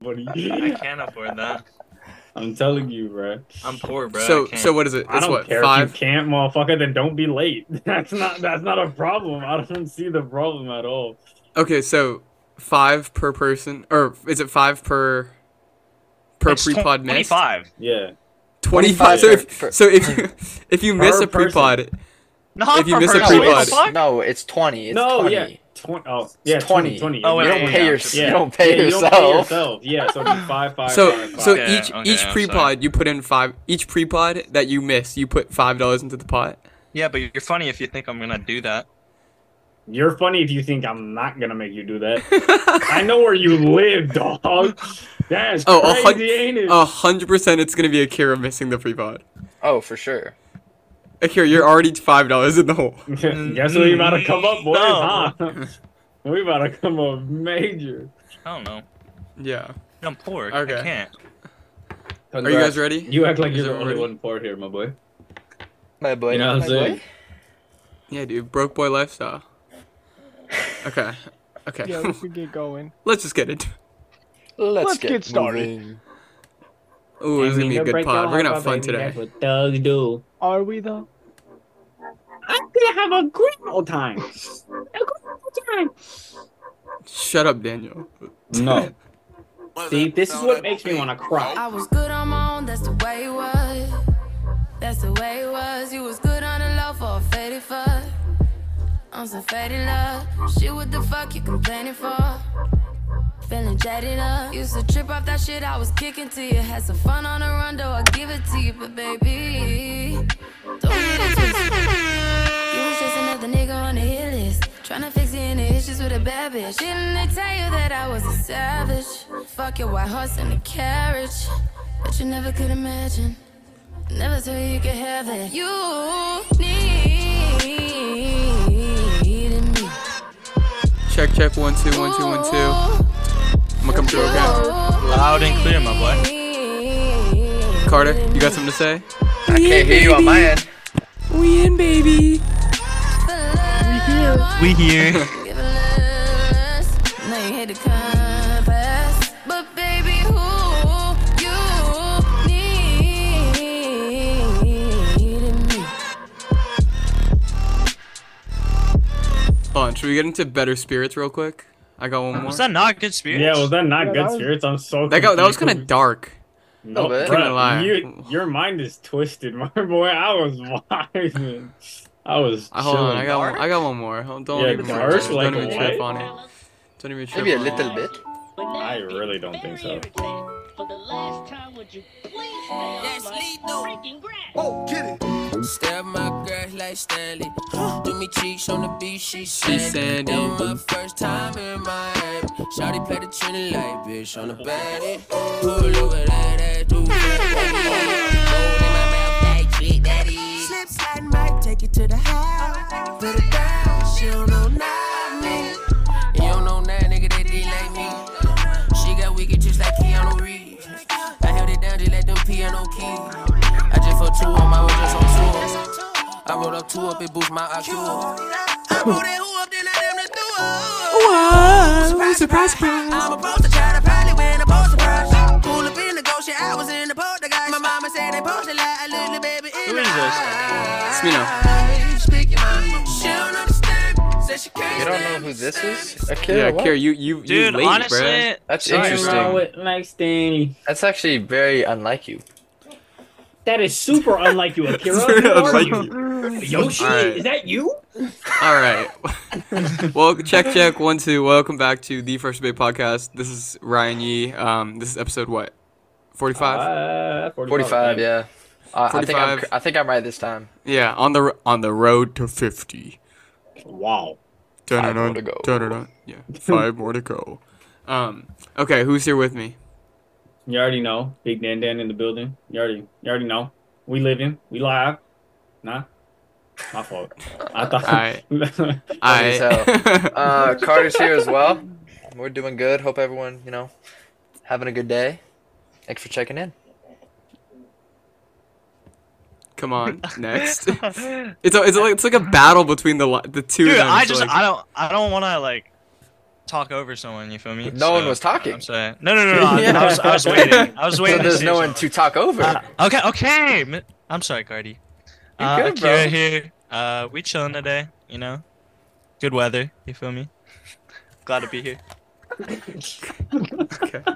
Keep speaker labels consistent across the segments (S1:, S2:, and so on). S1: What are
S2: I
S1: you?
S2: can't afford that.
S1: I'm telling you, bro.
S2: I'm poor, bro.
S3: so
S2: I can't.
S3: so what is it?
S1: I
S3: It's
S1: don't
S3: what
S1: care
S3: five?
S1: if you can't, motherfucker. Then don't be late. That's not that's not a problem. I don't see the problem at all.
S3: Okay, so five per person, or is it five per per
S2: It's
S3: pre-pod miss?
S2: Twenty-five.
S1: Yeah,
S3: Twenty-five. So if,
S4: per-
S3: so if you if you miss
S1: Per
S3: a pre-pod,
S2: Not
S3: If you
S2: per
S3: miss a
S2: person.
S3: pre-pod.
S2: What the fuck?
S4: No, it's twenty. It's
S1: No,
S4: twenty.
S1: yeah. twenty. Oh, yeah,
S4: 20.
S1: 20, 20.
S2: Oh, wait,
S4: You
S1: yeah,
S2: wait,
S4: don't
S2: wait,
S4: pay
S2: yeah.
S4: your.
S1: yeah.
S4: You don't pay
S1: Yeah, you
S4: yourself.
S1: Don't pay yourself. Yeah, so it'd be five, five,
S3: so
S1: five, five.
S3: so
S2: Yeah,
S3: each
S2: okay,
S3: each
S2: I'm
S3: pre-pod you put in five. Each pre-pod that you miss, you put five dollars into the pot.
S2: Yeah, but you're funny if you think I'm gonna do that.
S1: You're funny if you think I'm not gonna make you do that. I know where you live, dog. That's
S3: Oh, a
S1: crazy,
S3: hun-
S1: ain't it?
S3: A hundred percent, it's gonna be Akira missing the pre-pod.
S4: Oh, for sure.
S3: Akira, you're already five dollars in the hole.
S1: Guess we about to come up, boys,
S2: No.
S1: huh? We about to come up major.
S2: I don't know.
S3: Yeah.
S2: I'm poor.
S3: Okay.
S2: I can't.
S3: Are you guys ready?
S1: You act like
S3: Is
S1: you're the
S3: everyone
S1: only
S3: ready?
S1: one for it here, my boy.
S4: My boy.
S1: You know what I'm
S4: my
S1: saying?
S4: boy.
S3: Yeah, dude. Broke boy lifestyle. Okay. Okay.
S5: Yeah, we can get going.
S3: Let's just get it.
S4: Let's,
S5: Let's
S4: get,
S5: get started.
S4: moving.
S3: Ooh, this is gonna be a good pod. We're gonna have fun today.
S1: That's what thugs do.
S5: Are we though?
S1: I'm gonna have a great old time. A great old
S3: Shut up, Daniel.
S1: time. No. See,
S6: See,
S1: this is what makes me want to cry.
S7: I was good on my own, that's the way it was. That's the way it was. You was good on the low for a faded fuck. On some faded love. Shit, what the fuck you complaining for? Feeling jaded up. Used to trip off that shit I was kicking to you. Had some fun on the run, though I give it to you, but baby. Don't get it twisted. You was just another nigga on the hit list. Tryna fix any issues with a bad bitch. Didn't they tell you that I was a savage? Fuck your white horse and a carriage. But you never could imagine. Never thought you could have it. You needed me.
S3: Check, check. One, two, one, two, one, two. I'm gonna come through, okay?
S2: Loud and clear, my boy.
S7: boy.
S3: Carter, you got something to say?
S4: I can't hear you on my end.
S3: We in, baby.
S2: We here.
S7: Give a list. Now you hate to confess. But baby, who you need in me?
S3: Hold on. Should we get into better spirits real quick? I got one more.
S2: Was that not good spirits?
S1: Yeah, was that not
S5: Yeah,
S1: good
S5: that was-
S1: spirits? I'm so.
S3: That, got, that was kind of
S1: confused.
S3: dark.
S1: No,
S4: bit.
S1: bruh,
S3: Kinda lie.
S1: you, your mind is twisted, my boy. I was vibing. I was.
S3: Uh, hold on.
S1: chilling.
S3: I got one, I got one more. Hold- Don't
S1: Yeah,
S3: even,
S1: dark
S3: don't
S1: like
S3: even
S1: what?
S3: trip on it. Don't even trip
S4: Maybe a
S3: on
S4: little
S3: it.
S4: bit.
S1: I really don't think so.
S8: For the last time, would you please stay on
S6: That's
S8: my
S6: lethal.
S8: freaking grass?
S6: Stab my girl like Stanley. Do me cheeks on the beach, she
S3: She sandy.
S6: sandy. That was my first time in Miami. Shawty played the Trinity like bitch on the body. Pull over that ass, do that. Gold in my mouth, that shit, that is. Slip slide, might take it to the house. Put it down, she don't know now, nigga. You don't know now, nigga, that D like me. She got wicked just like Keanu Reeves. I held it down, just let them piano keys. I just fought two on my way, just on two. I rolled up two up, it boost my IQ. I rolled that who up, then I damn near threw up. Surprise, surprise, surprise. I'm a poster child, I probably win a poster prize. Pull up in the ghost, yeah, I was in the poster guy. My mama said they posted like a little baby in
S2: Who
S6: the
S2: is this?
S6: eyes.
S3: It's Mino.
S6: Speak your mind. She don't understand. Said she can't
S4: You don't know
S6: stand
S4: who
S6: it.
S4: this is?
S3: Yeah,
S4: Akira. what?
S3: Kira, you you
S2: Dude,
S3: you late,
S2: honestly,
S3: bruh.
S4: That's
S2: Sorry.
S1: Wrong
S4: interesting.
S1: with Mike Stanley.
S4: That's actually very unlike you.
S1: That is super unlike you, Akira.
S3: It's very
S1: Who are
S3: unlike
S1: you? Yoshi,
S3: Alright.
S1: is that you?
S3: All right. well, check, check. One, two. Welcome back to the First Debate Podcast. This is Ryan Yee. Um, this is episode what? Forty-five.
S1: Uh, 45,
S4: 45, yeah. Uh, I think I'm.
S3: 45.
S4: I think I'm right this time.
S3: yeah, on the r- on the road to fifty.
S1: Wow.
S3: Five
S4: more to go.
S3: Yeah, five more to go. Um, okay, who's here with me?
S1: You already know. Big Dan Dan in the building. You already you already know. We living. We live. Nah. My fault. I thought
S3: Alright.
S4: Funny
S3: I.
S4: Uh, Carter's here as well. We're doing good. Hope everyone, you know, having a good day. Thanks for checking in.
S3: Come on, next. it's a, it's like it's like a battle between the li- the two.
S2: Dude,
S3: of them.
S2: I
S3: It's
S2: just
S3: like-
S2: I don't I don't want to like talk over someone. You feel me?
S4: No one was talking.
S2: I'm sorry. No, no, no, no. I- I, was, I was waiting. I was
S4: So
S2: waiting. to
S4: there's
S2: say
S4: no one
S2: something.
S4: to talk over.
S1: Uh,
S2: Okay, okay. Mi- I'm sorry, Cardi.
S4: You're
S2: Uh,
S4: good,
S2: Akira
S4: bro.
S2: here. Uh, we chilling today. You know, good weather. You feel me? Glad to be here.
S5: You,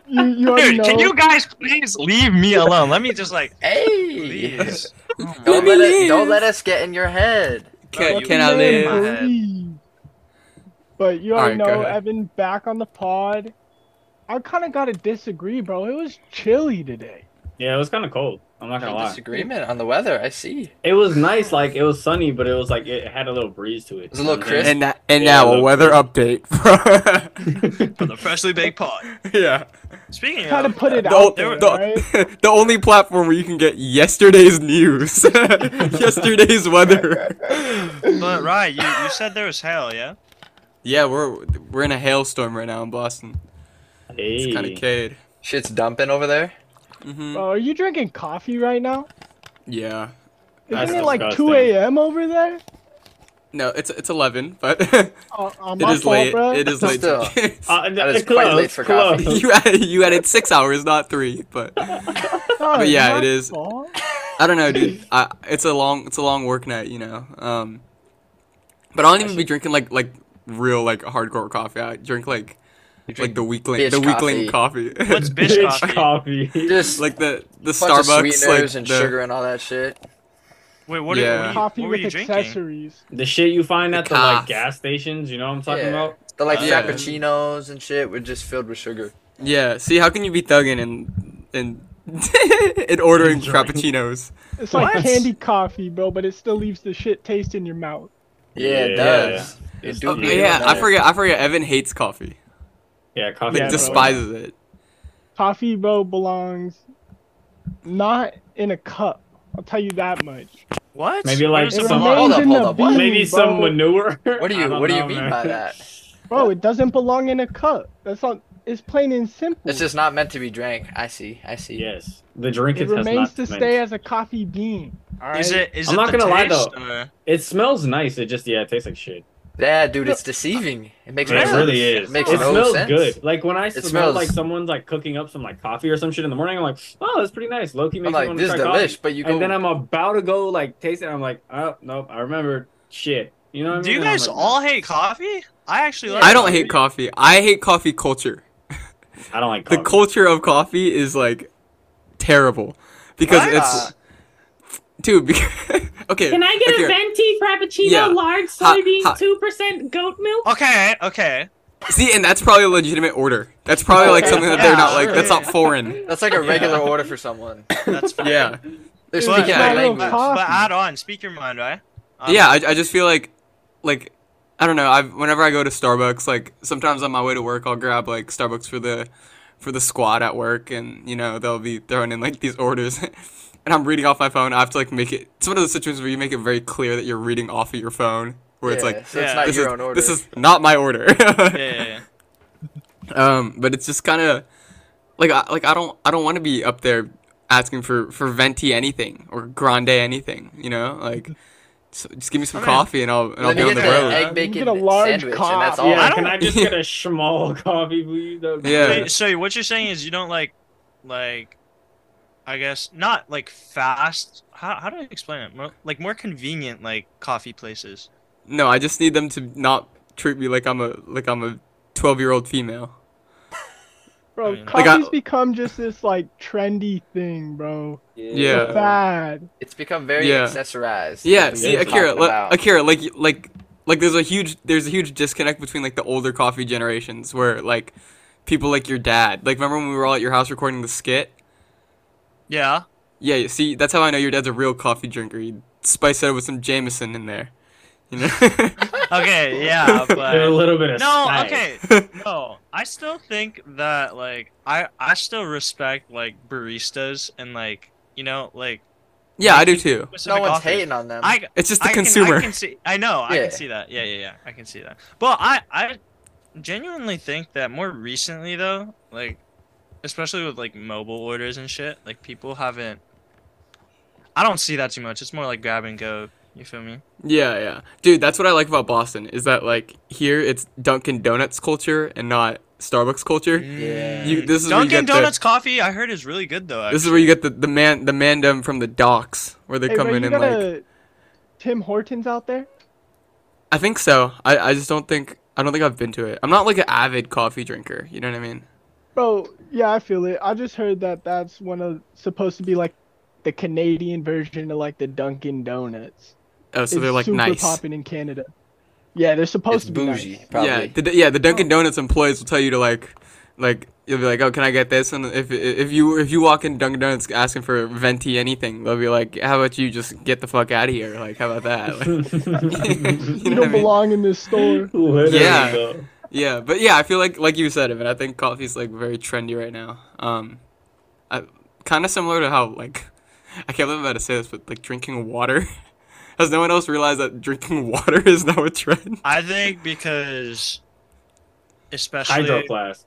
S5: you already
S2: Dude,
S5: know.
S2: can you guys please leave me alone? Let me just like,
S4: hey,
S2: please.
S4: don't
S3: Let
S4: let,
S3: me
S4: it,
S3: live.
S4: don't let us get in your head.
S3: Can,
S2: you
S3: can I
S5: Man,
S3: live?
S2: live?
S5: believe. But you already
S3: Alright, go
S5: know,
S3: ahead.
S5: Evan back on the pod. I kind of gotta disagree, bro. It was chilly today.
S1: Yeah, it was kind of cold. I'm not gonna
S4: No
S1: lie.
S4: disagreement on the weather. I see.
S1: It was nice, like it was sunny, but it was like it had a little breeze to it. It
S4: was a little crisp.
S3: And, that, and
S1: Yeah,
S3: now a
S1: look.
S3: weather update.
S2: From the freshly baked pod.
S3: yeah.
S2: Speaking
S5: Gotta
S2: of,
S5: put it
S3: The, o-
S5: out there, right?
S3: the, the only platform where you can get yesterday's news, yesterday's weather.
S2: but right, you, you said there was hell, yeah.
S3: Yeah, we're we're in a hailstorm right now in Boston. It's kind of
S1: Hey,
S3: cade.
S4: Shit's dumping over there.
S3: hmm
S5: Bro, are you drinking coffee right now?
S3: Yeah.
S5: Isn't
S1: That's
S5: it like
S1: disgusting.
S5: 2 a.m. over there?
S3: No, it's it's eleven, but it
S5: Oh, oh, my
S3: is
S5: fault,
S3: late.
S5: bro.
S3: It is late.
S4: Still.
S1: uh,
S4: That is
S1: close,
S4: quite late for
S1: close.
S4: coffee.
S3: you added, you added six hours, not three. But
S5: Oh,
S3: But
S5: it's
S3: yeah,
S5: my
S3: it is.
S5: fault.
S3: I don't know, dude. I, it's a long it's a long work night, you know. Um, but I don't even be drinking like like real like hardcore coffee. I drink like like
S4: drink
S3: the weakling
S4: bitch
S3: the weakling coffee.
S2: What's bitch
S1: Bitch
S2: coffee?
S1: coffee.
S4: Just
S3: like the the
S4: bunch of
S3: Starbucks like
S4: sweeteners and
S3: the-
S4: sugar and all that shit.
S2: Wait, what,
S3: Yeah.
S2: are, what, are you,
S5: Coffee
S2: what were
S5: with
S2: you drinking?
S5: accessories.
S1: The shit you find at the
S3: cough.
S1: like gas stations, you know what I'm talking
S4: Yeah.
S1: about? uh,
S4: The like
S3: Yeah.
S4: frappuccinos and shit were just filled with sugar.
S3: Yeah. See, how can you be thugging and and and ordering frappuccinos?
S5: It's like
S2: What?
S5: candy coffee, bro, but it still leaves the shit taste in your mouth.
S4: Yeah, it
S1: Yeah.
S4: does. It
S1: It's-
S4: do
S3: Oh,
S4: really
S3: yeah, I
S4: does.
S3: forget. I forget. Evan hates coffee.
S1: Yeah, coffee.
S3: Like
S5: Yeah,
S1: is
S5: bro.
S1: annoying.
S3: despises it.
S5: Coffee, bro, belongs not in a cup. I'll tell you that much.
S2: What?
S1: Maybe
S2: Where
S1: like
S5: It
S2: does
S1: some-
S5: remains
S2: belong?
S4: hold up,
S5: in
S4: hold
S5: the
S4: up, what?
S5: bean,
S1: Maybe
S5: bro.
S1: some manure.
S4: What do
S1: I
S4: you
S1: don't
S4: what do you
S1: know,
S4: mean
S1: man.
S4: by that?
S5: Bro, it doesn't belong in a cup. That's all. It's plain and simple.
S4: It's just not meant to be drank. I see. I see.
S1: Yes, the drink
S5: it
S1: it has
S5: remains
S1: not
S5: to
S1: been.
S5: stay as a coffee bean. Alright?
S2: Is it? Is
S1: I'm
S2: it
S1: not
S2: the
S1: gonna lie,
S2: taste,
S1: though.
S2: or-
S1: It smells nice. It just yeah, it tastes like shit.
S4: Yeah, dude, it's deceiving. It makes
S1: It
S4: no
S1: really
S4: sense.
S1: is.
S4: It makes
S1: it
S4: no
S1: smells
S4: sense.
S1: good. Like when I
S4: It
S1: smell
S4: smells-
S1: like someone's like cooking up some like coffee or some shit in the morning, I'm like, oh, that's pretty nice. Loki
S4: I'm
S1: makes me
S4: like,
S1: want
S4: this
S1: to
S4: is
S1: try coffee.
S4: delish, but you go.
S1: and then I'm about to go like taste it. I'm like, oh nope, I remember shit. You know what I mean?
S2: Do you
S1: And I'm
S2: guys
S5: Mm.
S1: like,
S2: all hate coffee? I actually like.
S3: I don't hate coffee. I hate coffee culture.
S1: I don't like
S3: The
S1: coffee.
S3: culture of coffee is like terrible because
S2: Why
S3: it's dude. Because, okay.
S6: Can I get
S3: okay.
S6: a venti frappuccino,
S3: Yeah.
S6: large
S3: Ha- ha-
S6: soybeans, two percent goat milk?
S2: Okay, okay.
S3: See, and that's probably a legitimate order. That's probably like
S4: Okay.
S3: something that they're
S2: Yeah,
S3: not like.
S2: sure.
S3: That's not foreign.
S4: That's like a regular order for someone.
S2: That's fine.
S3: Yeah.
S4: They're
S5: It's
S4: speaking
S3: not
S4: their
S5: real
S4: language.
S5: coffee.
S2: But add on, speak your mind, right? Um,
S3: yeah, I, I just feel like, like, I don't know. I whenever I go to Starbucks, like sometimes on my way to work, I'll grab like Starbucks for the, for the squad at work, and you know they'll be throwing in like these orders, and I'm reading off my phone. I have to like make it. It's one of those situations where you make it very clear that you're reading off of your phone, where it's
S4: Yeah,
S3: like.
S4: so it's
S2: Yeah.
S4: not
S3: This
S4: your
S3: is,
S4: own order.
S3: this is not my order.
S2: Yeah, yeah, yeah.
S3: um, but it's just kind of like I, like I don't I don't want to be up there asking for for venti anything or grande anything, you know? Like so just give me some
S2: I mean,
S3: coffee and I'll and I'll
S4: Let
S3: be
S4: me
S3: on
S4: get
S3: the
S4: the
S3: road.
S4: egg
S5: You
S4: bacon
S5: get a large
S4: sandwich, and
S5: cob.
S4: that's all.
S1: Yeah,
S2: I
S1: can
S2: don't-
S1: I just get a small coffee, please? That would be
S3: Yeah.
S1: great.
S2: Wait, So what you're saying is you don't like, like, I guess not like fast. How how do I explain it? More, like more convenient like coffee places.
S3: No, I just need them to not treat me like I'm a like I'm a 12-year-old female.
S5: Bro,
S2: I mean,
S3: Like,
S5: coffee's
S3: I-
S5: become just this like trendy thing, bro.
S3: Yeah.
S5: It's bad.
S4: It's become very
S3: Yeah.
S4: accessorized.
S3: Yeah,
S4: That's what
S3: see
S4: we were
S3: Akira,
S4: talking
S3: li-
S4: about.
S3: Akira, like like like there's a huge there's a huge disconnect between like the older coffee generations where like people like your dad. Like remember when we were all at your house recording the skit?
S2: Yeah.
S3: Yeah, you see, that's how I know your dad's a real coffee drinker. You spice it up with some Jameson in there. You know?
S2: Okay. Yeah.
S1: There's a
S2: But
S1: little bit of
S2: no.
S1: spice.
S2: Okay. No. I still think that like I I still respect like baristas and like you know like
S3: yeah, I do too.
S4: no
S2: Pacific
S4: one's
S2: coffees.
S4: hating on them.
S2: I
S3: It's just the
S2: I can-
S3: consumer.
S2: I can see. I know. I
S4: Yeah.
S2: can see that. Yeah, yeah, yeah. I can see that. But I, I genuinely think that more recently though, like, especially with like mobile orders and shit, like people haven't. I don't see that too much. It's more like grab and go You feel me?
S3: Yeah, yeah. Dude, that's what I like about Boston is that like here it's Dunkin' Donuts culture and not Starbucks culture.
S4: Yeah.
S3: You this is where you
S2: Dunkin'
S3: get the-
S2: Donuts coffee, I heard, is really good though.
S3: this is where you get the, the man the mandem from the docks where they
S5: Hey,
S3: come
S5: bro,
S3: in
S5: you
S3: and
S5: got
S3: like
S5: a Tim Hortons out there?
S3: I think so. I, I just don't think I don't think I've been to it. I'm not like an avid coffee drinker, you know what I mean?
S5: Bro, yeah, I feel it. I just heard that that's one of supposed to be like the Canadian version of like the Dunkin' Donuts.
S3: Oh, so
S5: it's
S3: they're like
S5: super
S3: nice.
S5: popping in Canada. Yeah, they're supposed
S4: It's
S5: to be nice.
S4: bougie, probably.
S3: Yeah, the, yeah. The Dunkin'
S5: Oh.
S3: Donuts employees will tell you to like, like you'll be like, oh, can I get this? And if if you if you walk into Dunkin' Donuts asking for venti anything, they'll be like, how about you just get the fuck out of here? Like, how about that? Like,
S5: You,
S3: you know what I mean?
S5: don't belong in this store.
S1: Literally,
S3: Yeah.
S1: though.
S3: Yeah, but yeah, I feel like like you said, Evan. I think coffee's like very trendy right now. Um, I kind of similar to how like I can't believe I'm about to say this, but like drinking water. Has no one else realized that drinking water is now a trend?
S2: I think because, especially
S1: Hydro flask.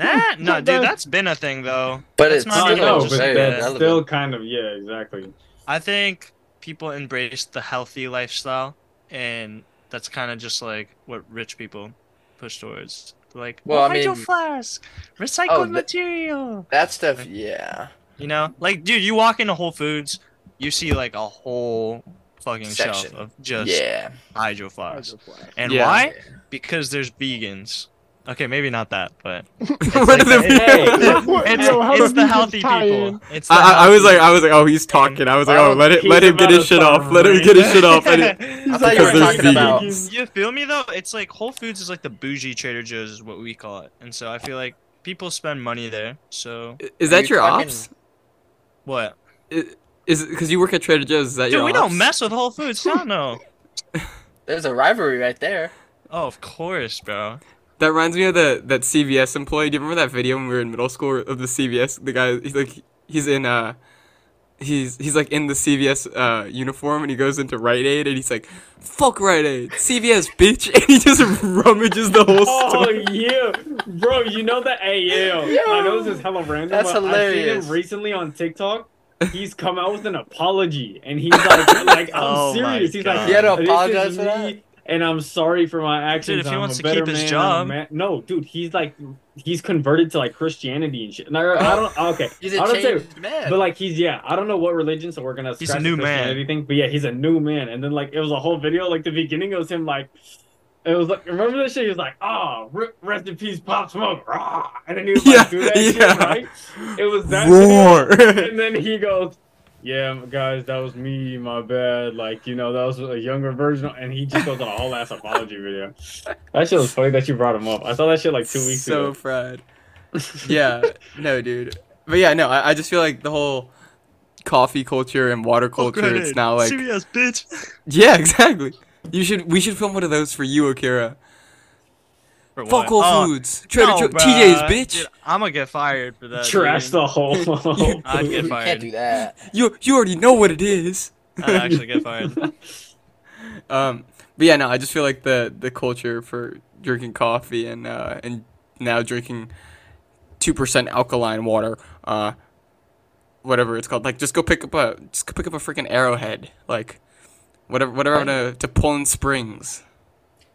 S2: Ah, no, dude,
S5: That's-
S2: that's been a thing though.
S4: But
S2: That's
S4: it's
S2: not
S1: No, I
S2: even
S1: know,
S2: just
S1: but
S2: like
S1: that's
S2: that.
S4: relevant.
S1: still kind of yeah, exactly.
S2: I think people embrace the healthy lifestyle, and that's kind of just like what rich people push towards. Like,
S4: Well,
S2: oh,
S4: I mean-
S2: hydro flask, recycled
S4: Oh, the-
S2: material.
S4: That stuff, yeah.
S2: You know,
S3: Mm-hmm.
S2: like, dude, you walk into Whole Foods, you see like a whole fucking
S4: Section.
S2: shelf of just
S4: Yeah.
S2: hydro flask. And
S3: Yeah.
S2: why? Because there's vegans. Okay, maybe not that, but
S3: Where did
S1: like,
S3: it-
S1: hey,
S2: it's,
S5: Yo, how
S2: it's
S5: did
S2: the
S5: you just
S2: healthy
S5: tie
S2: people.
S5: in?
S2: It's the
S3: I, I, I was
S2: healthy-
S3: like, I was like, oh, he's talking. I was like, oh,
S1: Oh,
S3: let it,
S1: he's
S3: let him get
S1: about
S3: his
S1: to
S3: shit
S1: start
S3: off. Let him get his shit off. And
S4: I
S3: it-
S4: thought you were
S3: Because there's
S4: talking about
S3: vegans.
S2: You feel me though? It's like Whole Foods is like the bougie Trader Joe's is what we call it, and so I feel like people spend money there. So
S3: is
S4: you
S3: that your
S4: talking-
S3: ops?
S2: what?
S3: I- Is because you work at Trader Joe's? Is that
S2: Dude,
S3: your
S2: we
S3: ops?
S2: don't mess with Whole Foods. Hell no.
S4: There's a rivalry right there.
S2: Oh, of course, bro.
S3: That reminds me of the that CVS employee. Do you remember that video when we were in middle school of the CVS? The guy, he's like, he's in uh, he's he's like in the CVS uh uniform, and he goes into Rite Aid, and he's like, "Fuck Rite Aid, CVS bitch," and he just rummages the whole
S1: Oh
S3: store.
S1: yeah, bro. You know the AL.
S4: Yo,
S1: I know this is hella random.
S4: that's
S1: but I seen
S4: hilarious.
S1: him recently on TikTok. He's come out with an apology, and he's like, like I'm
S2: Oh my
S1: serious. He's like,
S2: God.
S4: You had to
S1: "This is
S4: apologize for
S1: me,
S4: that?"
S1: And I'm sorry for my actions.
S2: if he
S1: I'm
S2: wants
S1: a
S2: to
S1: better
S2: keep his
S1: man,
S2: job-
S1: I'm a man." no, dude, he's like, he's converted to like Christianity and shit. No, I don't. Okay,
S4: Uh-huh. He's
S1: I
S4: a
S1: don't say
S4: changed man.
S1: But like he's yeah, I don't know what religion, so we're gonna
S2: He's a
S1: scratch
S2: new
S1: the
S2: man.
S1: Christianity thing. But yeah, he's a new man. And then like it was a whole video, like the beginning was him like it was like remember that shit? He was like, oh, r- rest in peace, pop smoke, rah. and then he was
S3: Yeah,
S1: like do that shit,
S3: yeah.
S1: right? It was that video.
S3: Roar.
S1: and then he goes, Yeah, guys, that was me, my bad. Like, you know, that was a younger version and he just goes on a whole ass apology video. That shit was funny that you brought him up. I saw that shit like two weeks
S3: so
S1: ago.
S3: fried. yeah, no, dude. But yeah, no, I, I just feel like the whole coffee culture and water culture. It's now like,
S2: CVS bitch.
S3: yeah, exactly. You should we should film one of those for you, Akira.
S2: For what?
S3: Fuck Whole
S2: Oh,
S3: Foods, Trader
S2: no,
S3: Joe,
S2: bruh.
S3: TJ's, bitch.
S2: Dude, I'm gonna get fired for that.
S1: Trash
S2: dude.
S1: the whole
S2: I'd get
S4: you can't do
S2: fired.
S4: that.
S3: You you already know what it is.
S2: I'd actually get fired.
S3: Um, but yeah, no, I just feel like the the culture for drinking coffee and uh, and now drinking two percent alkaline water, uh, whatever it's called. Like, just go pick up a just go pick up a freaking Arrowhead, like whatever whatever to to Poland Springs,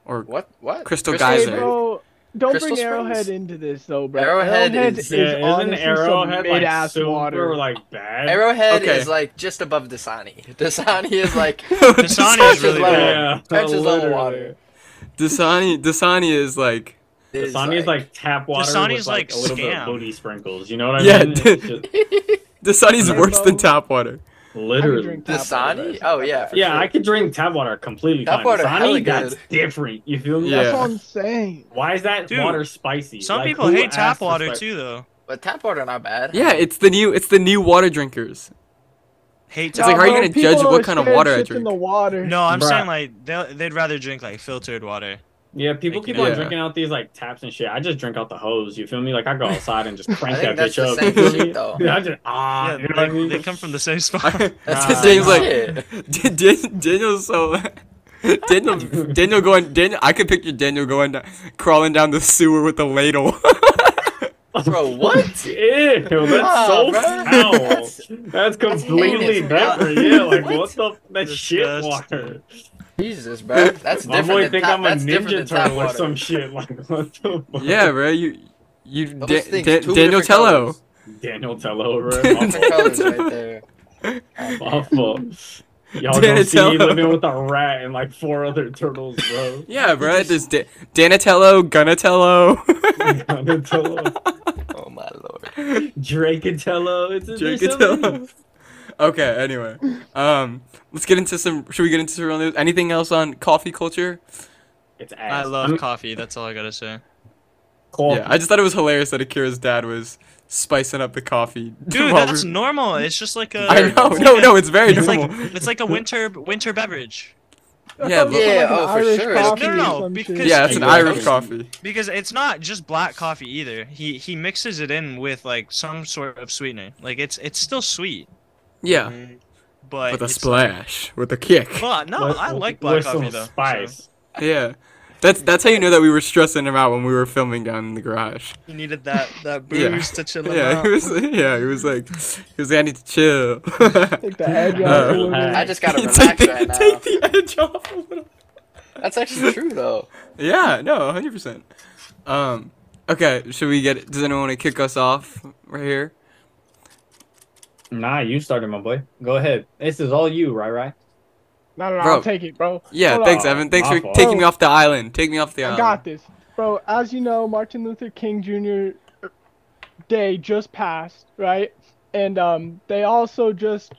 S3: or
S4: What? What?
S3: Crystal
S5: Hey,
S3: Geyser.
S5: bro, don't
S4: Crystal
S5: bring
S4: Springs?
S5: Arrowhead into this though, bro.
S4: Arrowhead is-
S5: is,
S1: Yeah, isn't
S5: honestly some
S1: Arrowhead like
S5: mid-ass
S1: super
S5: water.
S1: like bad?
S4: Arrowhead
S3: Okay.
S4: is like just above Dasani. Dasani is like
S2: Dasani is
S4: Just
S2: really
S4: like-
S2: bad.
S1: yeah,
S4: trench is level
S1: literally.
S4: water.
S3: Dasani Dasani is like
S4: Is
S1: Dasani is like tap water
S2: Dasani
S1: with
S2: is,
S1: like,
S2: like,
S1: a little bit
S2: scam.
S1: of booty sprinkles. You know what I
S3: Yeah,
S1: mean?
S3: dude.
S1: It's just-
S3: Dasani's
S5: Hey,
S3: worse
S5: bro.
S3: than tap water.
S5: I could
S1: literally.
S5: drink tap water, bro.
S4: Dasani? Oh yeah. for
S1: yeah,
S4: sure.
S1: I could drink tap water completely
S4: Tap
S1: fine.
S4: water, hella
S1: Dasani, that's
S4: good.
S1: different. You feel me?
S3: Yeah.
S5: That's what I'm saying.
S1: Why is that
S2: Dude,
S1: water spicy?
S2: Some
S1: Like,
S2: people
S1: who
S2: hate tap
S1: asked for
S2: water
S1: spice-
S2: too, though.
S4: But tap water not bad.
S3: Yeah, it's the new it's the new water drinkers.
S2: Hate
S3: It's like,
S5: Nah,
S3: how are you
S5: bro,
S3: gonna
S5: people
S3: judge what
S5: always
S3: kind of
S5: saying
S3: water I
S5: shit's
S3: drink?
S5: In the water.
S2: No, I'm
S1: Bruh.
S2: saying like they they'd rather drink like filtered water.
S1: Yeah, people
S2: Like,
S1: keep
S3: yeah.
S1: on drinking out these like taps and shit. I just drink out the hose. You feel me? Like I go outside and just crank
S4: think
S1: that
S4: that's
S1: bitch
S4: the
S1: up.
S4: same
S1: you feel
S4: shit,
S1: me?
S4: though.
S1: Yeah, I just ah.
S2: yeah,
S1: you know
S2: they,
S1: what I mean?
S2: they come from the same spot.
S3: That's
S1: Nah,
S3: what James
S1: nah.
S3: like. Dan- Daniel's so. Daniel, Daniel going. Daniel, I could picture Daniel going, down, crawling down the sewer with a ladle.
S4: Bro, what?
S1: Ew, that's
S4: Ah,
S1: so
S4: bro.
S1: foul.
S4: That's-
S1: That's completely
S4: heinous, bro.
S1: different. Yeah, like what the that
S2: Disgust.
S1: shit water.
S4: Jesus, bro. That's
S1: My
S4: different.
S1: boy
S4: than
S1: think
S4: tap-
S1: I'm a
S4: that's different
S1: ninja
S4: than tap
S1: turtle or
S4: water.
S1: some shit. Like what the fuck?
S3: Yeah, bro. You, you,
S4: Those
S3: da-
S4: things,
S3: Da-
S4: two
S3: Daniel
S4: different
S3: Tello.
S1: Daniel Tello, bro. My
S4: Different
S1: fault.
S4: colors right there.
S1: My fault. Y'all
S3: Daniel
S1: don't see me
S3: Tello.
S1: living with a rat and like four other turtles, bro.
S3: Yeah, bro. There's da- Danatello, Gunatello,
S1: Daniel Tello,
S4: Oh my lord.
S1: Dracatello. It's a
S3: Jacatello. Okay. Anyway, um, let's get into some. Should we get into some real news? Anything else on coffee culture?
S1: It's ass.
S2: I
S1: I'm
S2: love coffee. That's all I gotta say.
S1: coffee.
S3: Yeah, I just thought it was hilarious that Akira's dad was spicing up the coffee.
S2: Dude,
S3: while
S2: that's
S3: we-
S2: normal. It's just like a.
S3: I know. No, no, it's very
S2: It's
S3: normal.
S2: like it's like a winter winter beverage
S3: yeah, but-
S4: Yeah,
S5: Like
S4: oh,
S5: an
S4: for
S5: Irish
S4: sure. It's-
S5: coffee
S2: No,
S5: or
S2: no,
S5: some
S2: because-
S5: shit.
S3: yeah, it's an
S4: Yeah.
S3: Irish coffee.
S2: because it's not just black coffee either. He he mixes it in with like some sort of sweetener. Like it's it's still sweet,
S3: Yeah,
S1: Mm.
S2: but
S3: with a
S2: it's-
S3: splash, with a kick.
S2: Well, no,
S4: Oh,
S1: With-
S2: I like black
S1: with
S2: coffee
S1: some
S2: though.
S1: Spice.
S2: so
S3: Yeah, that's that's how you know that we were stressing him out when we were filming down in the garage.
S2: he needed that that
S3: Yeah.
S2: booze to chill him
S3: Yeah,
S2: out.
S3: he was. Yeah, he was like, he was like, I need to chill.
S5: Take the edge
S3: No.
S5: off. a little bit.
S4: I just gotta
S3: take,
S4: relax
S3: the-
S4: right now.
S3: take the edge off a little.
S4: That's actually true though.
S3: Yeah, no, hundred percent. Um, okay, should we get? Does anyone want to kick us off right here?
S1: Nah, you started, my boy. Go ahead. This is all you, right? Right?
S5: No, no, no,
S3: Bro.
S5: I'll take it, bro.
S3: Yeah,
S5: Hold
S3: thanks,
S5: on.
S3: Evan. Thanks
S1: my
S3: for
S1: fault.
S3: taking me off the island. Take me off the
S5: I
S3: island.
S5: got this. Bro, as you know, Martin Luther King Jr. Day just passed, right? And um, they also just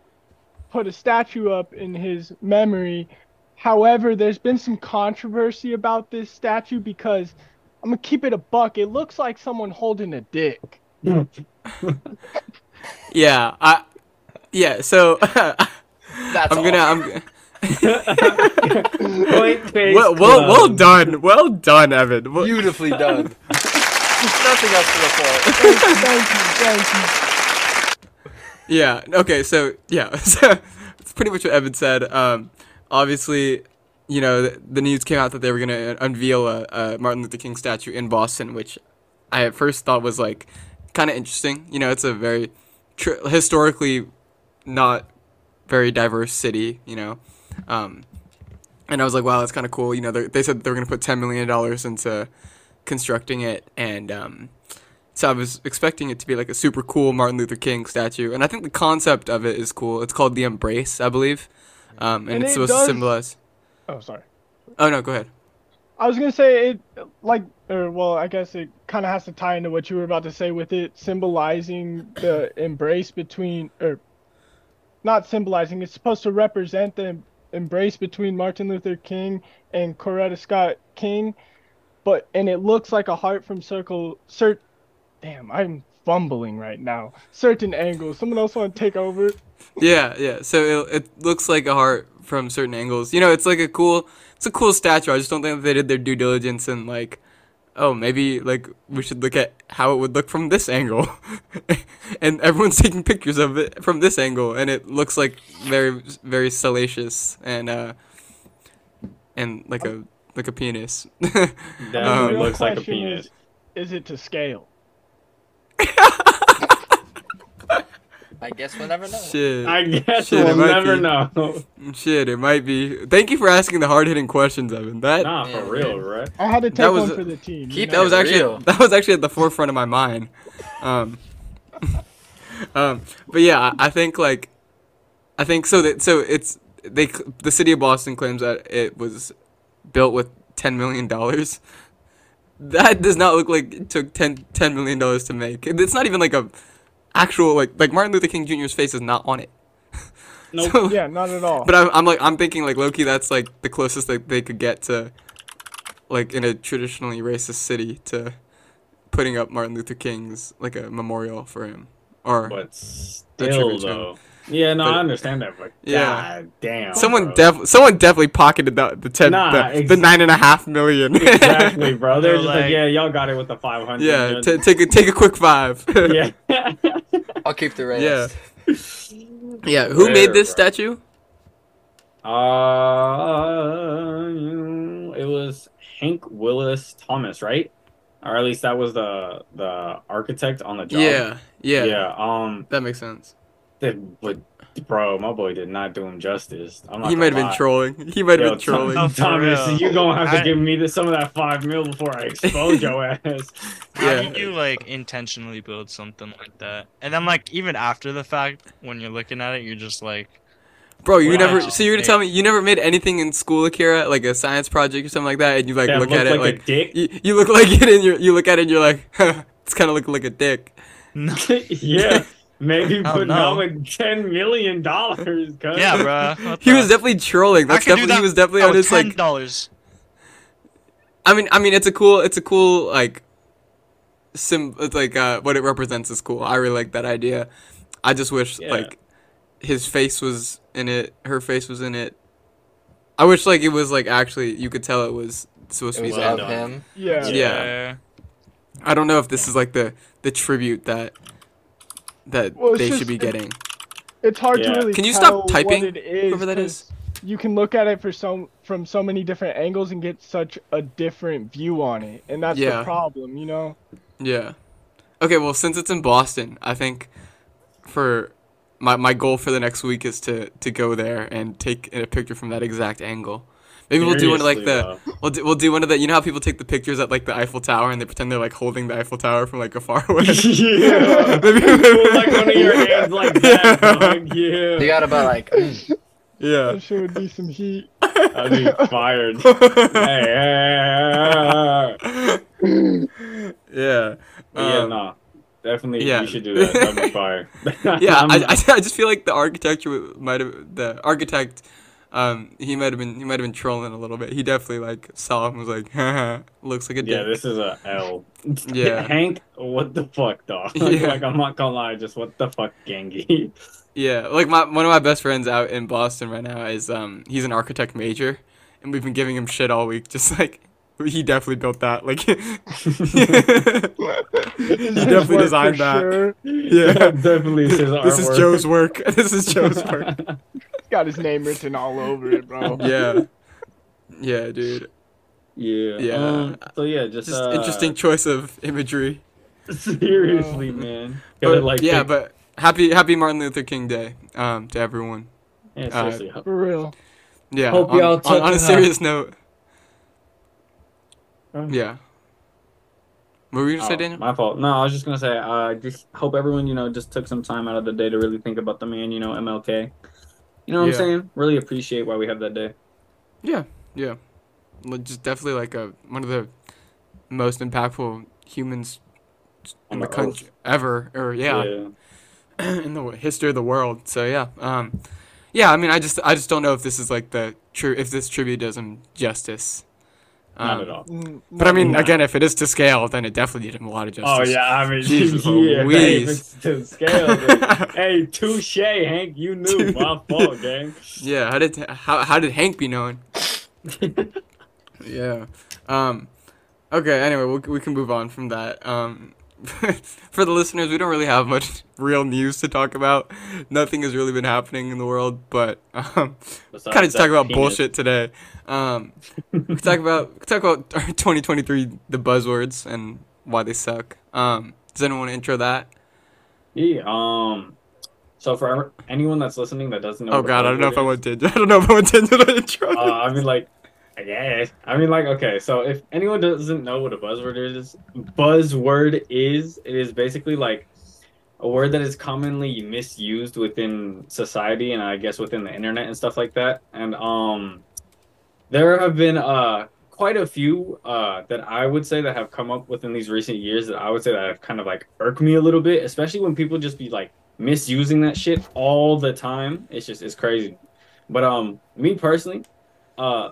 S5: put a statue up in his memory. However, there's been some controversy about this statue because I'm gonna keep it a buck. It looks like someone holding a dick.
S3: Yeah, I. Yeah, so
S4: That's
S3: I'm gonna.
S4: all.
S3: I'm.
S1: Point face
S3: Well, well, well
S1: club.
S3: done, well done, Evan. Well,
S4: Beautifully done. Nothing else to report.
S5: Thank you, thank you, thank
S3: Yeah. Okay. So yeah. So it's pretty much what Evan said. Um, obviously, you know, the, the news came out that they were gonna unveil a, a Martin Luther King statue in Boston, which I at first thought was like kind of interesting. You know, it's a very tr- historically not very diverse city. You know, um, and I was like, wow, that's kind of cool. You know, they they said they were gonna put ten million dollars into constructing it, and um, so I was expecting it to be like a super cool Martin Luther King statue, and I think the concept of it is cool. It's called the Embrace, I believe, um, and,
S5: And
S3: it's
S5: it
S3: supposed to
S5: does-
S3: symbolize.
S5: you. Oh, sorry.
S3: Oh no, go ahead.
S5: I was gonna say it, like, or well, I guess it kind of has to tie into what you were about to say with it symbolizing the embrace between, or not symbolizing. It's supposed to represent the embrace between Martin Luther King and Coretta Scott King, but and it looks like a heart from circle. Cert, damn, I'm fumbling right now. Certain angles. Someone else want to take over?
S3: Yeah, yeah. So it, it looks like a heart from certain angles. You know, it's like a cool, it's a cool statue. I just don't think that they did their due diligence and like, oh, maybe like we should look at how it would look from this angle, and everyone's taking pictures of it from this angle, and it looks like very, very salacious and uh, and like a like a penis.
S5: The
S1: Definitely
S5: real
S1: looks like a
S5: question
S1: penis.
S5: Is, is it to scale?
S4: I guess we'll never know.
S3: Shit.
S1: I guess
S3: Shit, it
S1: we'll
S3: might
S1: never
S3: be.
S1: know.
S3: Shit, it might be. Thank you for asking the hard hitting questions, Evan. That
S1: Nah, for
S4: Yeah.
S1: real, right?
S5: I had to
S3: That
S5: take
S3: was
S5: one
S3: a-
S5: for the team. you
S4: keep
S5: know?
S3: that was actually
S4: Real.
S3: that was actually at the forefront of my mind. Um, um, but yeah, I I think like, I think so that so it's they cl- the city of Boston claims that it was built with ten million dollars. That does not look like it took 10, 10 million dollars to make. It's not even like a actual like like Martin Luther King Jr.'s face is not on it.
S1: Nope.
S3: So-
S5: Yeah, not at all.
S3: but I'm, I'm like I'm thinking like Loki. That's like the closest that they could get to, like in a traditionally racist city, to putting up Martin Luther King's like a memorial for him. Or
S1: But
S3: tribute
S1: still,
S3: to him.
S1: though. Yeah, no,
S3: But-
S1: I understand that, but
S3: Yeah.
S1: god damn.
S3: someone
S1: bro.
S3: def someone definitely pocketed the the ten
S1: Nah,
S3: the,
S1: ex-
S3: the nine and a half million.
S1: Exactly, bro. They're
S2: They're
S1: just like,
S2: like-
S1: yeah, y'all got it with the 500.
S3: yeah,
S1: dude."
S3: t- take a take a quick five.
S1: yeah.
S4: I'll keep the rest.
S3: Yeah. yeah. Who
S1: Rare,
S3: made this
S1: bro.
S3: statue?
S1: Uh, it was Hank Willis Thomas, right? or at least that was the the architect on the job.
S3: Yeah, yeah,
S1: yeah. Um,
S3: That makes sense.
S1: that- but bro, my boy did not do him justice. I'm not
S3: He
S1: gonna
S3: might have been
S1: lie.
S3: trolling. He might have
S1: Yo,
S3: been trolling.
S2: Oh,
S1: Tom-
S2: for real.
S1: Thomas, you gonna have to
S2: I-
S1: give me the, some of that five mil before I expose your ass.
S2: How
S3: Yeah.
S2: do you like intentionally build something like that? And then like even after the fact, when you're looking at it, you're just like,
S3: Bro, you
S2: Wow.
S3: never. So you're gonna
S2: Hey.
S3: tell me you never made anything in school, Akira, like a science project or something like that, and you like
S1: That
S3: look
S1: looked
S3: at it
S1: like a
S3: like,
S1: dick.
S3: you, you look like it, and you you look at it, and you're like, it's kind of looking like a dick.
S2: no.
S1: yeah, maybe,
S2: Hell
S1: but not
S2: no.
S1: with ten million dollars.
S2: yeah, bro.
S3: He was definitely trolling. That's definitely he was definitely on his
S2: Oh, ten
S3: like.
S2: dollars.
S3: I mean, I mean, it's a cool, it's a cool like, sim. It's like uh, what it represents is cool. I really like that idea. I just wish
S1: Yeah.
S3: like his face was in it, her face was in it. I wish like it was like actually you could tell it was supposed
S4: It
S3: to be
S4: was
S1: well
S3: that.
S4: of
S1: done.
S4: him.
S5: Yeah.
S3: Yeah. I don't know if this is like the the tribute that that
S5: Well, it's
S3: they
S5: just-
S3: should be
S5: it-
S3: getting.
S5: It's hard
S1: Yeah.
S5: to really.
S3: Can you
S5: tell
S3: stop
S5: what
S3: typing,
S5: it is
S3: whoever that
S5: 'cause You can look at it for so from so many different angles and get such a different view on it, and that's
S3: Yeah.
S5: the problem, you know.
S3: Yeah. Okay, well, since it's in Boston, I think for my my goal for the next week is to to go there and take a picture from that exact angle. Maybe we'll do one like the
S1: Seriously,
S3: we'll do, we'll do one of the you know how people take the pictures at like the Eiffel Tower and they pretend they're like holding the Eiffel Tower from like a far away.
S1: yeah.
S3: Maybe-
S1: Put, like one of your hands like that.
S3: Yeah.
S1: dog. Yeah,
S4: You gotta buy like mm,
S3: yeah.
S5: That shit would be some heat.
S1: I'd be fired. hey, hey, hey, hey, hey.
S3: Uh, yeah.
S1: But yeah,
S3: Um,
S1: no, definitely
S3: yeah.
S1: you should do that. That'd be fire.
S3: yeah,
S1: I'm-
S3: I, I, I just feel like the architecture w- might have the architect, um, he might have been he might have been trolling a little bit. He definitely like saw him and was like, Haha, looks like a
S1: Yeah,
S3: dick.
S1: this is a L.
S3: Yeah.
S1: Hank, what the fuck, dog?
S3: Yeah.
S1: Like, I'm not gonna lie, just what the fuck, Gengi?
S3: Yeah, like my one of my best friends out in Boston right now is um he's an architect major, and we've been giving him shit all week. Just like he definitely built that. Like he
S5: It's his
S3: definitely
S5: work
S3: designed
S5: for
S3: that.
S5: Sure.
S3: Yeah.
S1: That definitely is his
S3: This is
S1: artwork.
S3: Joe's work. This is Joe's work.
S5: It's got his name written all over it, bro.
S3: yeah. Yeah, dude.
S1: Yeah.
S3: Yeah.
S1: Um, so yeah, just,
S3: Just
S1: uh,
S3: interesting choice of imagery.
S1: Seriously, man. Gotta,
S3: But-
S1: like,
S3: yeah,
S1: pick-
S3: but happy happy Martin Luther King Day um, to everyone.
S1: yeah,
S3: uh,
S1: seriously.
S5: For real.
S3: Yeah.
S1: Hope
S3: on,
S1: y'all
S3: on-
S1: took
S3: on a
S1: it
S3: serious note.
S1: Oh.
S3: Yeah. What were you gonna say,
S1: Oh,
S3: Daniel?
S1: My fault. No, I was just gonna say. I uh, just hope everyone, you know, just took some time out of the day to really think about the man. You know, MLK. You know what
S3: Yeah.
S1: I'm saying? Really appreciate why we have that day.
S3: yeah, yeah. Like, Just definitely like a one of the most impactful humans in
S1: On
S3: the
S1: the
S3: country ever, or yeah, in the w- history of the world. So yeah, um, yeah. I mean, I just I just don't know if this is like the true if this tribute does him justice.
S1: Not
S3: Um,
S1: at all.
S5: Mm,
S3: But I mean,
S1: Nah.
S3: again, if it is to scale, then it definitely did him a lot of justice.
S1: Oh yeah, I mean,
S3: Jesus
S1: yeah, that
S3: Louise.
S1: even to scale. dude. hey, touche, Hank. You knew
S3: Dude.
S1: my fault, gang.
S3: Yeah, how did how how did Hank be known? yeah. Um. Okay. Anyway, we we can move on from that. Um. for the listeners, we don't really have much real news to talk about. Nothing has really been happening in the world, but um,
S1: Besides
S3: kind of just
S1: that
S3: talk about
S1: penis.
S3: bullshit today. Um, we talk about we talk about 2023 the buzzwords and why they suck. Um, does anyone want to intro that?
S1: Yeah. Um. So for anyone that's listening that doesn't know.
S3: Oh
S1: what a
S3: God, I don't know if
S1: buzzword
S3: I want
S1: is,
S3: to. I don't know if I want to do the intro.
S1: uh, I mean, like, I guess. I mean, like, okay. So, if anyone doesn't know what a buzzword is, buzzword is it is basically like a word that is commonly misused within society and I guess within the internet and stuff like that. And um, there have been uh quite a few uh that I would say that have come up within these recent years that I would say that have kind of like irked me a little bit, especially when people just be like misusing that shit all the time. It's just it's crazy. But um, me personally, uh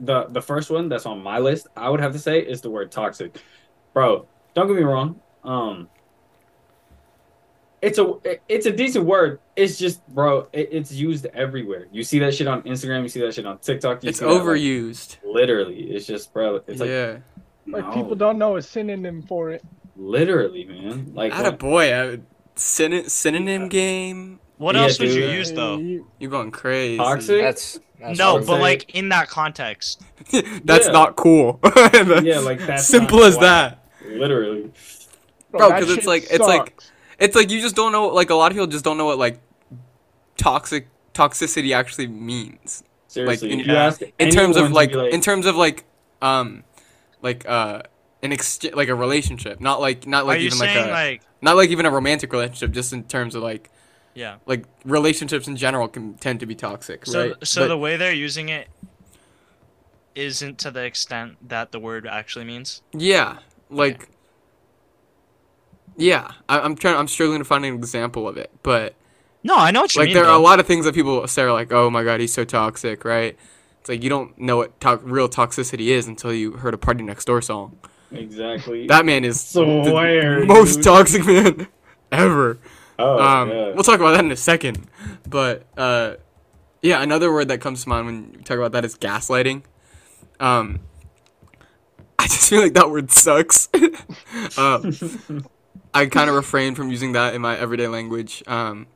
S1: the the first one that's on my list i would have to say is the word toxic bro don't get me wrong um it's a it- it's a decent word it's just bro it, it's used everywhere you see that shit on instagram you see that shit on tiktok you
S3: it's
S1: see that, like,
S3: overused.
S1: literally it's just bro it's like
S3: yeah.
S5: like
S1: no,
S5: people don't know a synonym for it.
S1: literally man like
S3: Atta
S1: when-
S3: boy, I, syn- synonym game.
S2: What
S1: Yeah,
S2: else would you
S1: dude.
S2: use though?
S5: You-
S3: You're going crazy.
S1: toxic
S4: That's, that's
S2: No,
S4: what I'm
S2: but
S4: saying.
S2: like in that context.
S3: That's
S1: Yeah.
S3: not cool.
S1: yeah like that's
S3: simple
S1: not
S3: as
S1: why-
S3: that.
S1: Literally.
S3: Bro,
S5: that
S3: 'cause it's
S5: shit
S3: like- it's like-
S5: sucks.
S3: It's like you just don't know. Like a lot of people just don't know what like toxic toxicity actually means.
S1: Seriously.
S3: in-
S1: if you ask
S3: In terms
S1: anyone
S3: of
S1: to
S3: like,
S1: be
S3: in terms of like, um, like uh, an ex like a relationship, not like not like
S2: Are you
S3: even like
S2: saying
S3: a
S2: like
S3: not like even a romantic relationship, just in terms of like
S2: yeah?
S3: like relationships in general can tend to be toxic.
S2: So
S3: right?
S2: so
S3: But-
S2: the way they're using it isn't to the extent that the word actually means.
S3: Yeah, like, yeah. I, I'm trying. I'm struggling to find an example of it, but
S2: No, I know what you
S3: like,
S2: mean.
S3: there are a
S2: though.
S3: lot of things that people say are like, "Oh my god, he's so toxic," right? It's like you don't know what to- real toxicity is until you heard a Party Next Door song.
S1: exactly.
S3: That man is
S1: Swear,
S3: the most
S1: dude.
S3: toxic man ever.
S1: oh,
S3: um,
S1: yeah.
S3: We'll talk about that in a second, but uh, yeah, another word that comes to mind when you talk about that is gaslighting. Um, I just feel like that word sucks. uh, I kind of refrain from using that in my everyday language, um,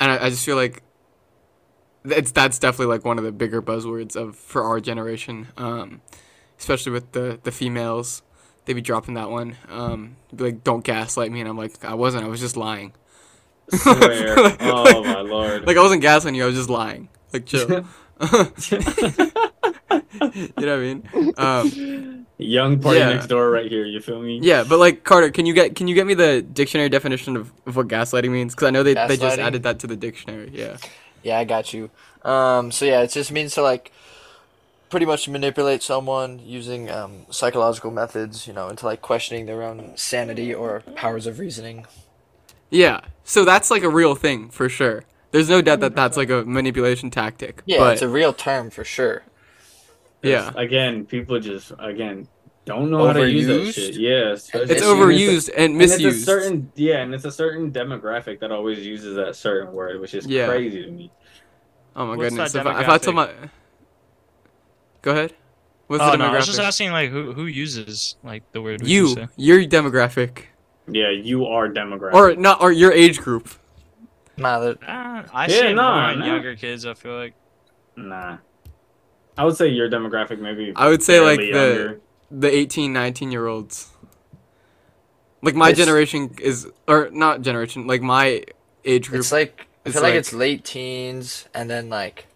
S3: and I, I just feel like it's that's definitely like one of the bigger buzzwords of for our generation, um, especially with the the females. They be dropping that one, um, be like "Don't gaslight me," and I'm like, "I wasn't. I was just lying."
S1: Swear. oh my lord.
S3: Like I wasn't gaslighting you, I was just lying. Like chill. you know what I mean? Um,
S1: Young party
S3: yeah.
S1: next door right here, you feel me?
S3: yeah, but like Carter, can you get can you get me the dictionary definition of, of what gaslighting means? Because I know they, they just
S4: Gaslighting?
S3: added that to the dictionary. Yeah.
S4: Yeah, I got you. Um, so yeah, it just means to like pretty much manipulate someone using um, psychological methods, you know, into like questioning their own sanity or powers of reasoning.
S3: Yeah. So that's like a real thing for sure. There's no doubt that that's like a manipulation tactic.
S4: Yeah,
S3: but
S4: it's a real term for sure.
S3: yeah,
S1: Again, people just again don't know how to use that
S4: Overused?
S1: shit. Yeah, especially-
S3: it's
S4: it's-
S3: overused and
S1: And it's a
S3: misused.
S1: certain yeah, and it's a certain demographic that always uses that certain word, which is
S3: Yeah.
S1: crazy to me.
S3: oh my
S2: What's that
S3: goodness! If I, if I told my, go ahead. What's
S2: oh
S3: the
S2: no, I was just
S3: demographic?
S2: asking like who who uses like the word. we
S3: you,
S2: just said.
S3: your demographic,
S1: Yeah, you are demographic.
S3: or not, or your age group.
S4: Nah, that
S2: Uh, I
S1: Yeah,
S2: see it
S1: no,
S2: more in
S1: no.
S2: younger kids. I feel like
S1: nah. I would say your demographic maybe
S3: I would say like
S1: barely
S3: the
S1: younger.
S3: the 18, 19 year olds. Like my
S4: It's-
S3: generation is, or not generation, like my age group.
S4: it's like I
S3: It's
S4: feel like,
S3: like-
S4: it's late teens and then like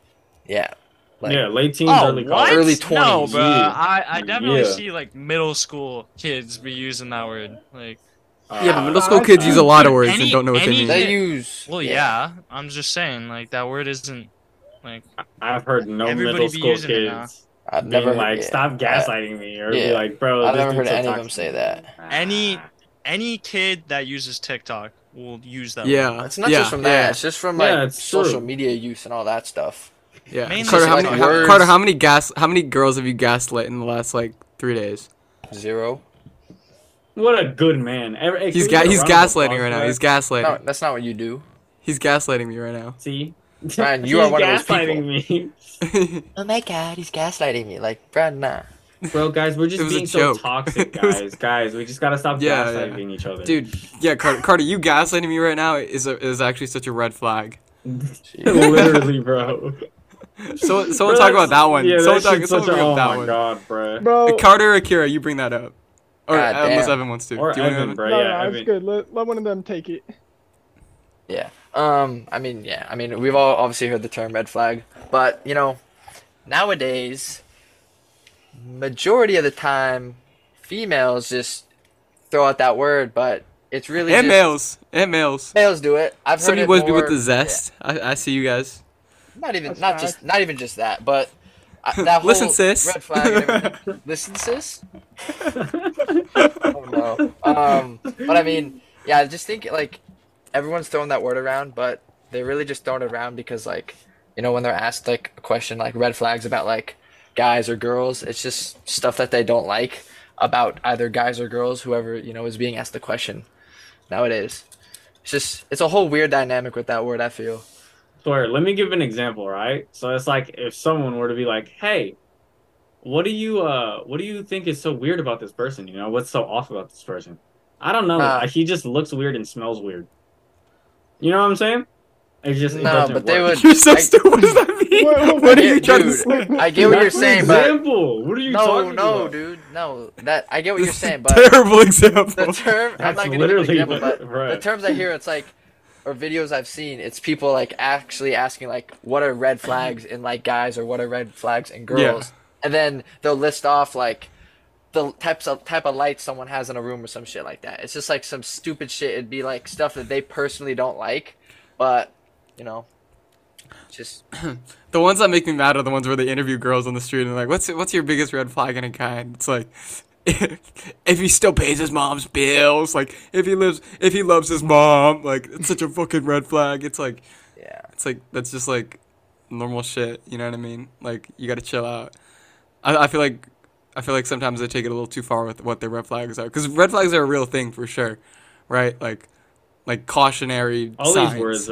S4: yeah, like
S1: Yeah, late teens,
S2: oh,
S1: early
S2: what?
S1: college.
S4: Early
S2: No,
S4: 20s,
S2: bro.
S1: yeah.
S2: I, I definitely
S1: Yeah.
S2: see like middle school kids be using that word. Like,
S3: yeah, but
S1: Uh,
S3: middle school kids use a lot of words and
S2: Any-
S3: don't know what they
S2: any-
S3: mean.
S4: they use
S2: well, yeah. I'm just saying, like that word isn't like
S1: I've heard no
S2: Everybody
S1: middle
S2: be
S1: school
S2: using it now.
S1: kids
S4: I've
S1: being
S4: never
S1: like,
S4: yeah,
S1: "Stop gaslighting me," or be
S4: yeah.
S1: like, "Bro,
S4: I've
S1: this
S4: never heard
S1: dude's
S4: of
S1: so
S4: any of them
S1: toxic."
S4: say that.
S2: Any- any kid that uses TikTok will use that. word.
S3: Yeah,
S4: It's not
S3: yeah,
S4: just from
S3: yeah,
S4: that. It's just from
S1: Yeah,
S4: like
S1: it's
S4: social
S1: true.
S4: media use and all that stuff.
S3: Yeah,
S2: Mainly
S3: Carter, how
S4: just,
S3: many,
S4: like,
S3: how,
S4: words.
S3: Carter, how many gas, how many girls have you gaslit in the last like three days?
S4: Zero.
S1: What a good man. Every, hey,
S3: He's
S1: can we
S3: ga-
S1: get a
S3: he's
S1: round of applause
S3: gaslighting
S1: for
S3: right now.
S1: that?
S3: He's gaslighting.
S4: No, that's not what you do.
S3: He's gaslighting me right now.
S1: See,
S4: Ryan, you are
S1: He's
S4: one of those
S1: gaslighting
S4: Oh my god, he's gaslighting me. Like, bruh, nah.
S1: me, bro. Guys, we're
S3: It
S1: just
S3: was a
S1: being so
S3: joke.
S1: toxic,
S3: It was-
S1: guys. guys, we just gotta stop
S3: Yeah,
S1: gaslighting each other,
S3: Dude, yeah, Carter, Carter, you gaslighting me right now is a, is actually such a red flag.
S1: Literally, bro.
S3: So someone
S1: Bro,
S3: talk
S1: that's-
S3: about that one.
S1: Yeah,
S3: someone
S1: that
S3: talk,
S1: shit's such
S3: someone
S1: a.
S3: bring
S1: Oh
S3: up that
S1: my
S3: one.
S1: god, bro.
S5: Bro,
S3: Carter or Kira, you bring that up. Or
S4: God
S3: unless
S4: damn.
S3: Evan wants to.
S1: Or
S3: Do you want
S1: Evan,
S3: Evan?
S1: bro.
S5: no,
S1: Yeah,
S5: no, it's
S1: Evan.
S5: good. Let, let one of them take it.
S4: Yeah. Um, I mean, yeah. I mean, we've all obviously heard the term red flag, but you know, nowadays, majority of the time, females just throw out that word, but it's really
S3: And
S4: just-
S3: males. And males.
S4: Males do it. I've
S3: Some of
S4: heard
S3: you
S4: it
S3: boys be
S4: more-
S3: with the zest. I, I see you guys.
S4: yeah, not even,
S5: That's
S4: not
S5: facts.
S4: just, not even just that, but uh, that whole
S3: Listen, sis.
S4: red flag. and everything. Listen, sis. Oh no. Um, but I mean, yeah, I just think like everyone's throwing that word around, but they really just throwing it around because like you know when they're asked like a question like red flags about like guys or girls, it's just stuff that they don't like about either guys or girls, whoever you know is being asked the question nowadays. It's just it's a whole weird dynamic with that word. I feel.
S1: Swear, let me give an example, right? So it's like if someone were to be like, "Hey, what do you uh what do you think is so weird about this person? You know, what's so off about this person?" I don't know.
S4: Uh.
S1: he just looks weird and smells weird. You know what I'm saying? It's just it
S4: No,
S1: doesn't
S4: but they
S1: work.
S4: would.
S3: You're so
S4: I-
S3: stupid. What does that mean?
S5: Wait, wait,
S3: what are
S5: wait.
S3: you trying to
S4: Dude.
S3: say?
S4: I get what you're
S1: That's an
S4: saying, but
S1: example. What are you
S4: no,
S1: talking
S4: no,
S1: about?
S4: dude, no. That I get what you're
S3: This
S4: saying,
S3: is a
S4: but
S3: terrible example.
S4: the term I'm not
S1: That's
S4: gonna give an
S1: literally
S4: example,
S1: what-
S4: but
S1: right.
S4: the terms I hear, it's like, or videos I've seen, it's people like actually asking like, what are red flags in like guys or what are red flags in girls, and then they'll list off like the types of type of lights someone has in a room or some shit like that. It's just like some stupid shit. It'd be like stuff that they personally don't like, but you know, just
S3: The ones that make me mad are the ones where they interview girls on the street and they're like, "What's what's your biggest red flag in a guy?" And it's like, if he still pays his mom's bills, like if he lives, if he loves his mom, like it's such a fucking red flag. It's like,
S4: yeah.
S3: it's like that's just like normal shit. You know what I mean? Like you gotta chill out. I, I feel like I feel like sometimes they take it a little too far with what their red flags are because red flags are a real thing for sure, right? Like like cautionary
S1: All
S3: signs
S1: these words.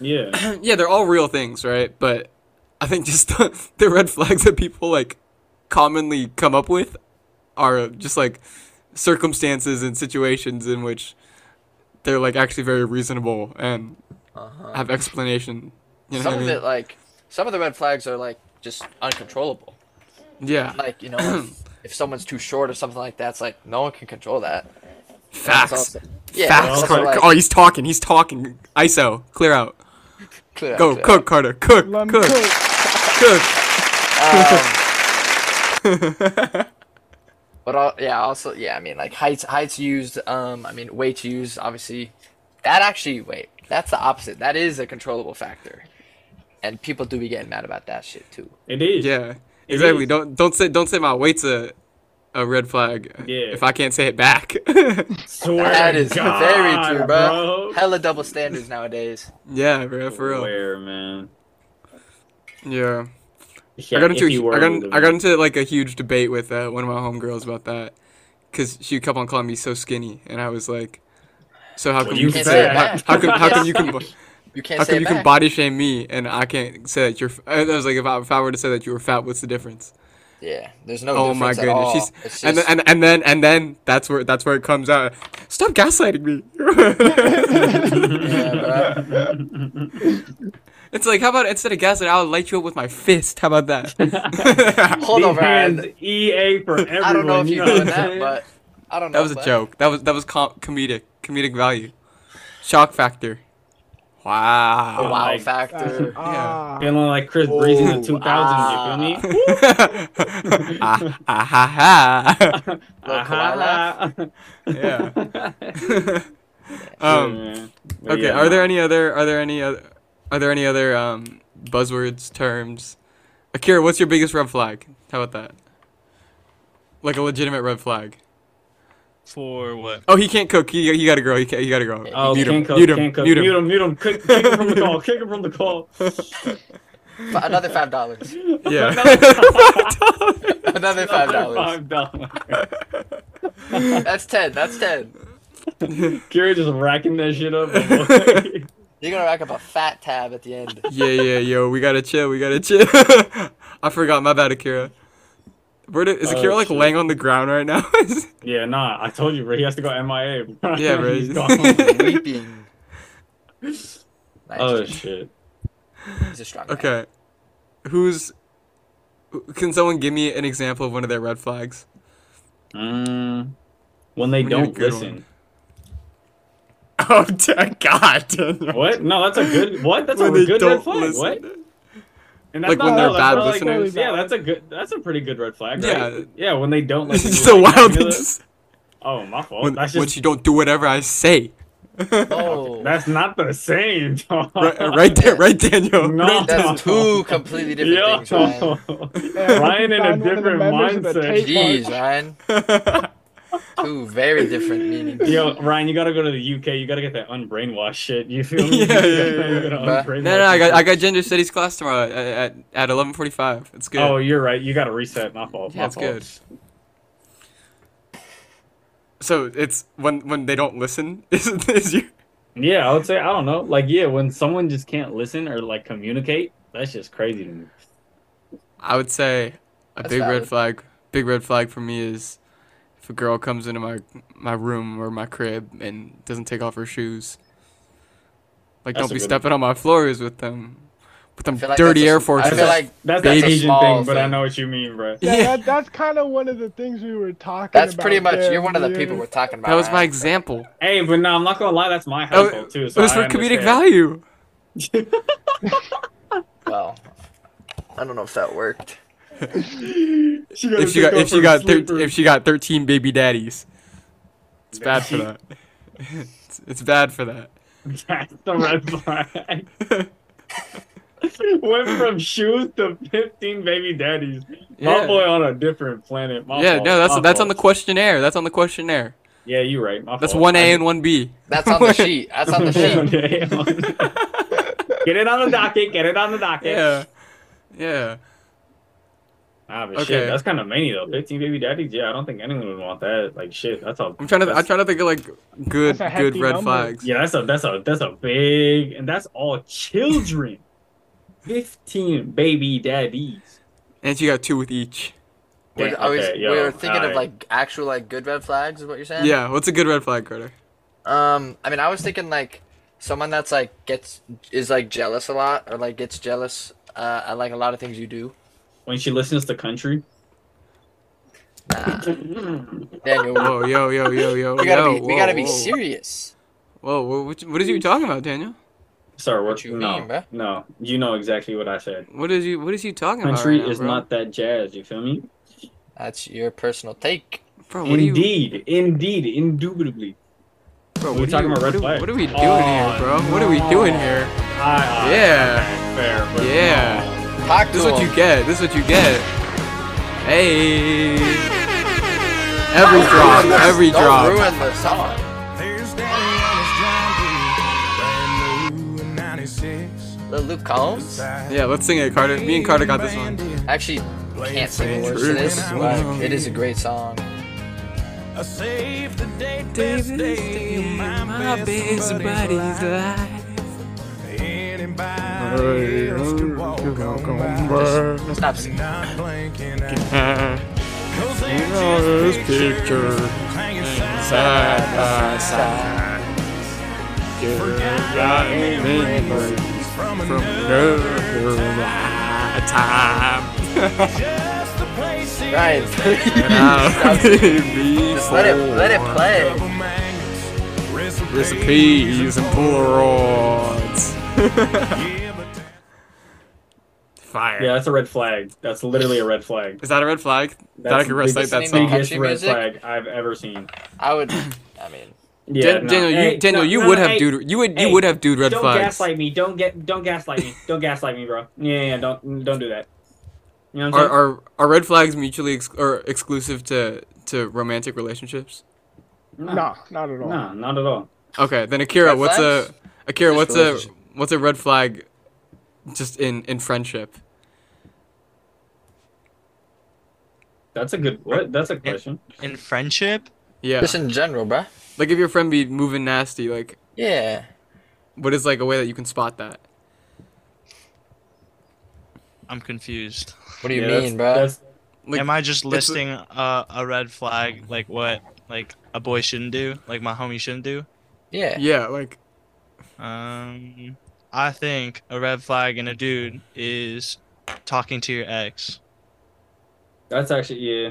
S1: Yeah.
S3: yeah, they're all real things, right? But I think just the, the red flags that people like commonly come up with are just like circumstances and situations in which they're like actually very reasonable and
S4: Uh-huh.
S3: have explanation. You know
S4: some
S3: what I
S4: of
S3: mean?
S4: it like some of the red flags are like just uncontrollable
S3: yeah,
S4: like you know if, if someone's too short or something like that it's like no one can control that
S3: facts,
S4: also- yeah,
S3: facts.
S4: also,
S3: Carter.
S4: like-
S3: oh, he's talking. He's talking. ISO, clear out.
S4: Clear,
S3: Go,
S4: clear.
S3: cook, Carter. Cook,
S5: Let me
S3: cook,
S5: cook.
S3: cook.
S4: Um, but all, yeah also yeah i mean like heights heights used um i mean weights used obviously that actually wait that's the opposite that is a controllable factor and people do be getting mad about that shit too
S1: It is.
S3: yeah,
S1: It
S3: exactly.
S1: is.
S3: Don't don't say don't say my weight's a a red flag.
S1: Yeah.
S3: If I can't say it back.
S1: Swear
S4: that
S1: to
S4: is
S1: God,
S4: very true bro.
S1: bro.
S4: hella double standards nowadays
S3: yeah, bro, for real.
S1: Swear, man.
S3: Yeah.
S1: Yeah,
S3: I got into
S1: if you
S3: a,
S1: were
S3: I got in-
S1: with him.
S3: I got into like a huge debate with uh, one of my homegirls about that because she kept on calling me so skinny, and I was like, "So how
S1: Well,
S3: come you
S1: you
S3: can
S1: can say
S3: say
S1: it
S3: how,
S4: back.
S3: how come how come you can bo-
S4: you can't
S3: how
S4: say
S3: come
S4: it
S3: you
S4: back.
S3: can body shame me and I can't say that you're?" f- I was like, "If I, if I were to say that you were fat, what's the difference?"
S4: yeah there's no
S3: Oh my
S4: difference at
S3: goodness,
S4: all.
S3: she's
S4: It's
S3: and,
S4: just-
S3: then, and and then and then that's where that's where it comes out. Stop gaslighting me.
S4: Yeah,
S3: it's like how about instead of gaslighting, I'll light you up with my fist. How about that?
S4: Hold
S1: These
S4: on, Ryan.
S1: hands EA for everyone.
S4: I don't know if
S1: you
S4: you're
S1: know
S4: doing
S1: what
S4: that,
S1: I'm saying?
S4: but I don't know.
S3: That was a
S4: but-
S3: joke. That was that was com- comedic, comedic value, shock factor.
S4: A
S3: Wow.
S1: wow.
S4: wow
S1: like- uh,
S4: factor.
S5: Ah,
S1: Feeling like Chris Brees in the 2000s,
S4: ah.
S1: you feel me?
S3: ah, ah, ha, ha.
S4: Little
S1: Ah-ha-ha.
S3: Yeah.
S1: Yeah,
S3: um,
S1: man. But
S3: okay.
S1: yeah,
S3: Are there
S1: nah.
S3: any other? Are there any other? Are there any other um buzzwords terms? Akira, what's your biggest red flag? How about that? Like a legitimate red flag.
S2: For what?
S3: Oh, he can't cook. He, he got a girl. He, can't, he got a girl.
S1: Oh,
S3: mute, him.
S1: can't cook,
S3: mute him.
S1: can't cook.
S3: Mute him.
S1: Mute him. Kick, kick him from the call. Kick him from the call.
S4: F- Another five dollars.
S3: Yeah.
S4: Another five dollars.
S1: Five dollars.
S4: That's ten. That's ten.
S1: Kira just racking that shit up. boy.
S4: You're gonna rack up a fat tab at the end.
S3: yeah, yeah, yo, we gotta chill, we gotta chill. I forgot, my bad, Akira. Where did, is
S1: Oh,
S3: Akira like
S1: shit.
S3: laying on the ground right now?
S1: yeah, nah. I told you, bro. He has to go MIA. Bro.
S3: Yeah, bro.
S1: He's gone.
S4: Weeping. Nice.
S1: oh shit.
S4: He's a strong man.
S3: okay, who's? Can someone give me an example of one of their red flags?
S1: Mm, when they
S3: We need a
S1: don't
S3: good
S1: listen.
S3: Oh dear God, Daniel.
S1: What? No, that's a good. What? That's a good red flag. What? And
S3: Like, when
S5: they're
S1: no,
S5: bad
S1: not
S5: listeners?
S1: yeah, that's a good. That's a pretty good red flag. Right?
S3: Yeah.
S1: Yeah, when they don't
S3: It's
S1: like.
S3: just a wild.
S1: Oh, my fault.
S3: when,
S1: that's
S3: when
S1: just.
S3: you don't do whatever I say.
S4: Oh,
S1: That's not the same. dog.
S3: Right, uh, right there, right, Daniel.
S1: No.
S3: Right.
S4: that's two completely different
S1: Yo.
S4: things, Ryan.
S5: yeah,
S1: Ryan in a
S5: found one of the
S1: different
S5: members of the
S1: mindset.
S5: tape
S4: Jeez,
S5: bar.
S4: Ryan. Two very different meanings.
S1: Yo, Ryan, you gotta go to the UK. You gotta get that unbrainwashed shit. You feel me?
S3: Yeah, yeah, yeah,
S1: You gotta
S4: yeah.
S1: unbrainwash
S3: No, no, I got, I
S1: yourself.
S3: got gender studies class tomorrow at at, at eleven forty five. It's good.
S1: Oh, you're right. You gotta reset. My fault.
S3: Yeah,
S1: my
S3: it's
S1: fault.
S3: good. So it's when when they don't listen. Is is you?
S1: Yeah, I would say I don't know. Like, yeah, when someone just can't listen or like communicate, that's just crazy to me.
S3: I would say a
S4: That's
S3: big
S4: valid.
S3: red flag. Big red flag for me is if a girl comes into my my room or my crib and doesn't take off her shoes. Like,
S1: That's
S3: don't
S1: a
S3: be
S1: good
S3: stepping on my floors with them, with them
S4: I feel like that's
S3: dirty
S4: a-
S3: Air
S4: I
S1: I
S3: Forces.
S1: feel
S4: That's-
S1: like that's
S4: that's
S1: an
S4: a
S1: Asian
S4: small
S1: thing, but I
S4: thing.
S1: know what you mean, bro.
S5: Yeah,
S3: Yeah.
S5: That, that's kind of one of the things we were talking
S4: That's
S5: about.
S4: pretty much.
S5: there,
S4: You're one of the
S5: dude.
S4: people we're talking about.
S3: that was my
S4: Ryan.
S3: example.
S1: Hey, but no, I'm not gonna lie. That's my
S3: That was-
S1: household too.
S3: Oh, it
S1: So
S3: was for
S1: I
S3: comedic
S1: understand.
S3: value.
S4: Well, I don't know if that worked.
S1: She gotta
S3: If she got
S1: take
S3: if
S1: off
S3: she
S1: her
S3: got thir-
S1: sleeper.
S3: if she got thirteen baby daddies, it's bad for that. it's, it's bad for that.
S1: That's the red flag. Went from shoes to 15 baby daddies. My
S3: Yeah.
S1: boy on a different planet. My
S3: yeah,
S1: fault.
S3: no, that's
S1: My
S3: that's on the
S1: fault.
S3: questionnaire. That's on the questionnaire.
S1: Yeah, you're right. My
S3: That's
S1: fault.
S3: one
S1: I
S3: A
S1: did-
S3: and one B.
S4: That's on the sheet. That's on the sheet.
S1: Okay, on the- get it on the docket. Get it on the docket.
S3: Yeah, yeah.
S1: Ah, but
S3: Okay.
S1: shit, that's kind of many though. 15 baby daddies. Yeah, I don't think anyone would want that. Like shit, that's a.
S3: I'm trying to I'm
S1: that's-
S3: trying to think of like good
S5: That's a
S3: good
S5: hefty
S3: red
S5: number.
S3: flags.
S1: Yeah, that's a that's a that's a big, and that's all children. 15 baby daddies.
S3: And she got two with each.
S4: We're,
S1: Damn,
S4: I was-
S1: okay,
S4: we
S1: yo,
S4: were thinking of
S1: alright.
S4: like actual like good red flags. Is what you're saying?
S3: Yeah, what's a good red flag, Carter?
S4: Um, I mean, I was thinking like someone that's like gets is like jealous a lot or like gets jealous uh, at like a lot of things you do.
S1: when she listens to country.
S4: Nah. Daniel, we-
S3: Whoa, yo, yo, yo, yo,
S4: we gotta
S3: Oh,
S4: be
S3: yo,
S4: we
S3: whoa,
S4: gotta be
S3: whoa.
S4: serious.
S3: Whoa, whoa, what, what is you talking about, Daniel?
S1: Sorry, what,
S4: What you
S1: no,
S4: mean, bruh?
S1: no, you know exactly what I said.
S3: What is you what is you talking
S1: Country
S3: about? right now,
S1: is
S3: bro?
S1: not that jazz. You feel me?
S4: That's your personal take.
S3: Bro, what are you?
S1: Indeed, indeed, indubitably.
S3: Bro,
S1: We're
S3: what are
S1: talking
S3: you-
S1: about
S3: what
S1: red
S3: are-
S1: flags.
S3: What are we doing
S1: Oh,
S3: here, bro? What are we doing here?
S1: Ah, ah,
S3: Yeah.
S1: okay, fair, but
S3: Yeah.
S1: no.
S4: Talk to
S3: This is what
S4: him.
S3: you get. This is what you get. Hey. Every drop. Every
S4: Don't
S3: drop.
S4: ruin the song. Lil Luke Combs
S3: Yeah, let's sing it, Carter. Me and Carter got this one.
S4: actually can't sing words to this. Like, it is a great song. Stop singing. Ryan, just let it let it play.
S3: Recipes and Polaroids. Fire.
S1: Yeah, that's a red flag. That's literally a red flag.
S3: Is that a red flag? that I
S1: That's
S3: could recite that
S4: biggest-
S3: song.
S1: Biggest
S4: Country
S1: red
S4: music?
S1: flag I've ever seen.
S4: I would. I mean,
S1: Yeah,
S3: Dan-
S1: no.
S3: Daniel,
S1: Hey,
S3: you, Daniel,
S1: no,
S3: you
S1: no,
S3: would
S1: no,
S3: have
S1: hey,
S3: dude. You would you
S1: hey,
S3: would have dude red
S1: don't
S3: flags.
S1: gaslight me. Don't get. Don't gaslight me. Don't gaslight me, bro. Yeah, yeah, yeah, Don't. Don't do that. You know what I'm
S3: Are,
S1: saying?
S3: are are red flags mutually ex- or exclusive to to romantic relationships?
S5: Nah, not at all.
S1: No, not at all.
S3: Okay, then Akira,
S4: Red
S3: what's
S4: flags?
S3: a Akira,
S4: Just
S3: what's a
S4: relationship.
S3: what's a red flag? Just in in friendship.
S1: That's a good. What? That's a question.
S2: In friendship,
S3: Yeah,
S4: just in general, bruh.
S3: like if your friend be moving nasty, like
S4: Yeah.
S3: what is like a way that you can spot that?
S2: I'm confused.
S4: What do you
S1: Yeah,
S4: mean, bruh?
S1: that's, that's
S3: Like,
S2: Am I just
S3: it's-
S2: listing a, a red flag, like what, like a boy shouldn't do, like my homie shouldn't do?
S4: yeah.
S3: Yeah, like
S2: Um, I think a red flag in a dude is talking to your ex
S1: that's actually yeah.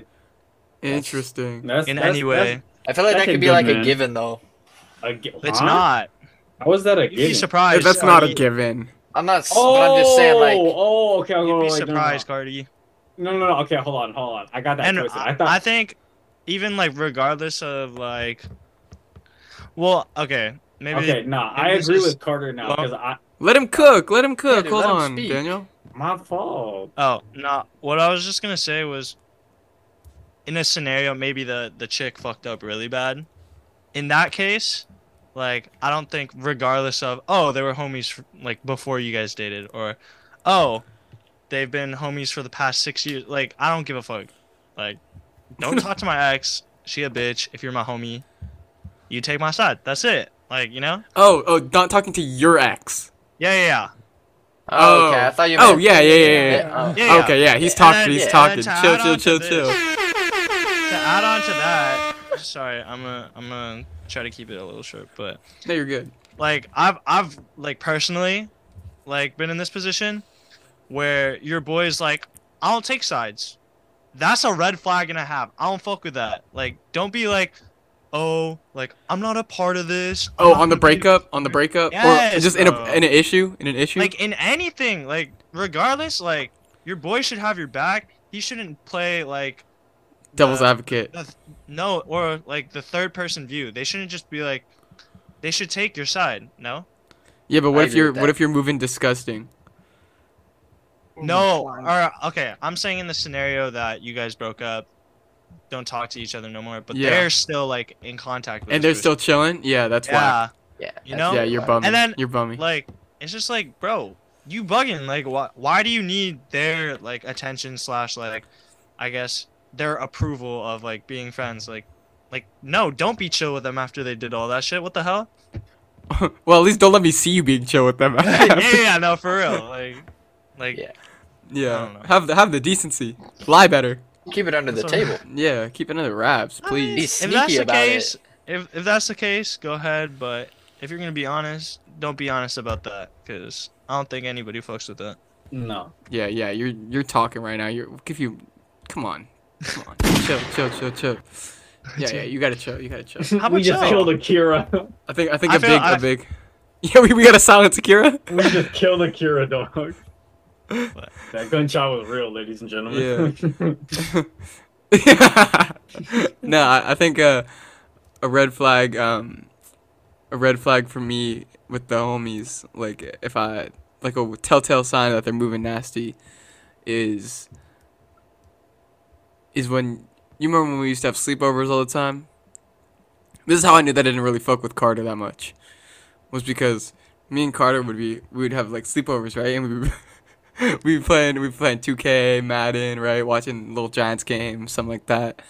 S3: interesting.
S1: That's
S2: in
S1: that's,
S2: any way.
S4: I feel like
S1: That's
S4: that
S1: a
S4: could be
S1: good
S4: like
S1: man.
S4: a given though.
S1: That's, a gi-
S2: It's
S1: huh?
S2: not.
S1: How is that a
S2: You'd be
S1: given?
S2: surprised.
S3: That's not a
S2: Cardi.
S3: given.
S4: I'm not. s
S1: Oh,
S4: but I'm just saying like.
S1: oh, okay.
S2: You'd be
S1: wait, wait, wait, no, no,
S2: surprised, Cardi.
S1: No, no, no, no. Okay, hold on, hold on. I got that.
S2: and
S1: twisted.
S2: I,
S1: I thought.
S2: I think even like regardless of like well okay maybe
S1: okay, nah. I
S2: maybe this
S1: agree
S2: is-
S1: with Carter now because I.
S3: Let him cook. Let him cook.
S4: dude,
S3: Hold
S4: let him
S3: on,
S4: speak.
S3: Daniel.
S1: My fault.
S2: oh no what i was just gonna say was in a scenario maybe the the chick fucked up really bad in that case like i don't think regardless of oh they were homies for, like before you guys dated or oh they've been homies for the past six years like i don't give a fuck like don't talk to my ex she a bitch if you're my homie you take my side that's it like you know
S3: Oh, oh, not talking to your ex.
S2: yeah yeah yeah
S4: Oh, okay. I thought you.
S3: Oh,
S4: meant-
S3: yeah, yeah, yeah, yeah.
S4: oh.
S2: Yeah, yeah.
S3: Okay, yeah, he's
S2: And
S3: talking.
S2: then-
S3: he's
S2: yeah,
S3: talking.
S2: and then to
S3: Chill,
S2: add
S3: chill,
S2: on
S3: chill,
S2: to
S3: chill.
S2: To add on to that, sorry, I'm gonna I'm gonna try to keep it a little short, but
S3: No, you're good.
S2: like I've I've like personally like been in this position where your boy is like, I don't take sides. That's a red flag and a half. I don't fuck with that. Like, don't be like, oh, like I'm not a part of this. I'm
S3: Oh,
S2: not
S3: on the
S2: gonna be-"
S3: breakup, on the breakup, or
S2: Yes,
S3: just in a
S2: bro.
S3: in an issue, in an issue.
S2: Like in anything, like regardless, like your boy should have your back. He shouldn't play like
S3: Devil's
S2: uh,
S3: advocate.
S2: the th- no or like the third person view. They shouldn't just be like, they should take your side. No.
S3: Yeah, but what
S4: I
S3: if
S4: agree
S3: you're
S4: with
S3: what
S4: that.
S3: if you're moving disgusting?
S2: No, or okay, I'm saying in the scenario that you guys broke up, don't talk to each other no more, but
S3: Yeah.
S2: they're still like in contact with
S3: and they're
S2: this
S3: still chilling. Yeah, that's
S2: person. yeah,
S3: why.
S4: Yeah.
S2: You
S4: that's
S2: know?
S3: Yeah,
S4: really
S3: you're
S4: whack.
S3: bummy.
S2: And then,
S3: you're bummy.
S2: like it's just like, bro, you bugging. Like, why why do you need their like attention slash like, I guess their approval of like being friends? Like, like no, don't be chill with them after they did all that shit. What the hell?
S3: well, at least don't let me see you being chill with them.
S2: yeah, yeah, yeah, no, for real. Like, like
S4: Yeah.
S2: I don't
S3: yeah.
S2: know.
S3: Have the have the decency. Lie better.
S4: Keep it under the
S2: So-
S4: table.
S3: Yeah, keep it under wraps,
S2: I mean,
S3: please.
S2: if
S4: sneaky
S2: that's the
S4: about it.
S2: case, if if that's the case, go ahead. But if you're gonna be honest, don't be honest about that, because I don't think anybody fucks with that.
S1: No.
S3: Yeah, yeah, you're you're talking right now. You're give you, come on, come on, chill, chill, chill, chill. Yeah, yeah, you gotta chill, you gotta chill.
S2: How
S1: we
S2: about
S1: just
S2: y'all?
S1: killed Akira.
S3: I think I think
S2: I
S3: a
S2: feel-
S3: big
S2: I-
S3: a big. Yeah, we, we gotta silence Akira.
S1: we just killed Akira, dog.
S2: What?
S1: That gunshot was real, ladies and gentlemen. Yeah.
S3: no, I, I think uh, a red flag, um, a red flag for me with the homies, like if I like a telltale sign that they're moving nasty, is is when you remember when we used to have sleepovers all the time. This is how I knew that I didn't really fuck with Carter that much, was because me and Carter would be we would have like sleepovers, right? And we we be playing we be playing 2K, Madden, right? Watching little Giants games, something like that.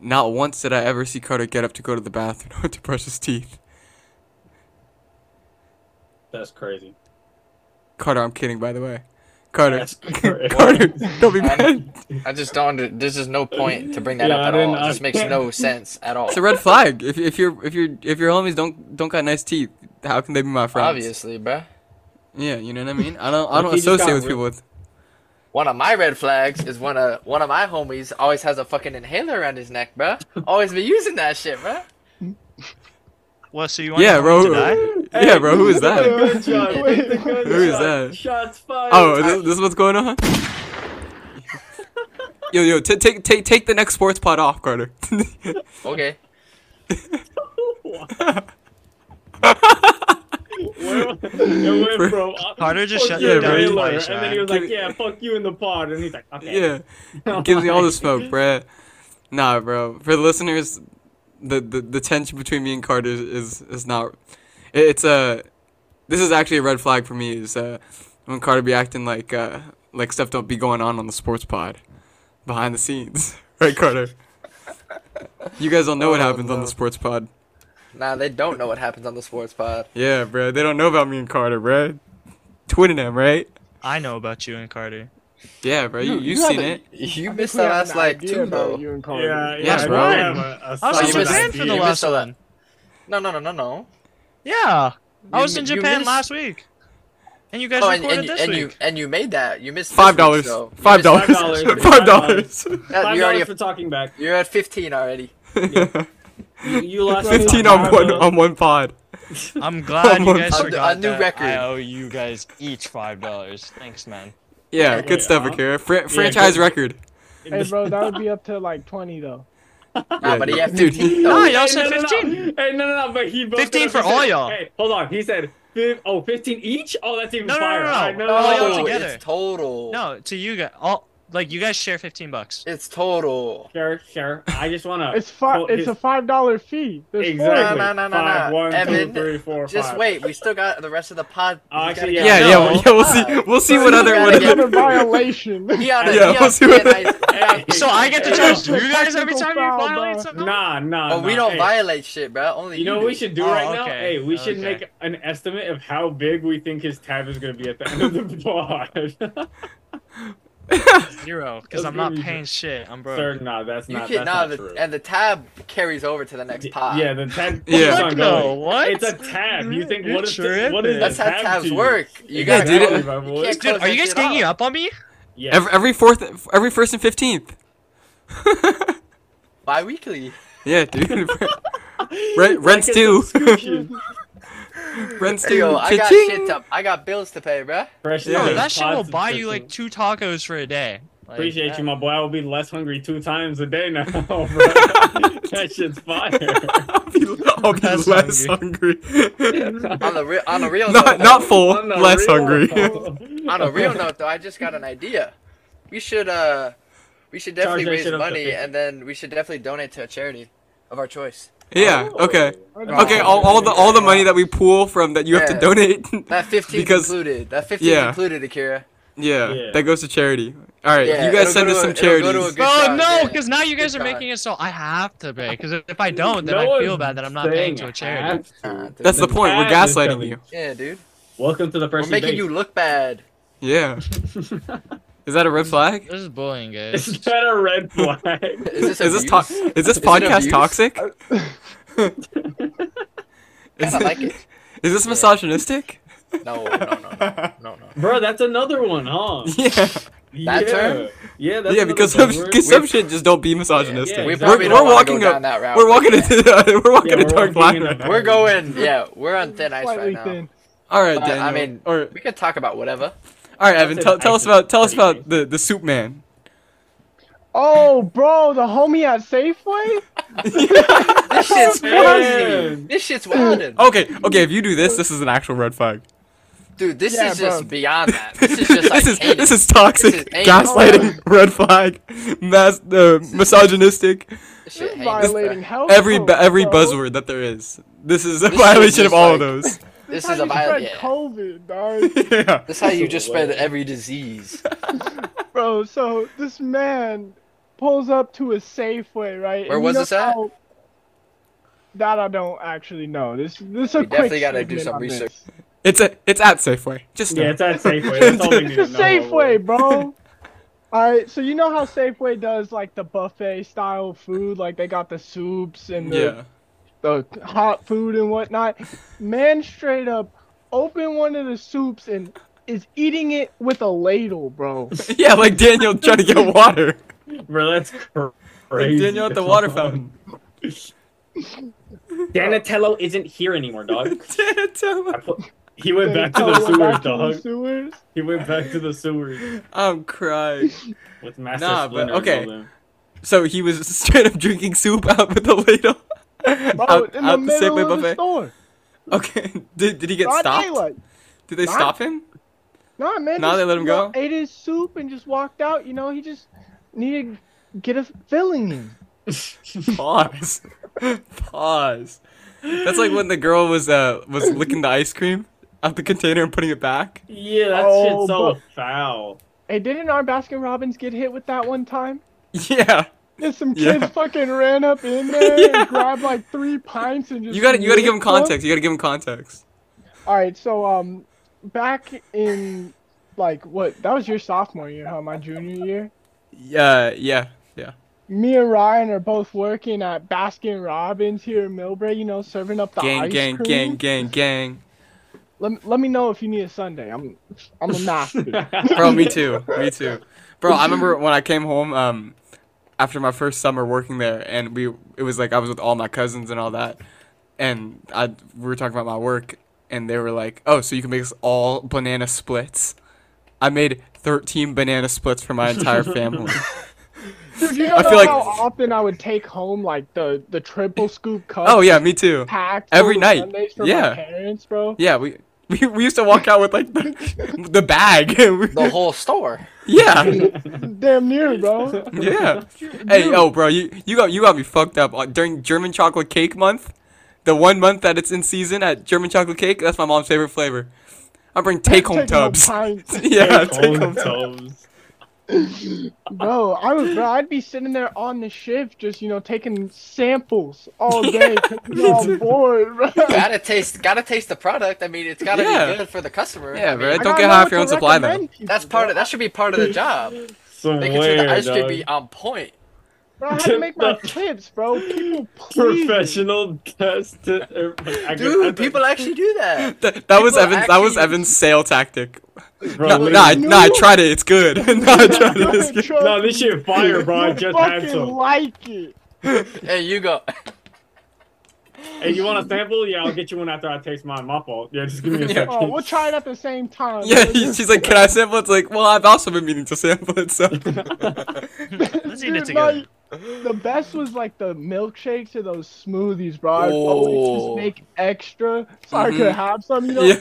S3: Not once did I ever see Carter get up to go to the bathroom to brush his teeth.
S1: That's crazy.
S3: Carter, I'm kidding, by the way. Carter,
S1: That's correct.
S3: Carter, don't be mad.
S4: I just don't. under- There's just no point to bring that
S1: Yeah, I
S4: up at
S1: didn't-
S4: all. It
S1: I
S4: just makes
S1: can't-
S4: no sense at all.
S3: It's a red flag. If if your if your if your homies don't don't got nice teeth, how can they be my friends?
S4: Obviously, bruh.
S3: Yeah, you know what I mean. I don't I
S1: Like,
S3: don't
S1: he just got
S3: associate with
S1: real-
S3: people with.
S4: One of my red flags is when a one of my homies always has a fucking inhaler around his neck, bruh. Always be using that shit, bruh.
S2: What? So you want
S3: Yeah,
S2: your
S3: bro.
S2: homie to die?
S3: Yeah, bro. Who is that?
S1: Gunshot,
S5: Wait.
S1: the gunshot,
S3: Who is that?
S1: Shots fired.
S3: Oh, this, this is what's going on. yo, yo, t- take take take the next sports pod off, Carter.
S4: Okay.
S1: Where- it went from uh,
S2: Carter just
S1: fuck
S2: shut
S1: you,
S3: your
S1: Taylor,
S3: brain
S2: twice,
S1: and then
S2: man.
S1: he was
S3: Give
S1: like,
S3: it-
S1: "Yeah, fuck you in the pod," and he's like, "Okay."
S3: yeah. Gives me all the smoke, bruh. Nah, bro. For the listeners, the, the, the tension between me and Carter is is not. it- It's Uh, this is actually a red flag for me. Is uh, when Carter be acting like uh, like stuff don't be going on on the sports pod, behind the scenes, right, Carter? you guys don't know what happens on the sports pod.
S4: Nah, they don't know what happens on the sports pod.
S3: Yeah, bro. They don't know about me and Carter, bro. Twitting them, right?
S2: I know about you and Carter.
S3: Yeah, bro. You, you've seen it.
S4: You
S5: I
S4: missed the
S5: think we have
S4: last
S5: an
S4: like
S5: idea
S4: two
S5: about
S4: though.
S5: You and Carter.
S1: Yeah, yeah.
S3: Yes,
S1: I
S3: bro.
S1: don't have a- a
S2: I was
S1: solid
S4: in Japan
S1: idea.
S2: for the last
S4: a lot.
S2: one.
S4: No, no, no, no, no.
S2: Yeah, I
S4: You
S2: was in
S4: mi- you
S2: Japan
S4: missed-
S2: last week, and you guys
S4: Oh, and,
S2: recorded
S4: and,
S2: this
S4: and
S2: week.
S4: you and you made that. You missed this
S3: Five
S4: week,
S3: dollars.
S4: so- you
S3: Five
S4: missed this
S3: dollars.
S4: week.
S1: $5.
S3: Five dollars.
S4: That-
S1: Five
S4: you
S1: dollars
S4: already
S1: for talking back.
S4: you're at fifteen already.
S1: You, you lost
S3: Fifteen
S1: out
S3: on one on one pod.
S2: I'm glad you
S3: on.
S2: guys
S4: Oh, A- a
S2: forgot
S4: new
S2: that
S4: record.
S2: I owe you guys each five dollars. Thanks, man.
S3: Yeah, good
S1: Yeah.
S3: stuff, Akira. Fra- franchise
S1: good.
S3: record.
S5: Hey, bro, that would be up to like 20 though.
S4: Nah, but he had
S3: dude.
S4: 15
S2: No,
S4: though.
S2: y'all
S1: Hey,
S2: said
S1: no, no, no.
S2: Oh, fifteen.
S1: Hey, no, no, no, but he broke
S2: 15
S1: it up.
S2: for
S1: He said-
S2: all y'all.
S1: Hey, hold on. He said, fif- "Oh, 15 each? Oh, that's even
S2: No, no, no,
S1: fire."
S2: no, no.
S1: Alright,
S2: All y'all
S4: No,
S2: together.
S4: Oh, it's total.
S2: No, to you guys, all like you guys share fifteen bucks.
S4: It's total.
S1: Sure, sure. I just wanna.
S5: It's five.
S1: quote
S5: it's
S1: his-
S5: a five dollar fee. There's four of
S1: exactly.
S5: them.
S4: No, no, no, no,
S1: Five,
S4: no.
S1: one, two,
S4: Evan,
S1: three, four,
S4: Just
S1: five.
S4: wait, we still got the rest of the pod.
S1: Oh,
S4: We
S1: actually,
S4: gotta
S3: Yeah,
S4: get-
S3: yeah,
S2: No.
S3: yeah, We'll see. We'll see what other.
S4: gotta
S3: What
S4: get-
S3: other
S5: Another violation.
S4: He on a,
S3: Yeah,
S4: he
S3: we'll
S4: on
S3: see
S4: a
S3: what-
S4: nice-
S1: Hey,
S2: So I get to
S5: Yeah.
S2: charge you guys every
S5: Technical
S2: time you
S5: foul,
S2: violate
S5: dog.
S2: something.
S1: Nah, nah.
S4: But
S1: nah.
S4: we don't
S1: hey,
S4: violate shit, bro. Only
S1: You know what
S4: do.
S1: we should do
S2: Oh,
S1: right now?
S2: okay.
S1: Hey, we should
S2: Okay.
S1: make an estimate of how big we think his tab is gonna be at the end of the pod.
S2: Zero, because
S1: That's
S2: I'm not
S1: gonna be
S2: paying shit. I'm broke.
S1: Sir, no, that's
S4: You
S1: not.
S4: can
S1: That's
S4: nah,
S1: not
S4: the,
S1: true.
S4: and the tab carries over to the next
S1: D-
S4: pod.
S1: Yeah, the tab.
S3: Yeah.
S1: keeps
S2: Fuck
S1: on
S2: no,
S1: going.
S2: what?
S1: It's a tab. You think
S2: You're
S1: what is this, what
S2: tripping.
S1: is
S4: that's
S1: a
S4: how
S1: tab
S4: tabs
S1: to you?
S4: work. You
S3: Yeah,
S4: got
S3: dude,
S1: Exactly,
S3: it-
S1: my boy.
S4: you
S2: Dude,
S4: can't close
S2: are you
S4: that
S2: guys
S4: shit
S2: ganging
S4: off.
S2: up on me?
S1: Yes.
S3: Every, uh, every fourth, every first and fifteenth.
S4: Bi-weekly.
S3: Yeah, dude. Rent, rent's due. rent's
S4: Hey,
S3: due.
S4: yo, I got
S3: Cha-ching.
S4: shit to, I got bills to pay, bruh.
S1: Fresh
S3: Yeah.
S2: Yo,
S1: numbers,
S2: that shit will
S1: pods,
S2: buy you
S1: subscription.
S2: like two tacos for a day. Like,
S1: Appreciate
S2: that-
S1: you, my boy. I will be less hungry two times a day now. bro. that shit's fire.
S3: I'll be, I'll be
S2: That's
S3: less hungry.
S4: On the real, on a real
S3: not
S4: note,
S3: not
S4: though-
S3: full,
S1: On the
S3: less
S1: real,
S3: hungry.
S1: though.
S4: on a real note though, I just got an idea. We should uh, we should
S1: Charge
S4: definitely
S1: that
S4: raise
S1: shit up to
S4: money
S1: 50.
S4: and then we should definitely donate to a charity of our choice.
S3: yeah. Okay.
S5: Oh,
S3: Okay. All, all the all the money that we pool from that you have to
S4: Yeah.
S3: donate.
S4: That 15
S3: Because-
S4: included. That 15
S3: Yeah.
S4: included, Akira.
S3: yeah,
S1: Yeah.
S3: That goes to charity. All right.
S4: Yeah,
S3: you guys
S4: it'll
S3: send
S4: go
S3: us
S4: to a-
S3: some
S4: it'll go to a
S3: charities.
S4: good
S2: Oh
S4: cause,
S2: no,
S4: yeah.
S2: because now you guys
S4: Good
S2: are
S4: cause.
S2: making it so I have to pay. Because if I don't, then
S1: No
S2: I feel
S1: one's
S2: bad that I'm not paying
S1: saying
S2: to a
S1: I
S2: charity.
S1: have to.
S4: Uh, dude.
S3: That's the
S1: The
S3: point. We're
S1: tag is
S3: gaslighting
S1: coming.
S3: you.
S4: Yeah, dude.
S1: Welcome to the
S4: We're
S1: first
S4: making
S1: debate.
S4: you look bad.
S3: Yeah. Is that a red flag?
S2: This is bullying, guys.
S1: Is that a red flag?
S4: Is this
S3: Is this
S4: abuse?
S3: to- is this
S4: it
S3: podcast
S4: abuse?
S3: toxic?
S4: Kinda like it.
S3: Is this misogynistic?
S4: No, no, no, no, no, no.
S1: Bro, that's another one, huh?
S3: Yeah.
S1: yeah.
S4: term?
S1: Yeah, that's
S3: yeah,
S1: another
S3: because some,
S1: one. We're-
S3: because some shit just don't be misogynistic.
S1: Yeah,
S4: We
S1: exactly.
S4: probably
S3: we're,
S4: don't wanna
S3: we're walking
S4: go
S3: a,
S4: down that route.
S3: we're
S4: but
S3: walking into the, we're walking
S1: Yeah,
S3: a
S1: we're
S3: dark line.
S1: walking in a
S3: right now.
S1: dark-
S4: We're going. Yeah, we're on thin ice right
S5: Slightly
S4: now.
S5: thin.
S3: All right,
S4: But,
S3: Daniel.
S4: I mean,
S3: or,
S4: we could talk about whatever.
S3: all right, Evan.
S1: That's
S3: Tell,
S1: an
S3: tell us
S1: excellent
S3: about tell us
S1: study.
S3: about the the soup man.
S5: Oh, bro, the homie at Safeway?
S4: This shit's crazy.
S1: Man.
S4: This shit's wildin'.
S3: Okay, okay. If you do this, this is an actual red flag.
S4: Dude, this
S5: Yeah,
S4: is just
S5: bro.
S4: beyond that. This is just like
S3: this is
S4: hated.
S3: this is toxic,
S4: This is heinous.
S3: gaslighting, red flag, mas- uh, misogynistic.
S4: This shit
S5: This is
S4: hated,
S5: violating
S4: bruh.
S5: health.
S3: Every
S5: codes,
S3: bu- every
S5: bro.
S3: buzzword that there is. This is a
S4: Oh, This is
S3: violation of
S4: just
S3: all
S4: like-
S3: of those.
S4: This
S5: how
S4: is a
S5: you spread
S4: violation. Yeah.
S5: COVID, dog.
S3: yeah.
S4: This is how you
S1: This is
S4: just spread
S1: wild.
S4: every disease.
S5: Bro, so this man pulls up to a Safeway, right?
S4: Where
S5: And you
S4: was
S5: know
S4: this at?
S5: how- That I don't actually know. This this is a
S4: We
S5: quick
S4: definitely gotta do
S5: segment
S4: some
S5: on this.
S4: research.
S3: It's a it's at Safeway. Just know.
S1: Yeah, it's at Safeway. That's all we need
S5: It's
S1: to
S5: a
S1: know.
S5: Safeway, bro. All right, so you know how Safeway does like the buffet style food, like they got the soups and the
S3: yeah.
S5: the hot food and whatnot. Man, straight up, open one of the soups and is eating it with a ladle, bro.
S3: Yeah, like Daniel trying to get water.
S1: Bro, that's cr-
S3: Like
S1: crazy.
S3: Daniel at the water fountain.
S1: Danatello isn't here anymore, dog. I
S3: Daniel,
S1: put- he went back to the
S5: Oh, we're
S1: sewers,
S5: back to the
S1: dog.
S5: sewers?
S1: He went back to the sewers
S3: I'm crying.
S1: with Master
S3: Nah, but-
S1: Splinter. and
S3: okay.
S1: all them.
S3: So he was straight up drinking soup out with a ladle.
S5: Bro,
S3: out
S5: in the
S3: out the
S5: middle
S3: Safeway
S5: of the
S3: buffet.
S5: store.
S3: Okay. Did, did he get
S5: broad
S3: stopped?
S5: daylight.
S3: Did they
S5: Nah.
S3: stop him?
S5: Nah, man.
S3: Nah,
S5: just
S3: they let him
S5: wa-
S3: go?
S5: Ate his soup and just walked out. You know, he just needed to get a filling in.
S3: Pause. Pause. That's like when the girl was uh was licking the ice cream out the container and putting it back.
S1: Yeah, that
S5: Oh,
S1: shit's so
S5: but-
S1: foul.
S5: Hey, didn't our Baskin Robbins get hit with that one time?
S3: Yeah.
S5: And some
S3: Yeah.
S5: kids fucking ran up in there
S3: Yeah.
S5: and grabbed like three pints and just.
S3: You gotta you gotta give him
S5: licked them.
S3: context. You gotta give him context.
S5: All right, so um, back in like what that was your sophomore year, huh? My junior year.
S3: Yeah, yeah, yeah.
S5: Me and Ryan are both working at Baskin Robbins here in Millbrae. You know, serving up the
S3: Gang,
S5: ice
S3: gang,
S5: cream.
S3: gang, gang, gang.
S5: Let let me know if you need a Sunday. I'm I'm a master.
S3: bro me too me too bro i remember when i came home um after my first summer working there and we it was like i was with all my cousins and all that and i we were talking about my work and they were like oh so you can make us all banana splits i made 13 banana splits for my entire family
S5: Dude, you don't
S3: I
S5: know
S3: feel like-
S5: how often I would take home like the the triple scoop cup.
S3: oh yeah me too
S5: Packed
S3: every
S5: full of
S3: night.
S5: Sundays for
S3: Yeah.
S5: my parents, bro.
S3: yeah we we, we used to walk out with like the, the bag
S4: The whole store.
S3: yeah
S5: Damn near, bro.
S3: Yeah. Hey, oh, bro, you you got you got me fucked up Uh, during German chocolate cake month. The one month that it's in season at German chocolate cake, that's my mom's favorite flavor. I bring take home
S5: Taking home
S3: tubs.
S5: pints.
S3: yeah, take
S1: Old
S3: home tubs.
S1: tomes.
S5: Bro, I would, bro, I'd be sitting there on the shift, just you know, taking samples all day, taking it all bored, bro.
S4: Gotta taste. Gotta taste the product. I mean, it's gotta
S3: Yeah.
S4: be good for the customer.
S3: Yeah,
S4: I mean,
S3: bro.
S5: I
S3: Don't get
S5: gotta know
S3: high
S5: what
S3: off your
S5: to
S3: own supply, though.
S5: recommend people,
S4: That's part of.
S5: bro.
S4: That should be part of the job. Making sure the
S1: swear,
S4: ice cream
S1: dog.
S4: be on point.
S5: Bro, I had to make my tips, bro. People, please.
S1: Professional test. Dude,
S4: Dude, people actually do that.
S3: That, that was
S4: People
S3: Evan's. That was
S4: actually-
S3: Evan's sale tactic.
S1: Bro,
S3: No, nah, I-
S1: literally-
S3: nah, I tried it. It's good. nah, I tried it. It's good.
S5: Trust
S1: no, this
S5: me,
S1: shit fire, bro. I
S5: you
S1: just had
S5: fucking
S1: some.
S5: like it.
S4: Hey, you go.
S1: Hey, you want a sample? Yeah, I'll get you one after I taste mine. My fault. Yeah, just give me
S3: Yeah.
S1: a second.
S5: Oh, we'll try it at the same time.
S3: Yeah,
S5: bro.
S3: he- she's like, can I sample? It's like, well, I've also been meaning to sample it. So
S2: Let's eat it
S5: Dude, no,
S2: together.
S5: the best was like the milkshakes or those smoothies, bro. I'd always
S4: Oh.
S5: just make extra so I
S3: Mhm.
S5: could have some, you know?
S3: yeah,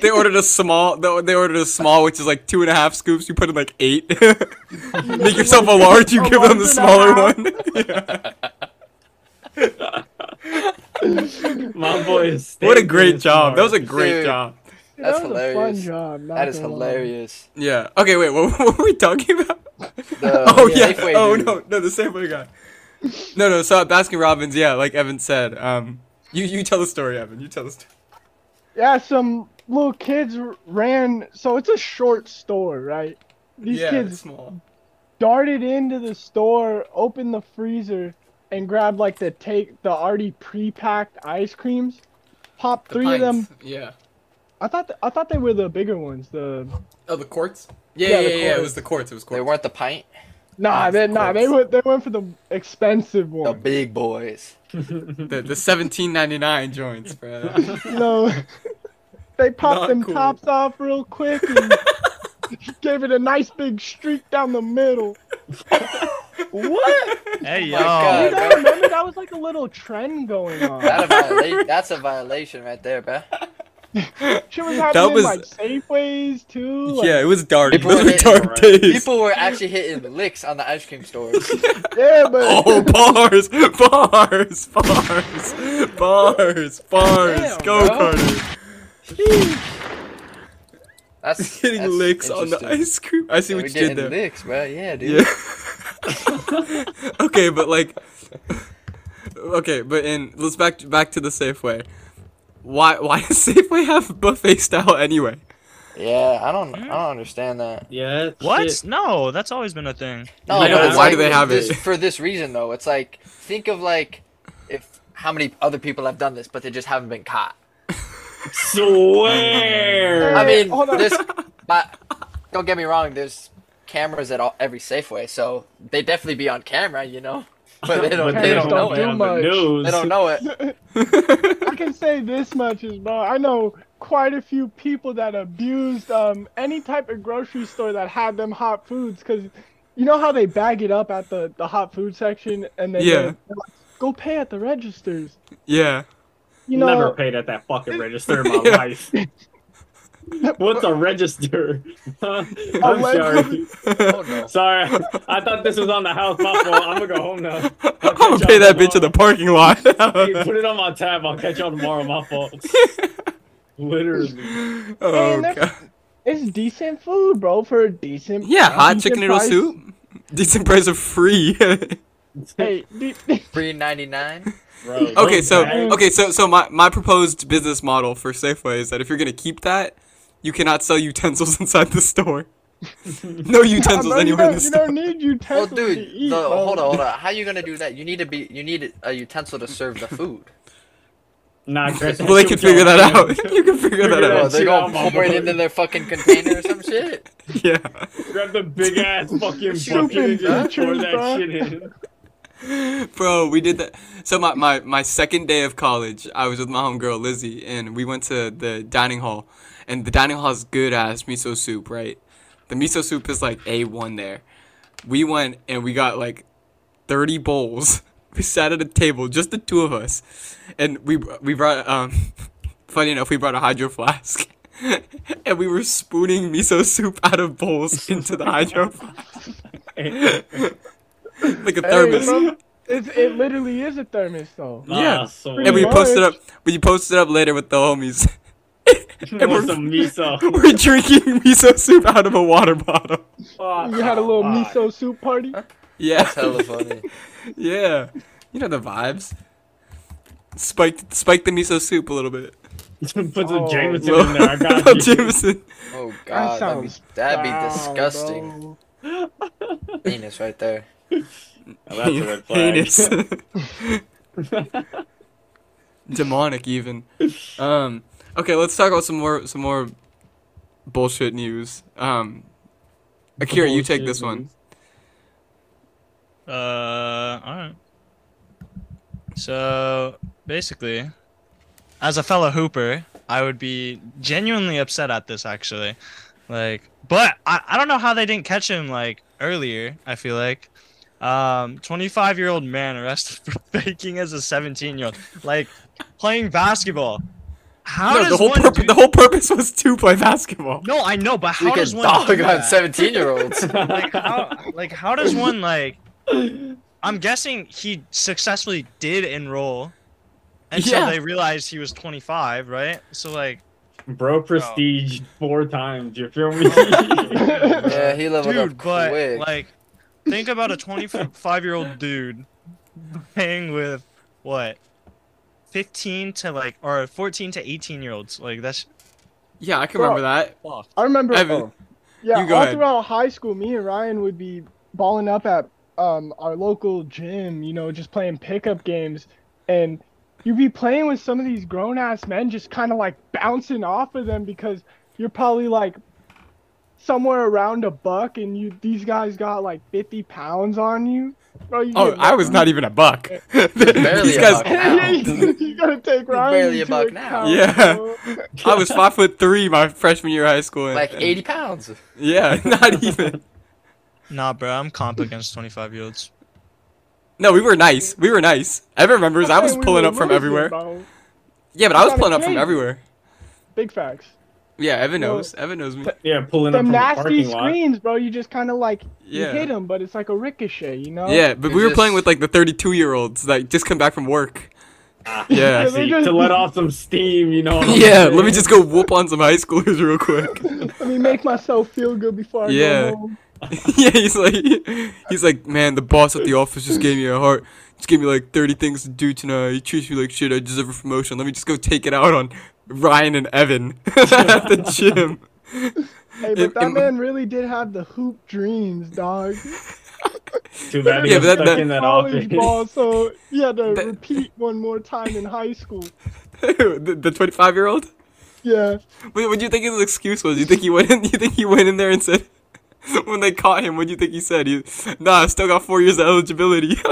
S3: they ordered a small. They they ordered a small, which is like two and a half scoops. You put in like eight. Make yourself a large. You
S5: A
S3: give them the smaller
S5: large
S3: one. Yeah.
S1: My boy is.
S3: What a
S1: stinking
S3: great job.
S1: smart.
S3: that was a great
S4: Dude.
S3: job.
S5: Dude,
S4: That's
S5: that was a
S4: hilarious.
S5: fun job. not
S4: That is
S5: gonna lie.
S4: hilarious.
S3: Yeah. Okay. Wait. What, what were we talking about?
S4: The
S3: oh yeah.
S4: Safeway
S3: oh
S4: dude.
S3: no. No, the Safeway guy. No, no. So at Baskin Robbins, yeah, like Evan said. Um, you you tell the story, Evan. You tell the story.
S5: Yeah, some little kids r- ran. So it's a short store, right? These
S3: yeah,
S5: kids
S3: small.
S5: darted into the store, opened the freezer, and grabbed like the take the already pre-packed ice creams. Popped three of them.
S3: Yeah.
S5: I thought th- I thought they were the bigger ones. The
S3: Oh, the quartz.
S5: Yeah,
S3: Yeah, yeah,
S5: the
S3: yeah. It
S5: quartz.
S3: was the quartz. It was quartz.
S4: They weren't the pint.
S5: nah, they nah they went they went for the expensive
S4: The
S5: one.
S4: big boys.
S3: the the seventeen ninety nine joints, bro.
S5: you know, they popped
S3: Not
S5: them
S3: cool.
S5: tops off real quick and gave it a nice big streak down the middle. what?
S2: Hey
S1: oh
S2: yo,
S4: my God.
S5: You don't remember Uh, that was like a little trend going on.
S4: That a viola- that's a violation right there, bro.
S5: Shit was happening
S3: was-
S5: like Safeways too. like-
S3: yeah, it was dark.
S4: People
S3: Those
S4: were
S3: were dark
S1: hitting-
S3: days.
S4: People were actually hitting licks on the ice cream stores.
S5: yeah, but
S3: Oh, bars, bars, bars, bars, bars.
S4: Damn,
S3: Go
S4: bro.
S3: Carter.
S4: That's
S3: Getting
S4: that's
S3: licks on the
S4: interesting.
S3: ice cream. I see
S4: Yeah,
S3: what
S4: we're
S3: you did
S4: getting
S3: there.
S4: licks, bro. Yeah, dude.
S3: Yeah. okay, but like, okay, but in let's back back to the Safeway. Why why does Safeway have buffet style anyway?
S4: Yeah, I don't, I don't understand that.
S1: Yeah.
S2: what?
S1: shit.
S2: No, that's always been a thing.
S4: No, but
S1: Yeah, but
S4: it's
S1: why
S4: like
S3: do they have
S4: this-
S3: it?
S4: For this reason, though, it's like think of like if how many other people have done this, but they just haven't been caught.
S1: Swear.
S4: I mean,
S5: hold on.
S4: there's, but don't get me wrong. There's cameras at all every Safeway, so they definitely be on camera, you know. But they don't, they
S5: Cameras
S4: don't know it.
S5: do much.
S4: They don't know it.
S5: I can say this much is bro. I know quite a few people that abused um any type of grocery store that had them hot foods because you know how they bag it up at the the hot food section and then
S3: Yeah.
S5: they're like, go pay at the registers.
S3: Yeah.
S5: You know,
S1: Never paid at that fucking register in my
S3: Yeah.
S1: life. What's a register? I'm sorry.
S5: Allegedly.
S4: Oh, no.
S1: Sorry, I thought this was on the house. My fault. I'm gonna go home now. I'll
S3: I'm gonna
S1: catch
S3: pay
S1: y'all
S3: that bitch in the
S1: tomorrow.
S3: parking lot.
S1: Hey, put it on my tab. I'll catch y'all tomorrow. My fault. Literally.
S3: oh,
S5: that's-
S3: God.
S5: it's decent food, bro, for a decent
S3: Yeah, hot
S5: decent
S3: chicken noodle
S5: price.
S3: soup. Decent price of free.
S5: Hey, de-
S4: Three ninety nine.
S1: Bro,
S3: okay,
S1: those
S3: so
S1: bags-
S3: okay, so so my, my proposed business model for Safeway is that if you're gonna keep that, you cannot sell utensils inside the store. no utensils
S5: bro, you
S3: anywhere in
S5: don't,
S3: the
S5: you
S3: store.
S5: don't need
S4: Well,
S5: utensils to
S4: Oh, dude,
S5: eat.
S4: the,
S5: bro.
S4: hold on, hold on. How you gonna do that? You need to be, you need a utensil to serve the food.
S1: Nah, Chris.
S3: Well, they can figure that out. you can figure that
S1: Figure
S4: Bro,
S1: that
S3: out.
S4: they're
S1: shit
S4: gonna
S1: out, my
S4: pour it
S1: boy.
S4: into their fucking container or some shit.
S3: Yeah.
S1: Grab the big ass fucking bucket
S5: Stupid
S1: and just pour
S5: bitches,
S1: that
S5: bro.
S1: shit in.
S3: Bro, we did that. So my, my, my second day of college, I was with my homegirl Lizzie, and we went to the dining hall, and the dining hall has good ass miso soup, right? The miso soup is like a one there. We went and we got like thirty bowls. We sat at a table, just the two of us, and we we brought um, funny enough, we brought a hydro flask, and we were spooning miso soup out of bowls into the hydro flask, like a thermos.
S5: bro, it's, it literally is a thermos though.
S3: Yeah.
S1: Ah, so
S5: And
S3: and we
S5: March.
S3: posted up. We posted up later with the homies. and
S1: want
S3: we're,
S1: some miso.
S3: we're drinking miso soup out of a water bottle.
S4: Oh,
S5: You had a little miso soup party.
S3: Yeah,
S4: Hella funny.
S3: yeah. You know the vibes. Spiked, spiked the miso soup a little bit.
S1: Put some
S5: Oh,
S1: Jameson
S3: Little-
S1: in there. I got
S3: little
S1: you.
S3: Jameson.
S4: Oh
S5: That
S4: god, that'd be,
S5: sounds
S4: that'd be
S5: foul,
S4: disgusting.
S5: bro.
S4: Venus right there.
S1: Now that's a red flag.
S3: Heinous. Demonic even. Um okay, let's talk about some more some more bullshit news. Um Akira, you take this one.
S2: Uh, all right. So basically, as a fellow hooper, I would be genuinely upset at this actually. Like, but I, I don't know how they didn't catch him like earlier. I feel like, um, 25 year old man arrested for faking as a 17 year old, like playing basketball. How
S3: No,
S2: does
S3: the whole
S2: one
S3: purpo-
S2: do-
S3: the whole purpose was to play basketball.
S2: No, I know, but
S4: You
S2: how
S4: can
S2: does one do
S4: dog on
S2: that?
S4: seventeen year olds.
S2: like how like how does one like I'm guessing he successfully did enroll and
S3: Yeah.
S2: so they realized he was 25, right? So like
S1: Bro, prestige four times. You feel me?
S4: Yeah, he leveled
S2: dude,
S4: up
S2: but
S4: quick.
S2: like think about a 25-year-old dude playing with what 15 to like or 14 to 18 year olds. Like that's
S3: Yeah, I can
S5: Bro.
S3: remember that.
S5: I remember.
S3: Evan,
S5: oh, yeah,
S3: you go
S5: all
S3: ahead.
S5: throughout high school, me and Ryan would be balling up at um our local gym. You know, just playing pickup games, and you'd be playing with some of these grown ass men, just kind of like bouncing off of them because you're probably like somewhere around a buck, and you these guys got like 50 pounds on you. Bro, you
S3: Oh,
S5: get
S3: I was not even a buck.
S4: barely
S3: These
S4: a
S3: guys,
S4: buck now.
S5: you gotta take Ryan.
S4: barely a
S5: into
S4: buck now.
S5: account,
S3: Yeah.
S5: bro.
S3: I was five foot three my freshman year of high school. and-
S4: like
S3: and-
S4: eighty pounds.
S3: Yeah, not even.
S2: nah, bro. I'm comp against 25 year olds.
S3: No, we were nice. We were nice. Evan remembers I was
S5: We
S3: pulling
S5: were
S3: up from
S5: losing,
S3: everywhere.
S5: bro.
S3: Yeah, but I was
S5: Gotta
S3: pulling up from
S5: change.
S3: everywhere.
S5: Big facts.
S3: Yeah, Evan
S5: Well,
S3: knows. Evan knows me.
S1: yeah, pulling up
S5: Them
S1: from
S5: nasty
S1: the parking lot.
S5: screens, bro. You just kind of like
S3: Yeah.
S5: you hit them, but it's like a ricochet, you know?
S3: Yeah, but
S4: It
S3: we were playing
S4: just-
S3: with like the 32 year olds that just come back from work.
S1: Ah,
S3: Yeah.
S1: I see. to let off some steam, you know. what I'm
S3: Yeah,
S1: saying?
S3: let me just go whoop on some high schoolers real quick.
S5: Let me make myself feel good before I
S3: Yeah.
S5: go home.
S3: yeah, he's like, he's like, man, the boss at the office just gave me a heart. Just gave me like 30 things to do tonight. He treats me like shit. I deserve a promotion. Let me just go take it out on Ryan and Evan at the gym.
S5: Hey,
S3: It-
S5: but that
S3: it-
S5: man really did have the hoop dreams, dog.
S1: Too bad he
S3: Yeah,
S1: was
S3: but that-
S1: stuck
S3: that-
S1: in that
S5: College
S1: office.
S5: ball, so he had to
S3: That-
S5: repeat one more time in high school.
S3: the 25 year old.
S5: Yeah.
S3: What what do you think his excuse was? You think he went in? You think he went in there and said, when they caught him, what do you think he said? He, nah, I still got four years of eligibility.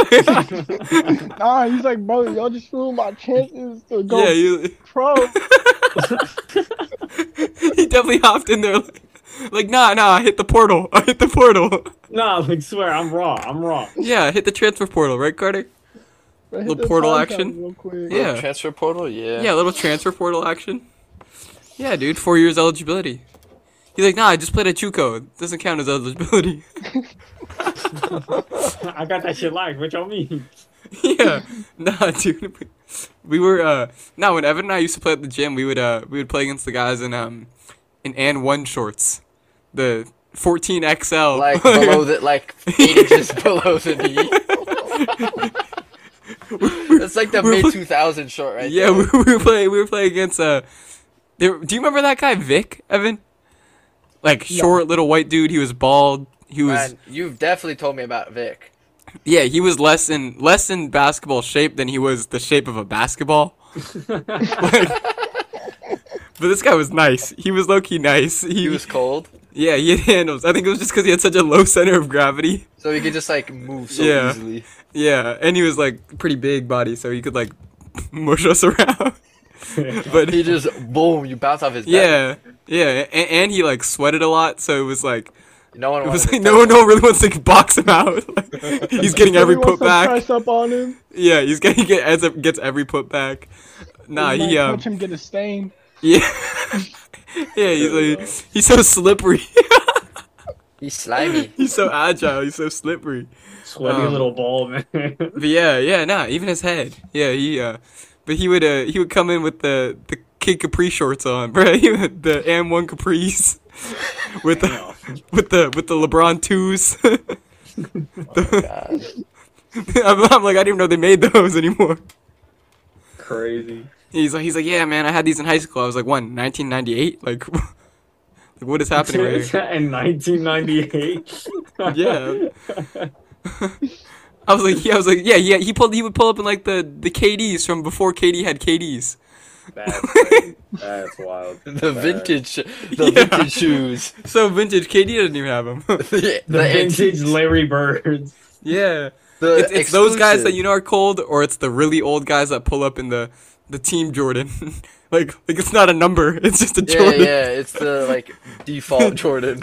S5: Nah, he's like, bro, y'all just ruined my chances to go
S3: yeah, he,
S5: pro.
S3: he definitely hopped in there. Like, like, nah, nah, I hit the portal. I hit the portal.
S1: Nah, like swear, I'm raw. I'm raw.
S3: Yeah, I hit the transfer portal, right, Carter?
S5: But hit
S3: Little
S5: the
S3: portal
S5: time count
S3: action.
S5: Real quick.
S3: Yeah.
S4: Transfer portal. Yeah.
S3: Yeah, a little transfer portal action. Yeah, dude, four years eligibility. He's like, nah, I just played at Chuco. It doesn't count as eligibility.
S1: I got that shit locked. What y'all mean?
S3: yeah. Nah, dude. we- We were uh no, when Evan and I used to play at the gym, we would uh we would play against the guys in um in and one shorts. The fourteen XL
S4: Like below the like eight inches below the knee. That's like the
S3: We're
S4: mid
S3: put-
S4: two thousand short right
S3: Yeah,
S4: there.
S3: we, we were playing we were playing against uh they were- do you remember that guy Vic, Evan? Like short little white dude, he was bald, he was
S4: Man, you've definitely told me about Vic.
S3: yeah, he was less in less in basketball shape than he was the shape of a basketball. Like- but this guy was nice. He was low key nice.
S4: He was cold,
S3: Yeah, he had handles. I think it was just because he had such a low center of gravity.
S4: so he could just like move so
S3: Yeah.
S4: easily.
S3: Yeah, and he was like pretty big body, so he could like mush us around. but
S4: He just boom, you bounce off his back.
S3: yeah, yeah, and, and he like sweated a lot, so it was like
S4: No one
S3: it
S5: Oh,
S3: was
S4: wanted
S3: like
S4: to
S3: no,
S4: touch
S3: no one really wants to box him out. Like, he's getting every
S5: Really wants
S3: put
S5: to
S3: back.
S5: Press up on him.
S3: Yeah, he's getting get ends up gets every put back. Nah,
S5: You might
S3: he um
S5: Watch him get a stain.
S3: yeah. Yeah, he's like, he's so slippery.
S4: He's slimy.
S3: he's so agile. He's so slippery.
S1: Sweaty
S3: Um,
S1: little ball, man.
S3: But yeah, yeah, nah, even his head. Yeah, he uh but he would uh he would come in with the the Kid Capri shorts on, bro. He would, the M1 Capris with the with the with the LeBron 2s.
S4: God.
S3: I'm, I'm like I didn't even know they made those anymore.
S1: Crazy.
S3: He's like he's like, "Yeah, man, I had these in high school." I was like, "One, 1998?" Like Like, what is happening right here?
S1: in 1998.
S3: Yeah. I was like, yeah, I was like, yeah, yeah. He pulled. He would pull up in like the the KDs from before KD had KDs.
S1: That's, that's wild.
S4: The
S1: That's-
S4: vintage, the
S3: Yeah.
S4: vintage shoes.
S3: So vintage. KD doesn't even have them.
S4: The,
S1: The vintage Larry Birds.
S3: yeah.
S4: Uh,
S3: It's, it's those guys that you know are cold, or it's the really old guys that pull up in the the team Jordan. like like it's not a number. It's just a
S4: Yeah,
S3: Jordan.
S4: yeah. It's the like default Jordan.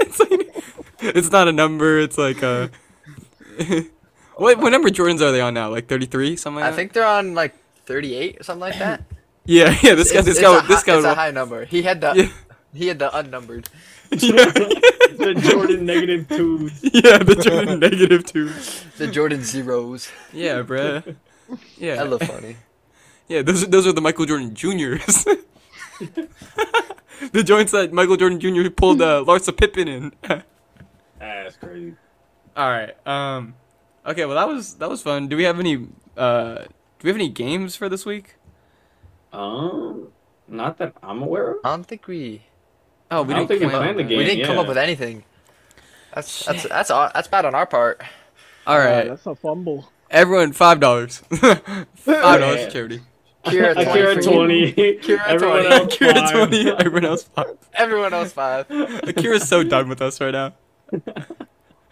S3: it's like it's not a number. It's like uh, what what number Jordans are they on now? Like thirty three, something. Like
S4: I
S3: that?
S4: think they're on like 38 or something like that.
S3: Yeah, yeah. This guy,
S4: It's- it's
S3: this guy,
S4: a
S3: would- this
S4: hi-
S3: guy.
S4: It's a
S3: would-
S4: high number. He had the
S3: Yeah.
S4: he had the unnumbered.
S1: The Jordan negative twos.
S3: yeah, the Jordan negative two.
S4: The Jordan zeros.
S3: Yeah, bruh. Yeah,
S4: Hella funny.
S3: yeah. Those are, those are the Michael Jordan Juniors. the joints that Michael Jordan Jr. pulled uh, Larsa Pippen in.
S1: That's crazy.
S3: All right. Um. Okay. Well, that was that was fun. Do we have any uh Do we have any games for this week?
S1: Um, not that I'm aware of.
S4: I don't think we
S3: Oh,
S1: I don't think we planned the
S3: that.
S1: game.
S4: we didn't come up
S1: yeah.
S4: with anything. That's that's that's all, that's bad on our part.
S3: All right.
S5: that's a fumble.
S3: Everyone, five dollars. five dollars
S1: Yeah.
S3: to charity.
S4: Kira 20.
S1: Akira
S4: for you. 20.
S1: 20. Everyone else
S3: Akira
S1: five.
S3: twenty. Everyone else five.
S4: Everyone else five.
S3: Akira's so done with us right now.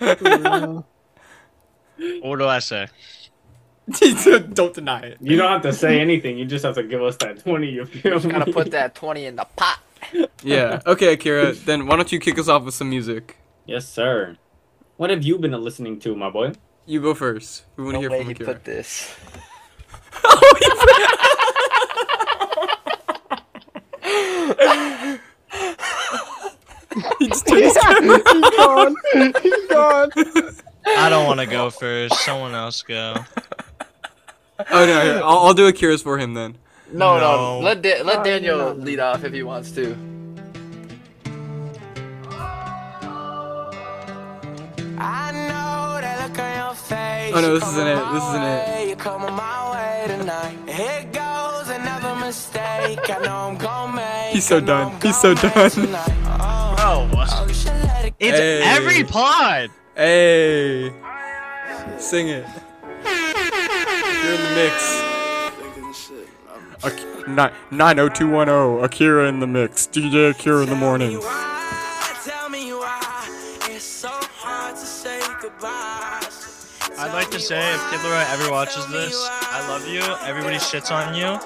S5: Yeah.
S2: What do I say?
S3: Don't deny it.
S1: You don't have to say anything. You just have to give us that 20. You feel me?
S4: Gotta put that 20 in the pot.
S3: Yeah. Okay, Akira. Then why don't you kick us off with some music?
S1: Yes, sir. What have you been listening to, my boy?
S3: You go first. We want
S4: No
S3: to hear
S4: way
S3: from
S4: he
S3: Akira. Oh,
S4: put this.
S3: He just turned his camera.
S5: He's gone. He's gone.
S2: I don't want to go first. Someone else go.
S3: oh no! here, I'll, I'll do Akira's for him then.
S4: No, no.
S2: No.
S4: Let da- let
S5: No,
S4: Daniel
S5: no, no.
S4: lead off if he wants to.
S9: I know that look on your face.
S3: Oh, no,
S9: You
S3: this
S9: coming
S3: isn't it.
S9: my
S3: This isn't it.
S9: way, You coming my way tonight. Here goes another mistake. I know I'm gonna make.
S3: He's so
S9: I know
S3: done.
S9: I'm
S3: He's so
S9: gonna
S3: done.
S9: make tonight. Oh, oh, you should let it
S2: It's
S3: Hey.
S2: every pod.
S3: Hey, sing it. You're in the mix. Ak- nine nine zero two one zero. Akira in the mix. DJ Akira in the morning.
S9: Why? Tell me why. It's so hard to say goodbye.
S2: I'd like to say if Kid Leroy ever watches this, I love you. Everybody shits on you.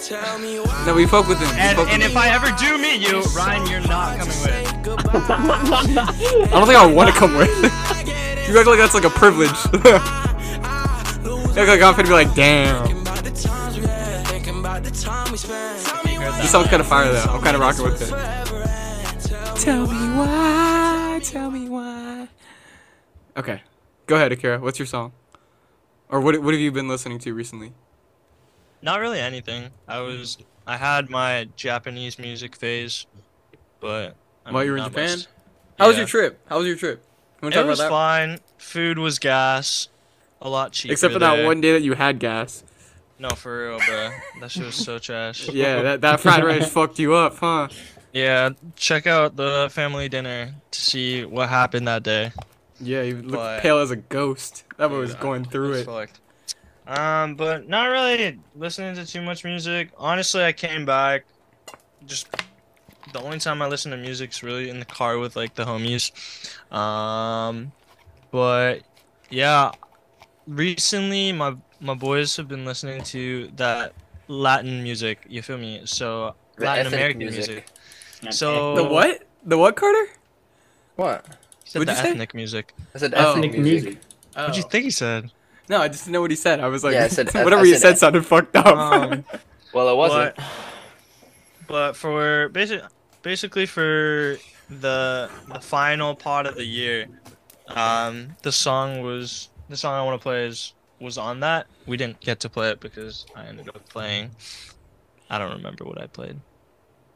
S9: Tell me why.
S3: No, we fuck with him. We
S2: And,
S3: fuck with
S2: and
S3: him.
S2: if I ever do meet you, Ryan, you're not coming with.
S3: I don't think I want to come with. you act like that's like a privilege. you act like I'm finna be like, damn.
S9: About the times we had, thinking about the time we spent. Tell me why.
S3: This song's kind of fire though. I'm kind of rocking with it. Tell me why. Tell me why. Okay, go ahead, Akira. What's your song? Or what? What have you been listening to recently?
S2: Not really anything. I was I had my Japanese music phase, but I
S3: While
S2: mean,
S3: you were in
S2: not
S3: Japan?
S2: much.
S3: How was
S2: Yeah.
S3: your trip? How was your trip? You wanna
S2: It was fine. Food was gas. A lot cheaper.
S3: Except for
S2: there.
S3: that one day that you had gas.
S2: No, for real, bro. That shit was so trash.
S3: Yeah, that, that fried rice fucked you up, huh?
S2: Yeah, check out the family dinner to see what happened that day.
S3: Yeah, you looked
S2: But-
S3: pale as a ghost. That boy was
S2: Dude, I
S3: going through
S2: was
S3: it.
S2: fucked. Um, but not really listening to too much music. Honestly, I came back just the only time I listen to music's really in the car with like the homies. Um, but yeah, recently my my boys have been listening to that Latin music. You feel me? So
S4: The
S2: Latin
S4: ethnic
S2: American
S4: music.
S2: music. So
S3: The what? The what, Carter?
S4: What?
S2: He said
S3: What'd
S2: the
S3: you say?
S2: ethnic music.
S4: I said
S3: Oh.
S4: ethnic
S1: Ethnic
S4: music.
S1: music.
S2: What'd you think he said?
S3: No, I just didn't know what he said. I was like,
S4: Yeah, I said- I-
S3: whatever
S4: I
S3: you
S4: said-
S3: said sounded fucked up.
S2: Um,
S4: Well, it wasn't.
S2: But, but for basic, basically for the the final part of the year, um, the song was the song I want to play is was on that. We didn't get to play it because I ended up playing. I don't remember what I played.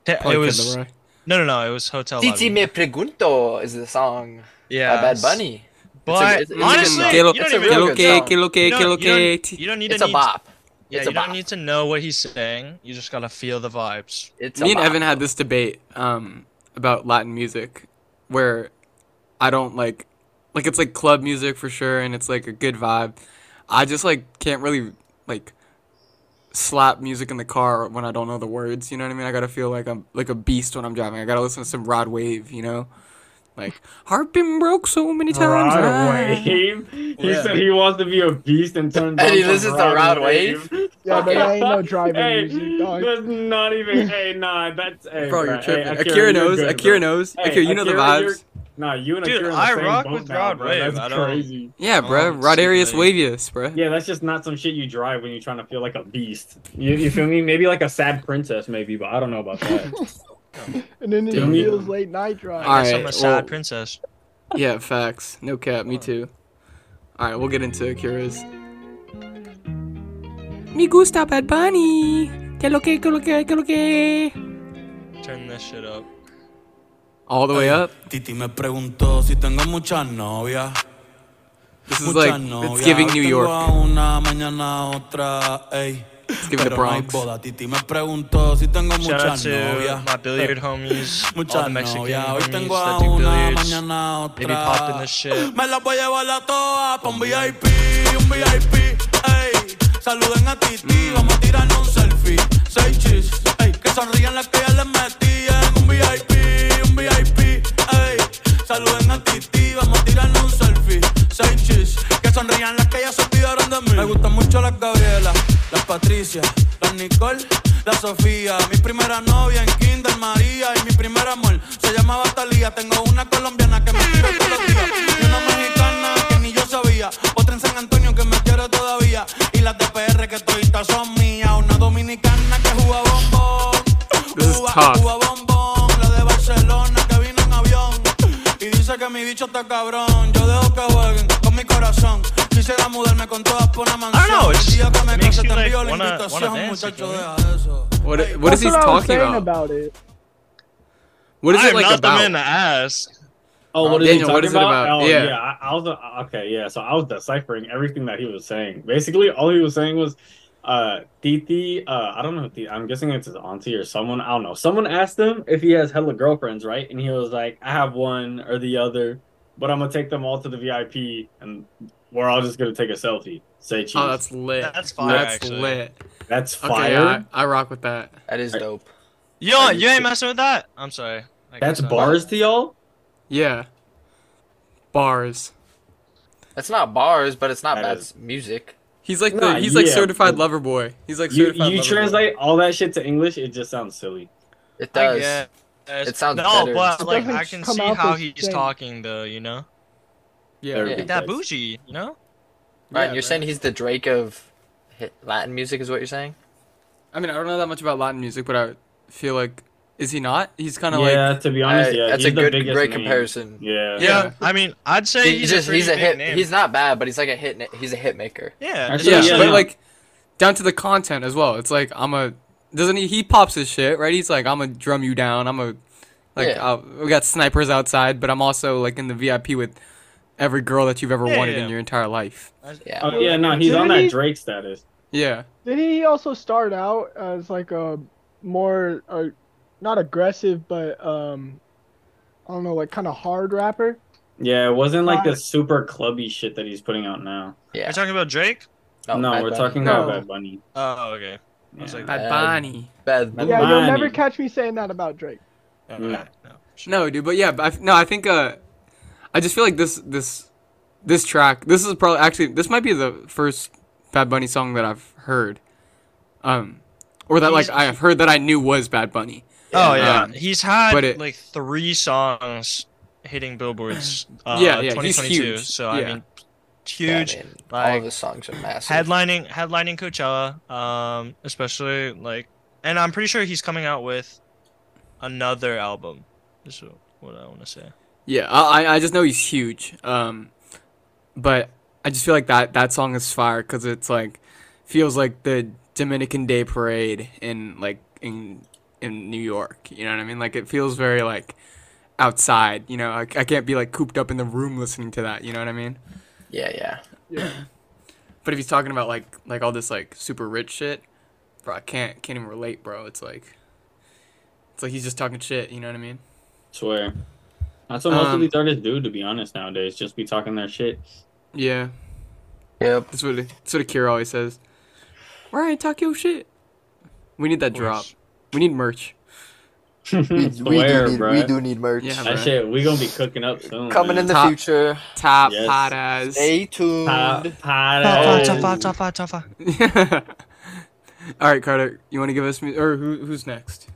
S2: It,
S3: Probably
S2: was
S3: Kid Leroy.
S2: no, no, no. It was Hotel. Lobby.
S4: Titi me pregunto is the song
S2: Yeah,
S4: by Bad Bunny.
S2: But
S4: it's a- it's a good
S2: honestly,
S4: song.
S2: you
S3: Que lo-
S2: don't
S4: it's a
S2: even
S4: really
S3: Que lo
S4: good
S3: que,
S4: song.
S3: que lo que,
S2: you
S3: que lo
S2: don't- you
S3: que.
S2: don't- you don't need
S4: It's
S2: to
S4: a
S2: need-
S4: bop.
S2: Yeah,
S4: It's a
S2: you don't
S4: bop.
S2: need to know what he's saying. You just gotta feel the vibes.
S4: It's a
S3: Me and
S4: bop.
S3: Evan had this debate um, about Latin music, where I don't like, like it's like club music for sure, and it's like a good vibe. I just like can't really like slap music in the car when I don't know the words. You know what I mean? I gotta feel like I'm like a beast when I'm driving. I gotta listen to some Rod Wave. You know, like heart been broke so many times.
S1: Rod
S3: ah."
S1: Wave. He
S3: Yeah.
S1: said he wants to be a beast and turn.
S4: Hey,
S1: down
S4: this
S1: some
S4: is the Rod Wave?
S5: Yeah, but
S4: Okay.
S5: that ain't no driving
S1: hey,
S5: music, dog.
S1: that's not even. hey, nah, that's. Hey,
S3: Bro,
S1: bro,
S3: you're tripping.
S1: Hey,
S3: Akira, knows.
S1: You're good,
S3: Akira
S1: bro.
S3: knows.
S1: Hey,
S3: Akira, you know the
S1: Akira, you're-
S3: vibes.
S1: Nah, you and
S2: Dude,
S1: Akira. are
S2: I
S1: the same
S2: rock
S1: boat
S2: with
S1: now,
S2: Rod
S1: bro.
S2: Wave. I
S1: That's
S2: don't-
S1: crazy.
S3: Yeah,
S2: Oh,
S3: bruh.
S2: it's
S3: Rodarius
S2: like-
S3: Wavius, bruh.
S1: Yeah, that's just not some shit you drive when you're trying to feel like a beast. You, you feel me? Maybe like a sad princess, maybe, but I don't know about that.
S5: And then it
S1: Dude.
S5: feels late night drive.
S3: All
S2: I guess I'm
S3: right,
S2: a sad
S3: well-
S2: princess.
S3: Yeah, facts. No cap, me too. Alright, we'll get into Akira's. Me gusta Bad Bunny. Que lo que, que lo que, que lo que.
S2: Turn this shit up.
S3: All the way up.
S10: Titi me preguntó si tengo muchas novias.
S3: This is
S10: Muchas
S3: like, it's giving New
S10: Tengo a
S3: York.
S10: una, mañana a otra, ey.
S3: It's giving the
S10: Pero no hay
S3: Bronx.
S10: boda. Titi me preguntó si tengo
S2: Shout out
S10: muchas
S2: to
S10: novias.
S2: my billiard homies, all
S10: Muchas
S2: the Mexican
S10: novias. Hoy
S2: homies
S10: tengo a
S2: that do
S10: una,
S2: billiards.
S10: mañana a
S2: They
S10: otra.
S2: be popping this shit.
S10: Me las voy a llevar a todas pa' un VIP, un VIP, ey. Saluden a Titi, vamos a tirarnos un selfie. Seis chis, ey. Que sonrían las que ya les metí en un VIP, un VIP, ey. Saluden a Titi, vamos a tirarnos un selfie. Seis chis, que sonrían las que ya se olvidaron de mí. Me gustan mucho las Gabriela, las Patricia, las Nicole, la Sofía. Mi primera novia en Kinder María y mi primer amor se llamaba Talía. Tengo una colombiana que me tiro todos los días y una mexicana que ni yo sabía. Otra en San Antonio que me quiere todavía y las de PR que todavía son mías. Una dominicana que juga bombón,
S3: This is
S10: juga,
S3: tough.
S10: juga bombón. La de Barcelona que vino en avión. Y dice que mi bicho está cabrón. Yo dejo que jueguen con mi corazón. Quisiera mudarme con todas por una mansión.
S2: know, it's
S10: El día
S2: just-
S10: que me
S2: it makes
S10: case
S2: you,
S10: te
S2: like,
S10: envío la
S2: wanna- wanna
S10: invitación,
S2: dance,
S10: muchacho,
S2: you know?
S10: deja eso.
S3: What, what is
S5: That's
S3: he
S5: what I was
S3: talking
S5: saying
S3: about?
S5: about it.
S3: What is
S2: I
S3: it
S2: am
S3: like
S2: not the
S3: about?
S2: man to ask.
S1: Oh, what is
S3: Um, Daniel,
S1: he
S3: what
S1: talking
S3: is it
S1: about?
S3: about?
S1: Oh,
S3: Yeah.
S1: yeah. I, I was uh, okay. Yeah, so I was deciphering everything that he was saying. Basically, all he was saying was, uh, Titi. Uh, I don't know. Titi, I'm guessing it's his auntie or someone. I don't know. Someone asked him if he has hella girlfriends, right? And he was like, I have one or the other, but I'm gonna take them all to the VIP, and we're all just gonna take a selfie. Say cheese.
S3: Oh,
S1: that's,
S3: that's lit.
S2: That's fire,
S3: That's
S2: actually.
S3: lit. Okay,
S1: fire.
S3: I, I rock with that.
S4: That is
S1: I-
S4: dope.
S2: Yo, you ain't messing with that. I'm sorry. I
S1: That's
S2: guess not.
S1: bars to y'all.
S3: Yeah. Bars.
S4: It's not bars, but it's not
S1: That
S4: bad
S1: is-
S4: music.
S3: He's like the
S1: Nah,
S3: he's like
S1: yeah,
S3: certified
S1: but-
S3: lover boy. He's like
S1: You,
S3: certified lover
S1: you
S3: boy.
S1: translate all that shit to English, it just sounds silly.
S4: It
S2: I
S4: does.
S2: guess.
S4: It sounds
S2: no,
S4: better.
S2: but
S5: It
S2: like
S5: doesn't
S2: I can
S5: come
S2: see
S5: out
S2: how
S5: the
S2: he's
S5: same.
S2: talking though, you know,
S3: Yeah.
S1: There we go.
S2: that bougie, you know.
S4: Ryan,
S3: Yeah,
S4: you're
S3: man.
S4: saying he's the Drake of hit Latin music, is what you're saying?
S3: I mean, I don't know that much about Latin music, but I feel like is he not? He's kind of
S1: yeah,
S3: like
S1: to be honest,
S4: Uh,
S1: yeah,
S4: that's a
S1: he's the
S4: good,
S1: biggest
S4: great
S1: name.
S4: comparison.
S1: Yeah.
S3: Yeah.
S2: I mean, I'd say
S4: He's,
S2: he's,
S4: just
S2: a
S4: he's a
S2: pretty
S4: hit.
S2: big Name.
S4: He's not bad, but he's like a hit. He's a hit maker.
S2: yeah,
S1: Actually,
S3: yeah,
S1: yeah,
S3: but
S1: yeah.
S3: like down to the content as well. It's like I'm a doesn't he? He pops his shit right. He's like I'm gonna drum you down. I'm a like
S4: Yeah.
S3: I'll- we got snipers outside, but I'm also like in the VIP with every girl that you've ever
S2: Yeah,
S3: wanted
S2: yeah.
S3: in your entire life.
S4: Yeah.
S1: Oh yeah, no, he's on that Drake status.
S3: Yeah,
S5: Did he also start out as like a more, uh, not aggressive, but um, I don't know, like kind of hard rapper?
S1: Yeah, it wasn't like the super clubby shit that he's putting out now.
S4: Yeah.
S2: We're talking about Drake.
S1: No,
S4: Oh, Bad
S1: we're
S4: Bunny.
S1: talking
S5: No.
S1: about Bad Bunny.
S2: Oh, okay.
S1: Yeah.
S2: was like-
S3: Bad
S4: Bad-
S3: Bunny.
S4: Bad
S1: Bad
S4: Bunny.
S5: Yeah, you'll
S1: Money.
S5: never catch me saying that about Drake.
S2: Oh,
S1: No.
S2: okay, no.
S3: No, dude, but yeah, but I f no, I think uh, I just feel like this this this track. This is probably actually this might be the first Bad Bunny song that I've heard, um, or that like
S2: He's-
S3: I've heard that I knew was Bad Bunny.
S2: Oh yeah,
S3: Um,
S2: he's had
S3: but it-
S2: like three songs hitting billboards. Uh,
S3: Yeah, yeah, he's
S2: 2022.
S3: huge.
S2: So
S3: Yeah.
S2: I mean,
S4: Yeah,
S2: huge.
S4: man, all
S2: like
S4: of his songs are massive.
S2: headlining headlining Coachella, um, especially like, and I'm pretty sure he's coming out with another album. Is what I want to say.
S3: Yeah, I I- I just know he's huge. Um, but I just feel like that that song is fire because it's like feels like the Dominican Day Parade in like in in New York. You know what I mean? Like it feels very like outside. You know, I, I can't be like cooped up in the room listening to that. You know what I mean?
S4: Yeah, yeah.
S3: But if he's talking about like like all this like super rich shit, bro, I can't can't even relate, bro. It's like it's like he's just talking shit. You know what I mean?
S1: Swear. That's what most
S3: Um,
S1: of these artists do, to be honest, nowadays. Just be talking their shit.
S3: Yeah.
S4: Yep.
S3: That's what that's what Akira always says. Right, talk your shit. We need that drop. We need merch.
S4: We, we,
S1: Swear,
S4: do, need, we
S1: bruh.
S4: do need merch.
S3: Yeah,
S1: That
S3: bruh.
S1: shit, we gonna be cooking up soon.
S4: Coming in the
S3: Top-
S4: future.
S3: Top
S1: Yes.
S3: hot ass.
S4: Stay tuned.
S1: Pot-
S11: Top
S1: potas.
S11: five, top five, top five, top five.
S3: All right, Carter, you want to give us mu- or who, who's next?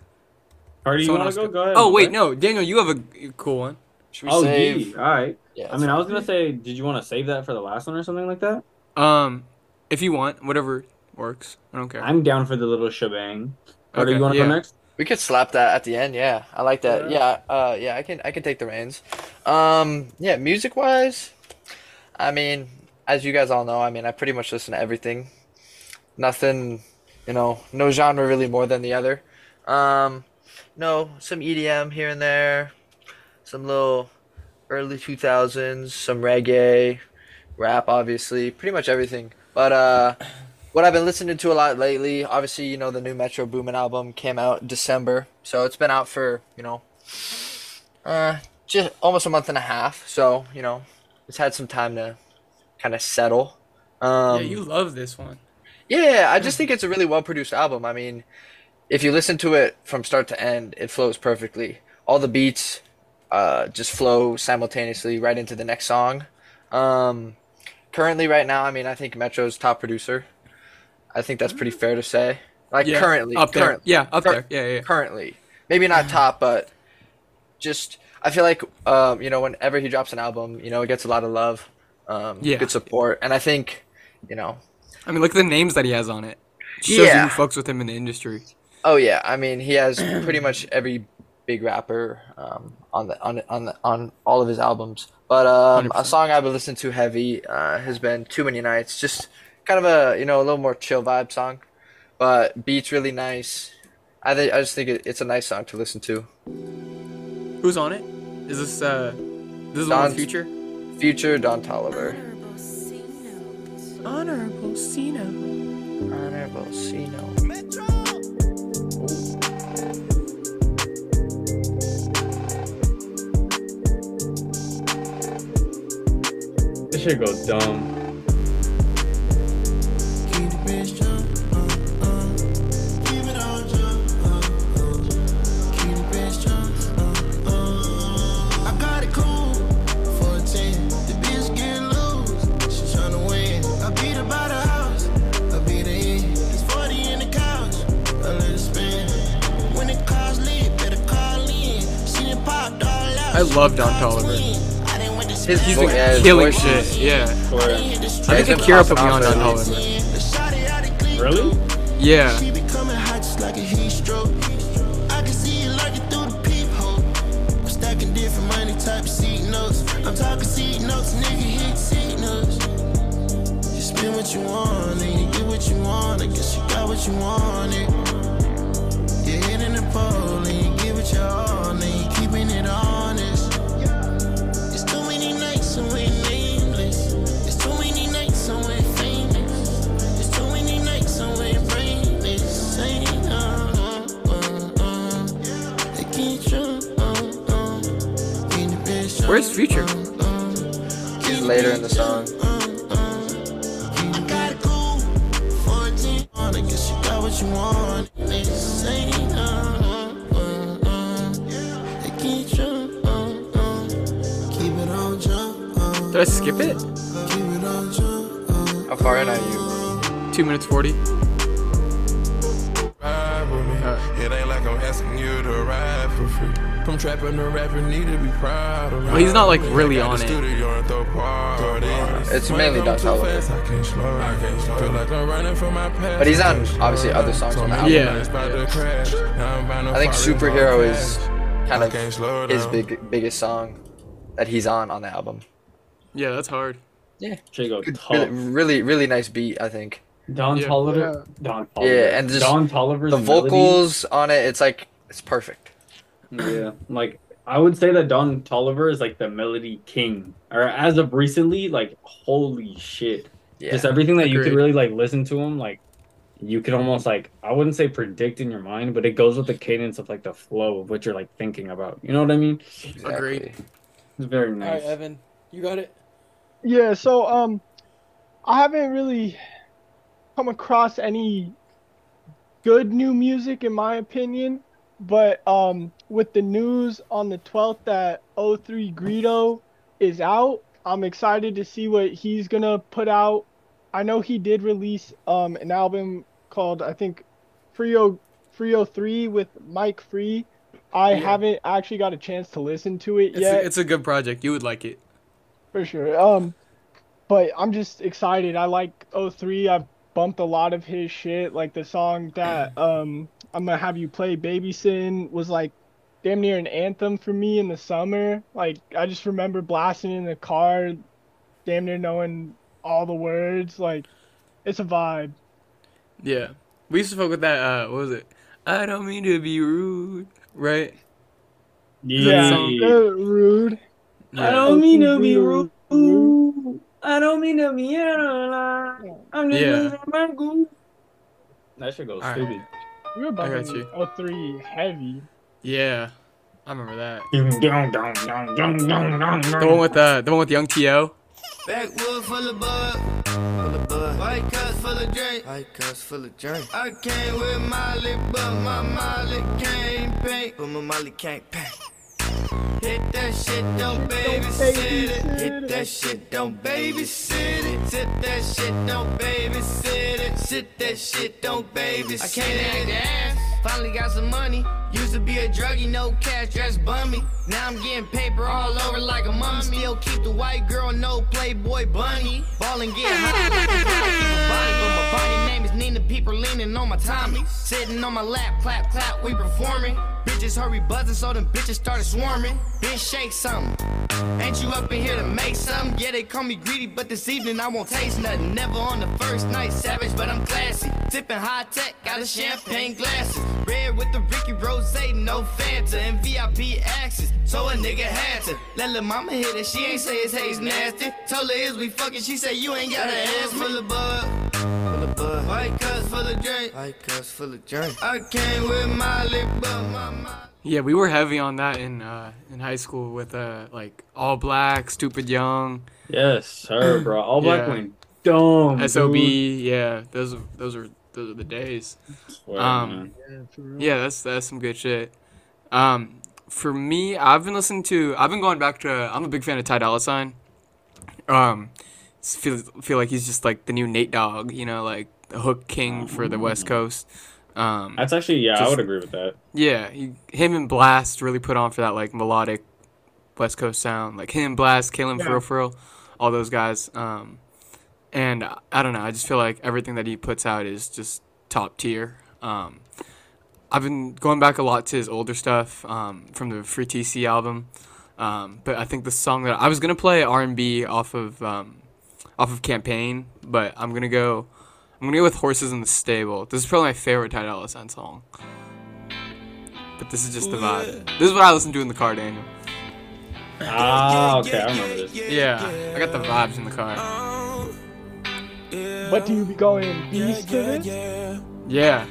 S1: Cardi, you
S3: Someone
S1: wanna
S3: else
S1: go?
S3: go.
S1: Go ahead.
S3: Oh wait,
S1: bud.
S3: no, Daniel, you have a cool one.
S4: Should we
S1: Oh,
S4: save?
S1: gee. All right.
S4: Yeah,
S1: I mean, I was gonna say, did you want to save that for the last one or something like that?
S3: Um, if you want, whatever works. I don't care.
S1: I'm down for the little shebang. Carter,
S3: Okay,
S1: you wanna
S3: yeah.
S1: go next?
S4: We could slap that at the end, yeah. I like that. Yeah, uh yeah, I can I can take the reins. Um yeah, music wise, I mean, as you guys all know, I mean I pretty much listen to everything. Nothing, you know, no genre really more than the other. Um no, some EDM here and there, some little early two thousands, some reggae, rap obviously, pretty much everything. But uh what I've been listening to a lot lately, obviously, you know, the new Metro Boomin album came out December, so it's been out for you know, uh, just almost a month and a half. So you know, it's had some time to kind of settle. Um,
S3: yeah, you love this one.
S4: yeah,
S3: Hmm.
S4: I just think it's a really well produced album. I mean, if you listen to it from start to end, it flows perfectly. All the beats uh, just flow simultaneously right into the next song. Um, currently, right now, I mean, I think Metro's top producer. I think that's pretty fair to say. Like
S3: Yeah,
S4: currently,
S3: up there.
S4: currently
S3: Yeah, up
S4: Cur-
S3: there. Yeah, yeah.
S4: currently. Maybe not top, but just I feel like um, you know whenever he drops an album, you know it gets a lot of love, um,
S3: Yeah.
S4: good support, and I think you know
S3: I mean, look at the names that he has on it. Shows
S4: Yeah.
S3: you who fucks with him in the industry.
S4: Oh yeah, I mean he has pretty much every big rapper um, on the on on the, on all of his albums. But um, a
S3: 100%.
S4: song I've been listening to heavy uh, has been Too Many Nights. Just kind of a you know a little more chill vibe song, but beats really nice. I think I just think it, it's a nice song to listen to.
S3: Who's on it? Is this uh, this is one
S4: Don's-
S3: with Future?
S4: Future Don Tolliver.
S3: Honorable Cena.
S4: Honorable Sino.
S1: This shit goes dumb.
S12: Keep the bitch drunk, uh, uh. Keep it all drunk, uh, uh. Keep the bitch drunk, uh, uh. I got it cool for a 10. The bitch get loose. She tryna win. I beat her by the house. I beat her in. It's 40 in the couch. I let it spin. When the car's lit, better call in. She done popped all out.
S3: I love Don Toliver.
S12: I didn't want to
S4: His
S3: He's
S4: vo-
S3: been
S4: yeah, his
S3: killing
S4: voice
S3: shit.
S4: is-
S3: Yeah.
S1: Swear.
S3: I
S4: he's been
S3: think Akira put me
S4: popping
S3: on
S4: off
S3: Don
S4: lately.
S3: Toliver.
S1: Really?
S3: Yeah.
S12: She be coming hot just like a heat stroke. I can see it lurking through the peephole. I'm stacking different money type of seat notes. I'm talking seat notes, nigga, hit seat notes. You spend what you want, and you get what you want. I guess you got what you wanted. You're hitting the pole, and you get what you want, and you keeping it honest. It's too many nights and we're nameless. It's too many nights and we're famous. It's too many nights and we're brainless. Ain't uh, uh, uh. They keep drunk, uh, uh. Keep the bitch drunk,
S3: Where's Future?
S12: uh, uh. Keep
S4: Later in the song.
S12: I got it cool. 14 on it, guess you got what you want. They say, uh, uh, uh, uh. They keep drunk, uh, uh. Keep it on jump, uh,
S3: Did I skip it?
S12: keep it on jump, uh.
S4: How far in are you?
S3: Two minutes forty.
S6: ride with me. It ain't like I'm asking you to ride for free. From trapping to rapping, need to be proud of
S3: Well, he's not, like,
S6: me.
S3: really
S6: Got
S3: on
S6: the
S3: it.
S6: studio and throw parties.
S4: It's mainly
S6: When I'm
S4: Don
S6: too
S4: Toliver.
S6: fast, I can't slow. I can't slow. Feel like I'm running from my past.
S4: But he's
S6: I
S4: on,
S6: can't slow
S4: obviously,
S6: down.
S4: other songs on
S6: Told me
S4: the
S6: the
S3: album.
S6: life's about to crash. Now I'm bound to
S4: I think
S6: fall in my
S4: Superhero is
S6: past.
S4: kind
S6: I
S4: of
S6: can't slow
S4: his
S3: um,
S6: down.
S4: big biggest song that he's on on the album.
S3: Yeah, that's hard.
S1: Shit goes
S4: Really,
S1: tough.
S4: really, really nice beat. I think
S1: Don
S3: Yeah.
S1: Tolliver. Don Tolliver.
S4: Yeah, and just
S1: Don Tolliver's
S4: the vocals on it. It's like it's perfect.
S1: melody- yeah, like I would say that Don Tolliver is like the melody king, or as of recently, like holy shit, just everything that you could
S3: agreed.
S1: really like listen to him like you could almost like i wouldn't say predict in your mind but it goes with the cadence of like the flow of what you're like thinking about you know what i mean
S3: Agreed.
S1: it's very
S13: All right,
S1: nice
S13: Evan, you got it.
S5: Yeah, so um, I haven't really come across any good new music in my opinion, but um, with the news on the 12th that O3 Greedo is out, I'm excited to see what he's gonna put out. I know he did release um an album called I think Frio Frio 3 with Mike Free. I
S3: Yeah.
S5: haven't actually got a chance to listen to it
S3: It's,
S5: yet.
S3: a, it's a good project. You would like it.
S5: For sure. Um, but I'm just excited. I like O3. I've bumped a lot of his shit. Like the song that um I'm gonna have you play Baby Sin was like damn near an anthem for me in the summer. Like I just remember blasting in the car, damn near knowing all the words. Like it's a vibe.
S3: Yeah. We used to fuck with that. Uh, what was it? I don't mean to be rude, right?
S1: Yeah.
S5: Uh, rude.
S1: I don't mean to be rude. I don't mean to be rude. I'm just
S3: Yeah.
S1: losing my goose. That should go
S3: All right.
S1: stupid.
S5: We were
S3: I got
S5: bumping
S3: you.
S5: O3 heavy.
S3: Yeah, I remember that.
S1: The
S3: The one with uh, the one with Young T.O.
S9: Backwood full of bud. Full of bud. White cups full of drink. White cups full of drink. I came with Molly, but my Molly can't paint. But my Molly can't paint. Hit that shit, don't babysit it. Hit that shit, don't babysit it. Sit that shit, don't babysit it. Sit that shit, don't babysit it. I can't act ass. Finally got some money. Used to be a druggie, no cash, dress bummy. Now I'm getting paper all over like a mummy. Still keep the white girl, no playboy bunny. Ball and get high like a girl, keep a body. But my body name is Nina Peeper, leaning on my Tommy. Sitting on my lap, clap, clap, we performing. Bitches hurry buzzing, so them bitches started swarming. Bitch, shake something. Ain't you up in here to make some? Yeah, they call me greedy, but this evening I won't taste nothing. Never on the first night, savage, but I'm classy. Tipping high tech, got a champagne glasses. Red with the Ricky Rose, no Fanta, and VIP access. So a nigga had to let lil' mama hit it. She ain't say it's haze nasty. Told her is we fucking, she say you ain't gotta ask me. Full of bud, full of bud. White cups full of drink, white cups full of drink. I came with Molly, but my Molly.
S3: Yeah, we were heavy on that in uh, in high school with uh, like All Black, Stupid Young,
S1: Yes, sir, bro. All black
S3: Yeah.
S1: went dumb.
S3: SOB.
S1: dude.
S3: Yeah, those those are those are the days.
S1: Swear,
S3: Um,
S1: man.
S5: Yeah, for real.
S3: Yeah, that's that's some good shit. Um, for me, I've been listening to. I've been going back to. I'm a big fan of Ty Dolla Sign. Um, s- feel feel like he's just like the new Nate Dogg. You know, like the hook king for the West Coast. Um,
S1: That's actually yeah, I
S3: Just-
S1: would agree with that.
S3: yeah, he, him and Blast really put on for that like melodic West Coast sound. Like him, Blast, Kalen,
S5: Yeah.
S3: Pharrell, Pharrell, all those guys. Um, and I- I don't know. I just feel like everything that he puts out is just top tier. Um, I've been going back a lot to his older stuff um, from the Free TC album. Um, but I think the song that I was gonna play R and B off of um, off of Campaign, but I'm gonna go. I'm gonna go with Horses in the Stable. This is probably my favorite Ty Dolla Sign song. But this is just the vibe. This is what I listen to in the car, Daniel.
S1: Ah, okay, I remember this.
S3: Yeah, I got the vibes in the car.
S5: But do you be going beast to this?
S3: Yeah.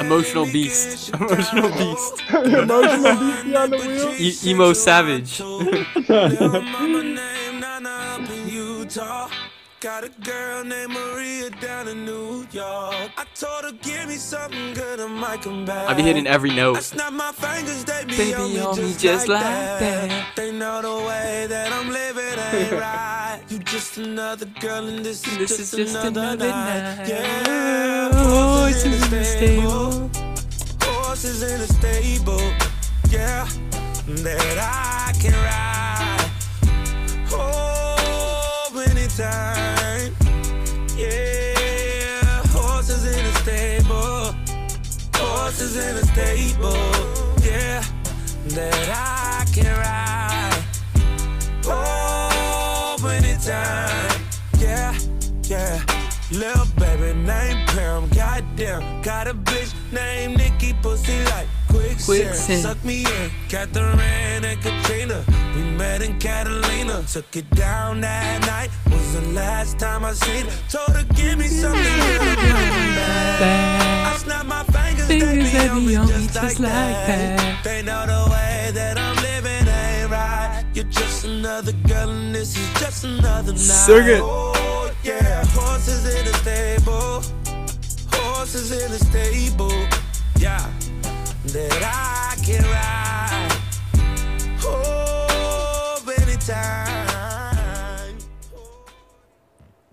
S3: Emotional beast. Emotional beast.
S5: Emotional beast behind the wheel?
S3: E- emo savage.
S10: Got a girl named Maria down in New York. I told her, give me something good, I might come back.
S3: I be hitting every
S10: I
S3: note.
S10: snap my fingers, they be
S3: They
S10: on
S3: be
S10: me
S3: on me
S10: just,
S3: just
S10: like,
S3: like
S10: that.
S3: that.
S10: They know the way that I'm living ain't right. You just another girl, and this is,
S3: This
S10: just,
S3: is just
S10: another,
S3: another
S10: night.
S3: night.
S10: Yeah,
S3: Oh,
S10: horses
S3: it's
S10: in
S3: in
S10: a
S3: the
S10: stable. Horses in a stable. Yeah, that I can ride. Oh, anytime. Yeah, horses in a stable. Horses in a stable. Yeah, that I can ride. Oh, anytime. Yeah, yeah. Lil' baby named Pam, goddamn. Got a bitch named Nikki Pussy like Quick
S3: quicksand.
S10: Suck me in, Catherine and Katrina. We met in Catalina. Took it down that night. Was the last time I seen her. Told her, give me something. good, I'm coming back. I snapped my fingers,
S9: Fingers,
S10: they
S9: they
S10: be on me just,
S9: just
S10: like
S9: like
S10: that.
S9: that.
S10: They know the way that I'm living ain't right. You're just another girl, and this is just another night.
S3: Sing it.
S10: Oh, yeah. Horses in a stable. Horses in a stable. Yeah. That I can ride. Oh, many times.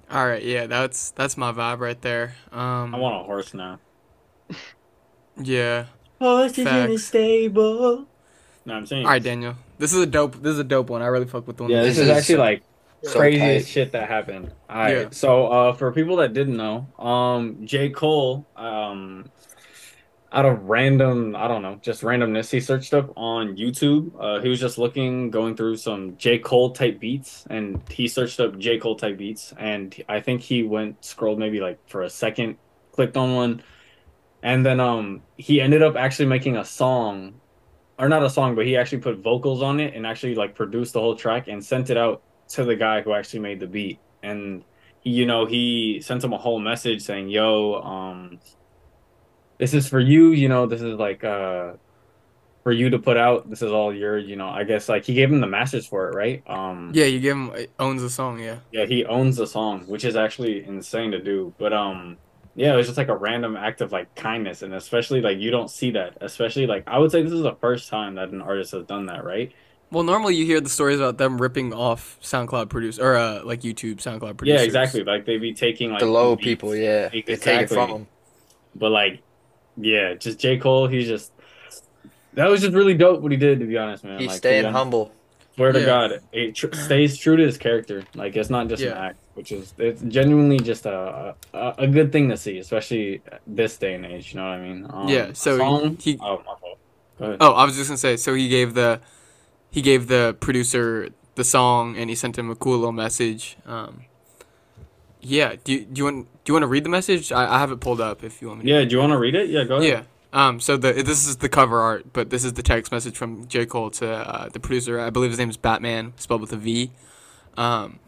S3: All right, yeah, that's that's my vibe right there. Um,
S1: I want a horse now.
S3: yeah.
S1: Horses
S3: in a Facts.
S1: stable. No, I'm
S3: All
S1: saying.
S3: right, Daniel, this is a dope. This is a dope one. I really fuck with the one.
S1: Yeah,
S3: that
S1: this
S3: you
S1: is
S3: did.
S1: actually like
S4: so
S1: craziest
S4: tight.
S1: shit that happened. All right.
S3: Yeah.
S1: So, uh, for people that didn't know, um, J. Cole, um, out of random, I don't know, just randomness, he searched up on YouTube. Uh, he was just looking, going through some J. Cole type beats, and he searched up J. Cole type beats, and I think he went scrolled maybe like for a second, clicked on one, and then um, he ended up actually making a song or not a song, but he actually put vocals on it and actually like produced the whole track and sent it out to the guy who actually made the beat. And you know, he sent him a whole message saying, "Yo, um, this is for you. You know, this is like uh, for you to put out. This is all your. You know, I guess like he gave him the masters for it, right? Um,
S3: Yeah, you give him it owns the song. Yeah.
S1: yeah, he owns the song, which is actually insane to do. But um yeah, it was just like a random act of like kindness and especially like you don't see that. Especially like I would say this is the first time that an artist has done that, right?
S3: Well, normally you hear the stories about them ripping off SoundCloud producers or uh, like YouTube SoundCloud producers.
S1: Yeah, exactly. Like they'd be taking like
S4: the low
S1: beats.
S4: people, yeah. They take it
S1: Exactly.
S4: from them.
S1: But like yeah, just J. Cole, he's just that was just really dope what he did to be honest, man.
S4: He's
S1: like,
S4: staying
S1: yeah,
S4: humble.
S1: Swear to
S3: Yeah.
S1: God, it tr- stays true to his character. Like it's not just an
S3: Yeah.
S1: act, which is it's genuinely just a, a a good thing to see, especially this day and age. You know what I mean? Um,
S3: Yeah, so
S1: song-
S3: he-
S1: oh my fault. Go ahead.
S3: Oh, I was just gonna say. So he gave the he gave the producer the song, and he sent him a cool little message. Um, yeah. Do you, do you want do you want to read the message? I, I have it pulled up if you want me. to.
S1: Yeah, do you want to read it? Yeah, go ahead.
S3: Yeah. Um. So the this is the cover art, but this is the text message from J Cole to uh, the producer. I believe his name is Batman, spelled with a V. Um,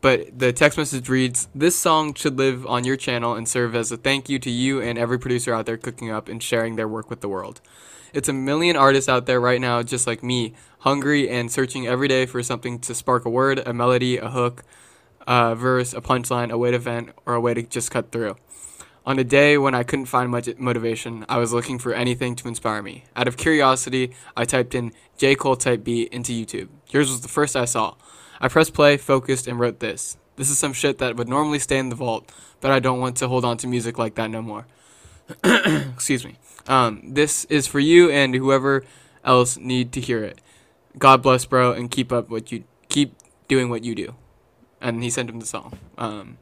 S3: but the text message reads: "This song should live on your channel and serve as a thank you to you and every producer out there cooking up and sharing their work with the world. It's a million artists out there right now, just like me, hungry and searching every day for something to spark a word, a melody, a hook, a verse, a punchline, a way to vent, or a way to just cut through." On a day when I couldn't find much motivation, I was looking for anything to inspire me. Out of curiosity, I typed in J. Cole type beat into YouTube. Yours was the first I saw. I pressed play, focused, and wrote this. This is some shit that would normally stay in the vault, but I don't want to hold on to music like that no more. Excuse me. Um, this is for you and whoever else need to hear it. God bless, bro, and keep up what you keep doing what you do. And he sent him the song. Um,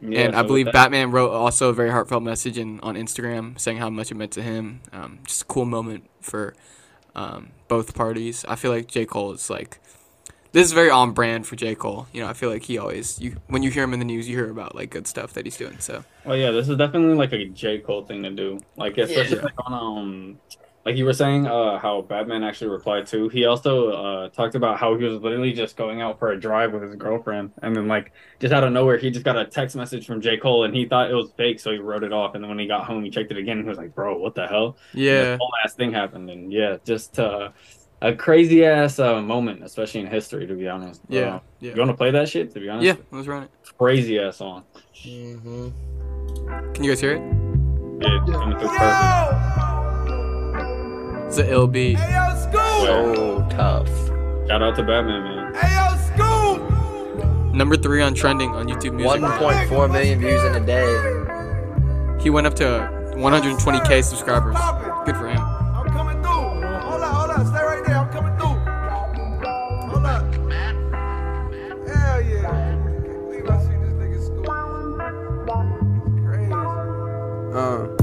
S1: Yeah,
S3: and I
S1: so
S3: believe
S1: that-
S3: Batman wrote also a very heartfelt message in, on Instagram saying how much it meant to him. Um, just a cool moment for um, both parties. I feel like J. Cole is like, this is very on brand for J. Cole. You know, I feel like he always, you when you hear him in the news, you hear about like good stuff that he's doing. So,
S1: Well, Oh, yeah, this is definitely like a J. Cole thing to do. Like, especially
S3: Yeah.
S1: like on um, like you were saying, uh, how Batman actually replied to. He also uh talked about how he was literally just going out for a drive with his girlfriend, and then like just out of nowhere, he just got a text message from J. Cole, and he thought it was fake, so he wrote it off. And then when he got home, he checked it again, and he was like, "Bro, what the hell?" And
S3: yeah.
S1: this whole ass thing happened, and yeah, just uh, a crazy ass uh moment, especially in history, to be honest.
S3: Yeah.
S1: Uh,
S3: Yeah.
S1: you want to play that shit? To be honest,
S3: Yeah. Let's run it.
S1: crazy ass song.
S4: hmm
S3: Can you guys hear it?
S1: Yeah, it's coming through perfect.
S3: It's an ill beat.
S10: Ayo, school!
S4: So tough.
S1: Shout out to Batman, man.
S10: Ayo, school!
S3: Number three on trending on YouTube Music.
S4: 1.4 million views in a day.
S3: He went up to 120k subscribers. Good for him.
S10: I'm coming through. Hold up, hold up. Stay right there. I'm coming through. Hold up. Hell yeah. Can't believe I seen this nigga school. It's crazy.
S13: Uh,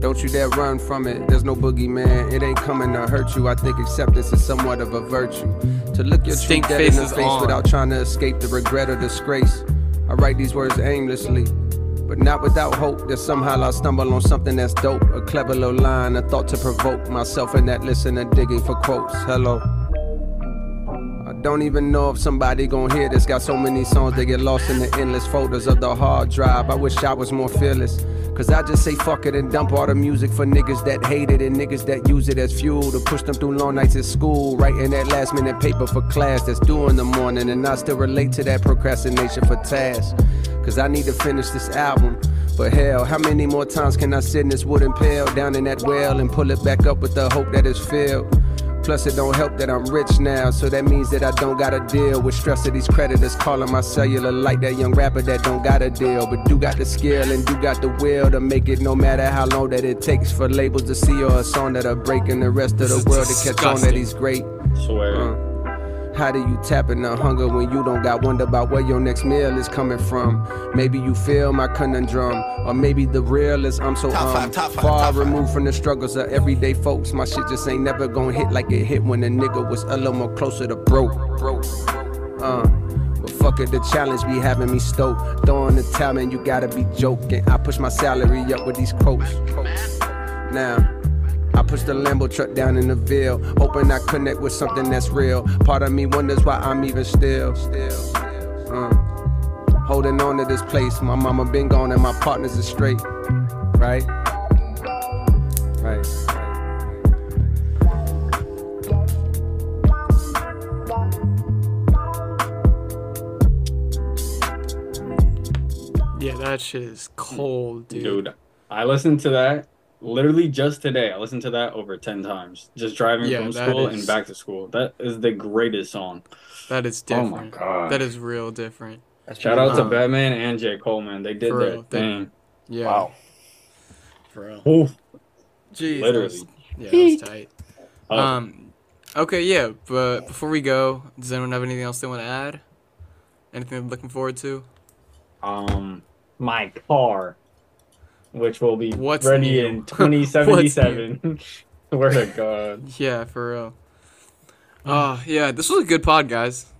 S13: don't you dare run from it. There's no boogeyman. It ain't coming to hurt you. I think acceptance is somewhat of a virtue. To look your
S3: Stink
S13: truth dead in the
S3: faces
S13: face
S3: on.
S13: without trying to escape the regret or disgrace. I write these words aimlessly. but not without hope that somehow I'll stumble on something that's dope. A clever little line, a thought to provoke myself and that listener digging for quotes. Hello. I don't even know if somebody gon' hear this. Got so many songs they get lost in the endless folders of the hard drive. I wish I was more fearless. Cause I just say fuck it and dump all the music for niggas that hate it and niggas that use it as fuel to push them through long nights at school. Writing that last minute paper for class that's due in the morning. And I still relate to that procrastination for tasks. Cause I need to finish this album. But hell, how many more times can I sit in this wooden pail down in that well and pull it back up with the hope that it's filled? Plus, it don't help that I'm rich now, so that means that I don't gotta deal with stress of these creditors calling my cellular like that young rapper that don't got a deal. But do got the skill and do got the will to make it no matter how long that it takes for labels to see or a song that'll break and the rest of the world to catch on that he's great.
S1: Swear.
S13: How do you tap into hunger when you don't got wonder about where your next meal is coming from? Maybe you feel my conundrum, or maybe the real is I'm so um, far removed from the struggles of everyday folks. My shit just ain't never gonna hit like it hit when a nigga was a little more closer to broke. broke. Uh, but fuck it, the challenge be having me stoked. Throwing the towel, man, you gotta be joking. I push my salary up with these quotes. Now. I push the Lambo truck down in the veil, hoping I connect with something that's real. Part of me wonders why I'm even still. Still, uh, holding on to this place. My mama been gone and my partners is straight, right? Right.
S3: Yeah, that shit is cold, dude.
S1: Dude, I listened to that literally just today. I listened to that over 10 times. Just driving
S3: Yeah,
S1: from
S3: that
S1: school
S3: is-
S1: and back to school. That is the greatest song.
S3: That is
S1: Oh
S3: different.
S1: my God.
S3: That is real different.
S1: Shout out to
S3: Um,
S1: Batman and J. Cole, man. They did
S3: for
S1: their
S3: real, they-
S1: thing.
S3: Yeah.
S4: Wow.
S3: For real.
S1: Oof.
S3: Jeez, that
S1: Literally.
S3: was- yeah, that was tight.
S1: Oh.
S3: Um, okay, yeah, but before we go, does anyone have anything else they want to add? Anything they're looking forward to?
S1: um my car, which will be
S3: What's
S1: ready
S3: new?
S1: in
S3: What's
S1: 2077. Word to God.
S3: Yeah, for real.
S1: Mm.
S3: Uh, yeah, this was a good pod, guys.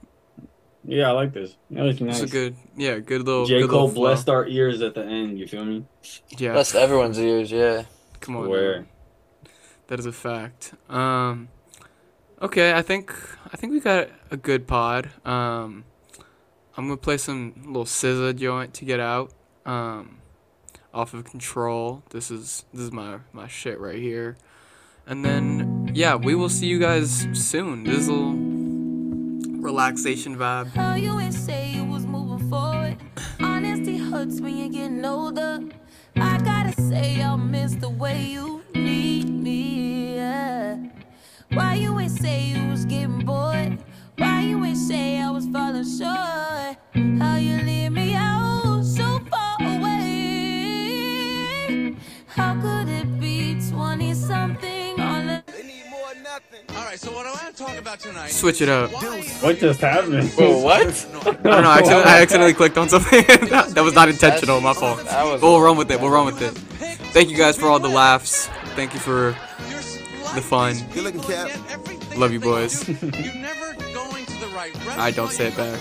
S1: Yeah, I like this. That was
S3: This
S1: nice.
S3: was a good, yeah, good little.
S1: J.
S3: good
S1: Cole
S3: little flow.
S1: blessed our ears at the end. You feel me?
S3: Yeah,
S4: That's everyone's ears, yeah.
S3: come on.
S1: Where?
S3: That is a fact. Um, okay, I think I think we got a good pod. Um, I'm gonna play some little scissor joint to get out. Um, off of control. This is this is my my shit right here. And then yeah, we will see you guys soon. This is a little relaxation vibe.
S7: How you ain't say you was moving forward. Honesty hurts when you're getting older. I gotta say, I miss the way you need me. yeah. Why you ain't say you was getting bored? Why you ain't say I was falling short? How you leave me out so far away? How could it be 20 something on a
S10: All right, so what I want to talk about tonight.
S3: Switch it up.
S1: What just happened?
S4: Whoa, what?
S3: I don't know. I accidentally, I accidentally clicked on something. that, that was not intentional. My fault.
S4: That was-
S3: But we'll run with it. We'll run with it. Thank you guys for all the laughs. Thank you for the fun.
S10: Good looking cap.
S3: Love you, boys.
S10: You're never going to the right
S3: I don't say it back.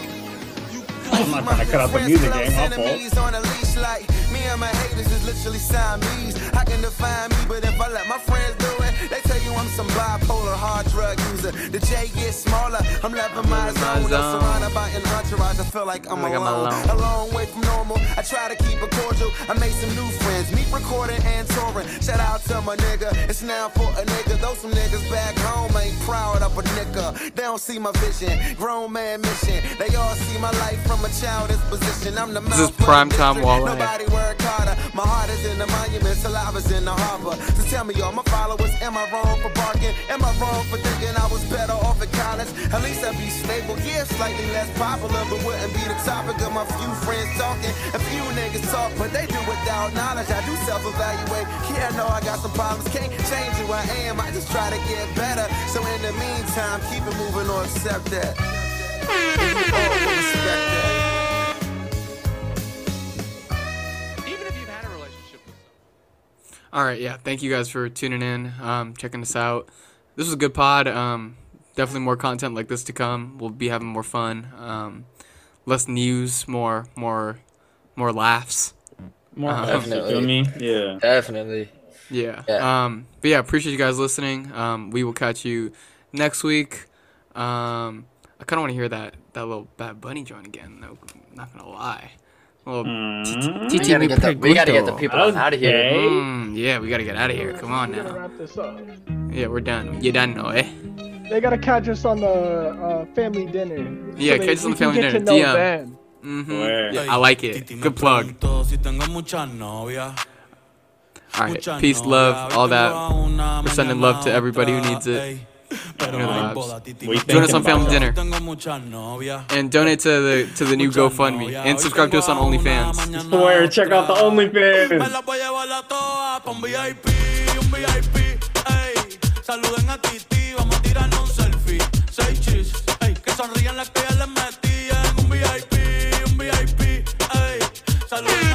S1: I'm not trying to cut out the music game. My fault.
S14: enemies on a leash like me and my haters is literally Siamese. How can define me? But if I let my friends do it, they tell you I'm some bipolar hard drug user. The J gets smaller. I'm loving my
S3: my
S14: zone. I'm
S3: zone.
S14: surrounded by an entourage. I feel like I'm
S3: Like I'm
S14: alone.
S3: alone.
S14: A long way from normal. I try to keep it cordial. I made some new friends. Meet recording and touring. Shout out to my nigga. It's now for a nigga. Though some niggas back home ain't proud of a nigga. They don't see my vision. Grown man mission. They all see my life from a childish position. I'm the
S3: This is
S14: mouth of the
S3: prime time
S14: district.
S3: Wale.
S14: Nobody work harder. My heart is in the monument, saliva's in the harbor. So tell me, all my followers, am I wrong for barking? Am I wrong for thinking I was better off at college? At least I'd be stable, yeah, slightly less popular, but wouldn't be the topic of my few friends talking. A few niggas talk, but they do without knowledge. I do self-evaluate. Yeah, I know I got some problems, can't change who I am. I just try to get better. So in the meantime, keep it moving or accept that. Oh, respect that.
S3: All right, yeah. Thank you guys for tuning in, um, checking us out. This was a good pod. Um, definitely more content like this to come. We'll be having more fun, um, less news, more, more, more laughs.
S1: More
S3: Um,
S1: hustles, you feel me? Uh-huh. Yeah.
S4: Definitely.
S3: Yeah. Um, but yeah, appreciate you guys listening. Um, we will catch you next week. Um, I kind of want to hear that that little Bad Bunny joint again. No, not gonna lie. A little
S4: Mm.
S1: Mm-hmm.
S4: We gotta get the- we gotta get the people Okay. outta here.
S3: Mm, yeah, we gotta get out of here. Come on
S5: We're gonna
S3: now.
S5: wrap this up.
S3: Yeah, we're done. You done, no, eh?
S5: They gotta catch us on the uh, family dinner.
S3: Yeah,
S5: they-
S3: catch us on
S5: we
S3: the
S5: can
S3: family
S5: get
S3: dinner.
S5: to
S3: DM.
S5: know them.
S3: Mhm. Yeah, I like it. Good plug.
S2: Oh,
S3: All right. Peace, love, all that. We're sending love to everybody who needs it. You know the vibes. Join us on family dinner. and donate to the to the new GoFundMe and subscribe to us on OnlyFans.
S1: Swear, check out the OnlyFans.
S10: Saluden a Titi, vamos a tirarnos un selfie. Seis chis, ey, que sonrían las que ya les metí en un VIP, un VIP, ey. Saluden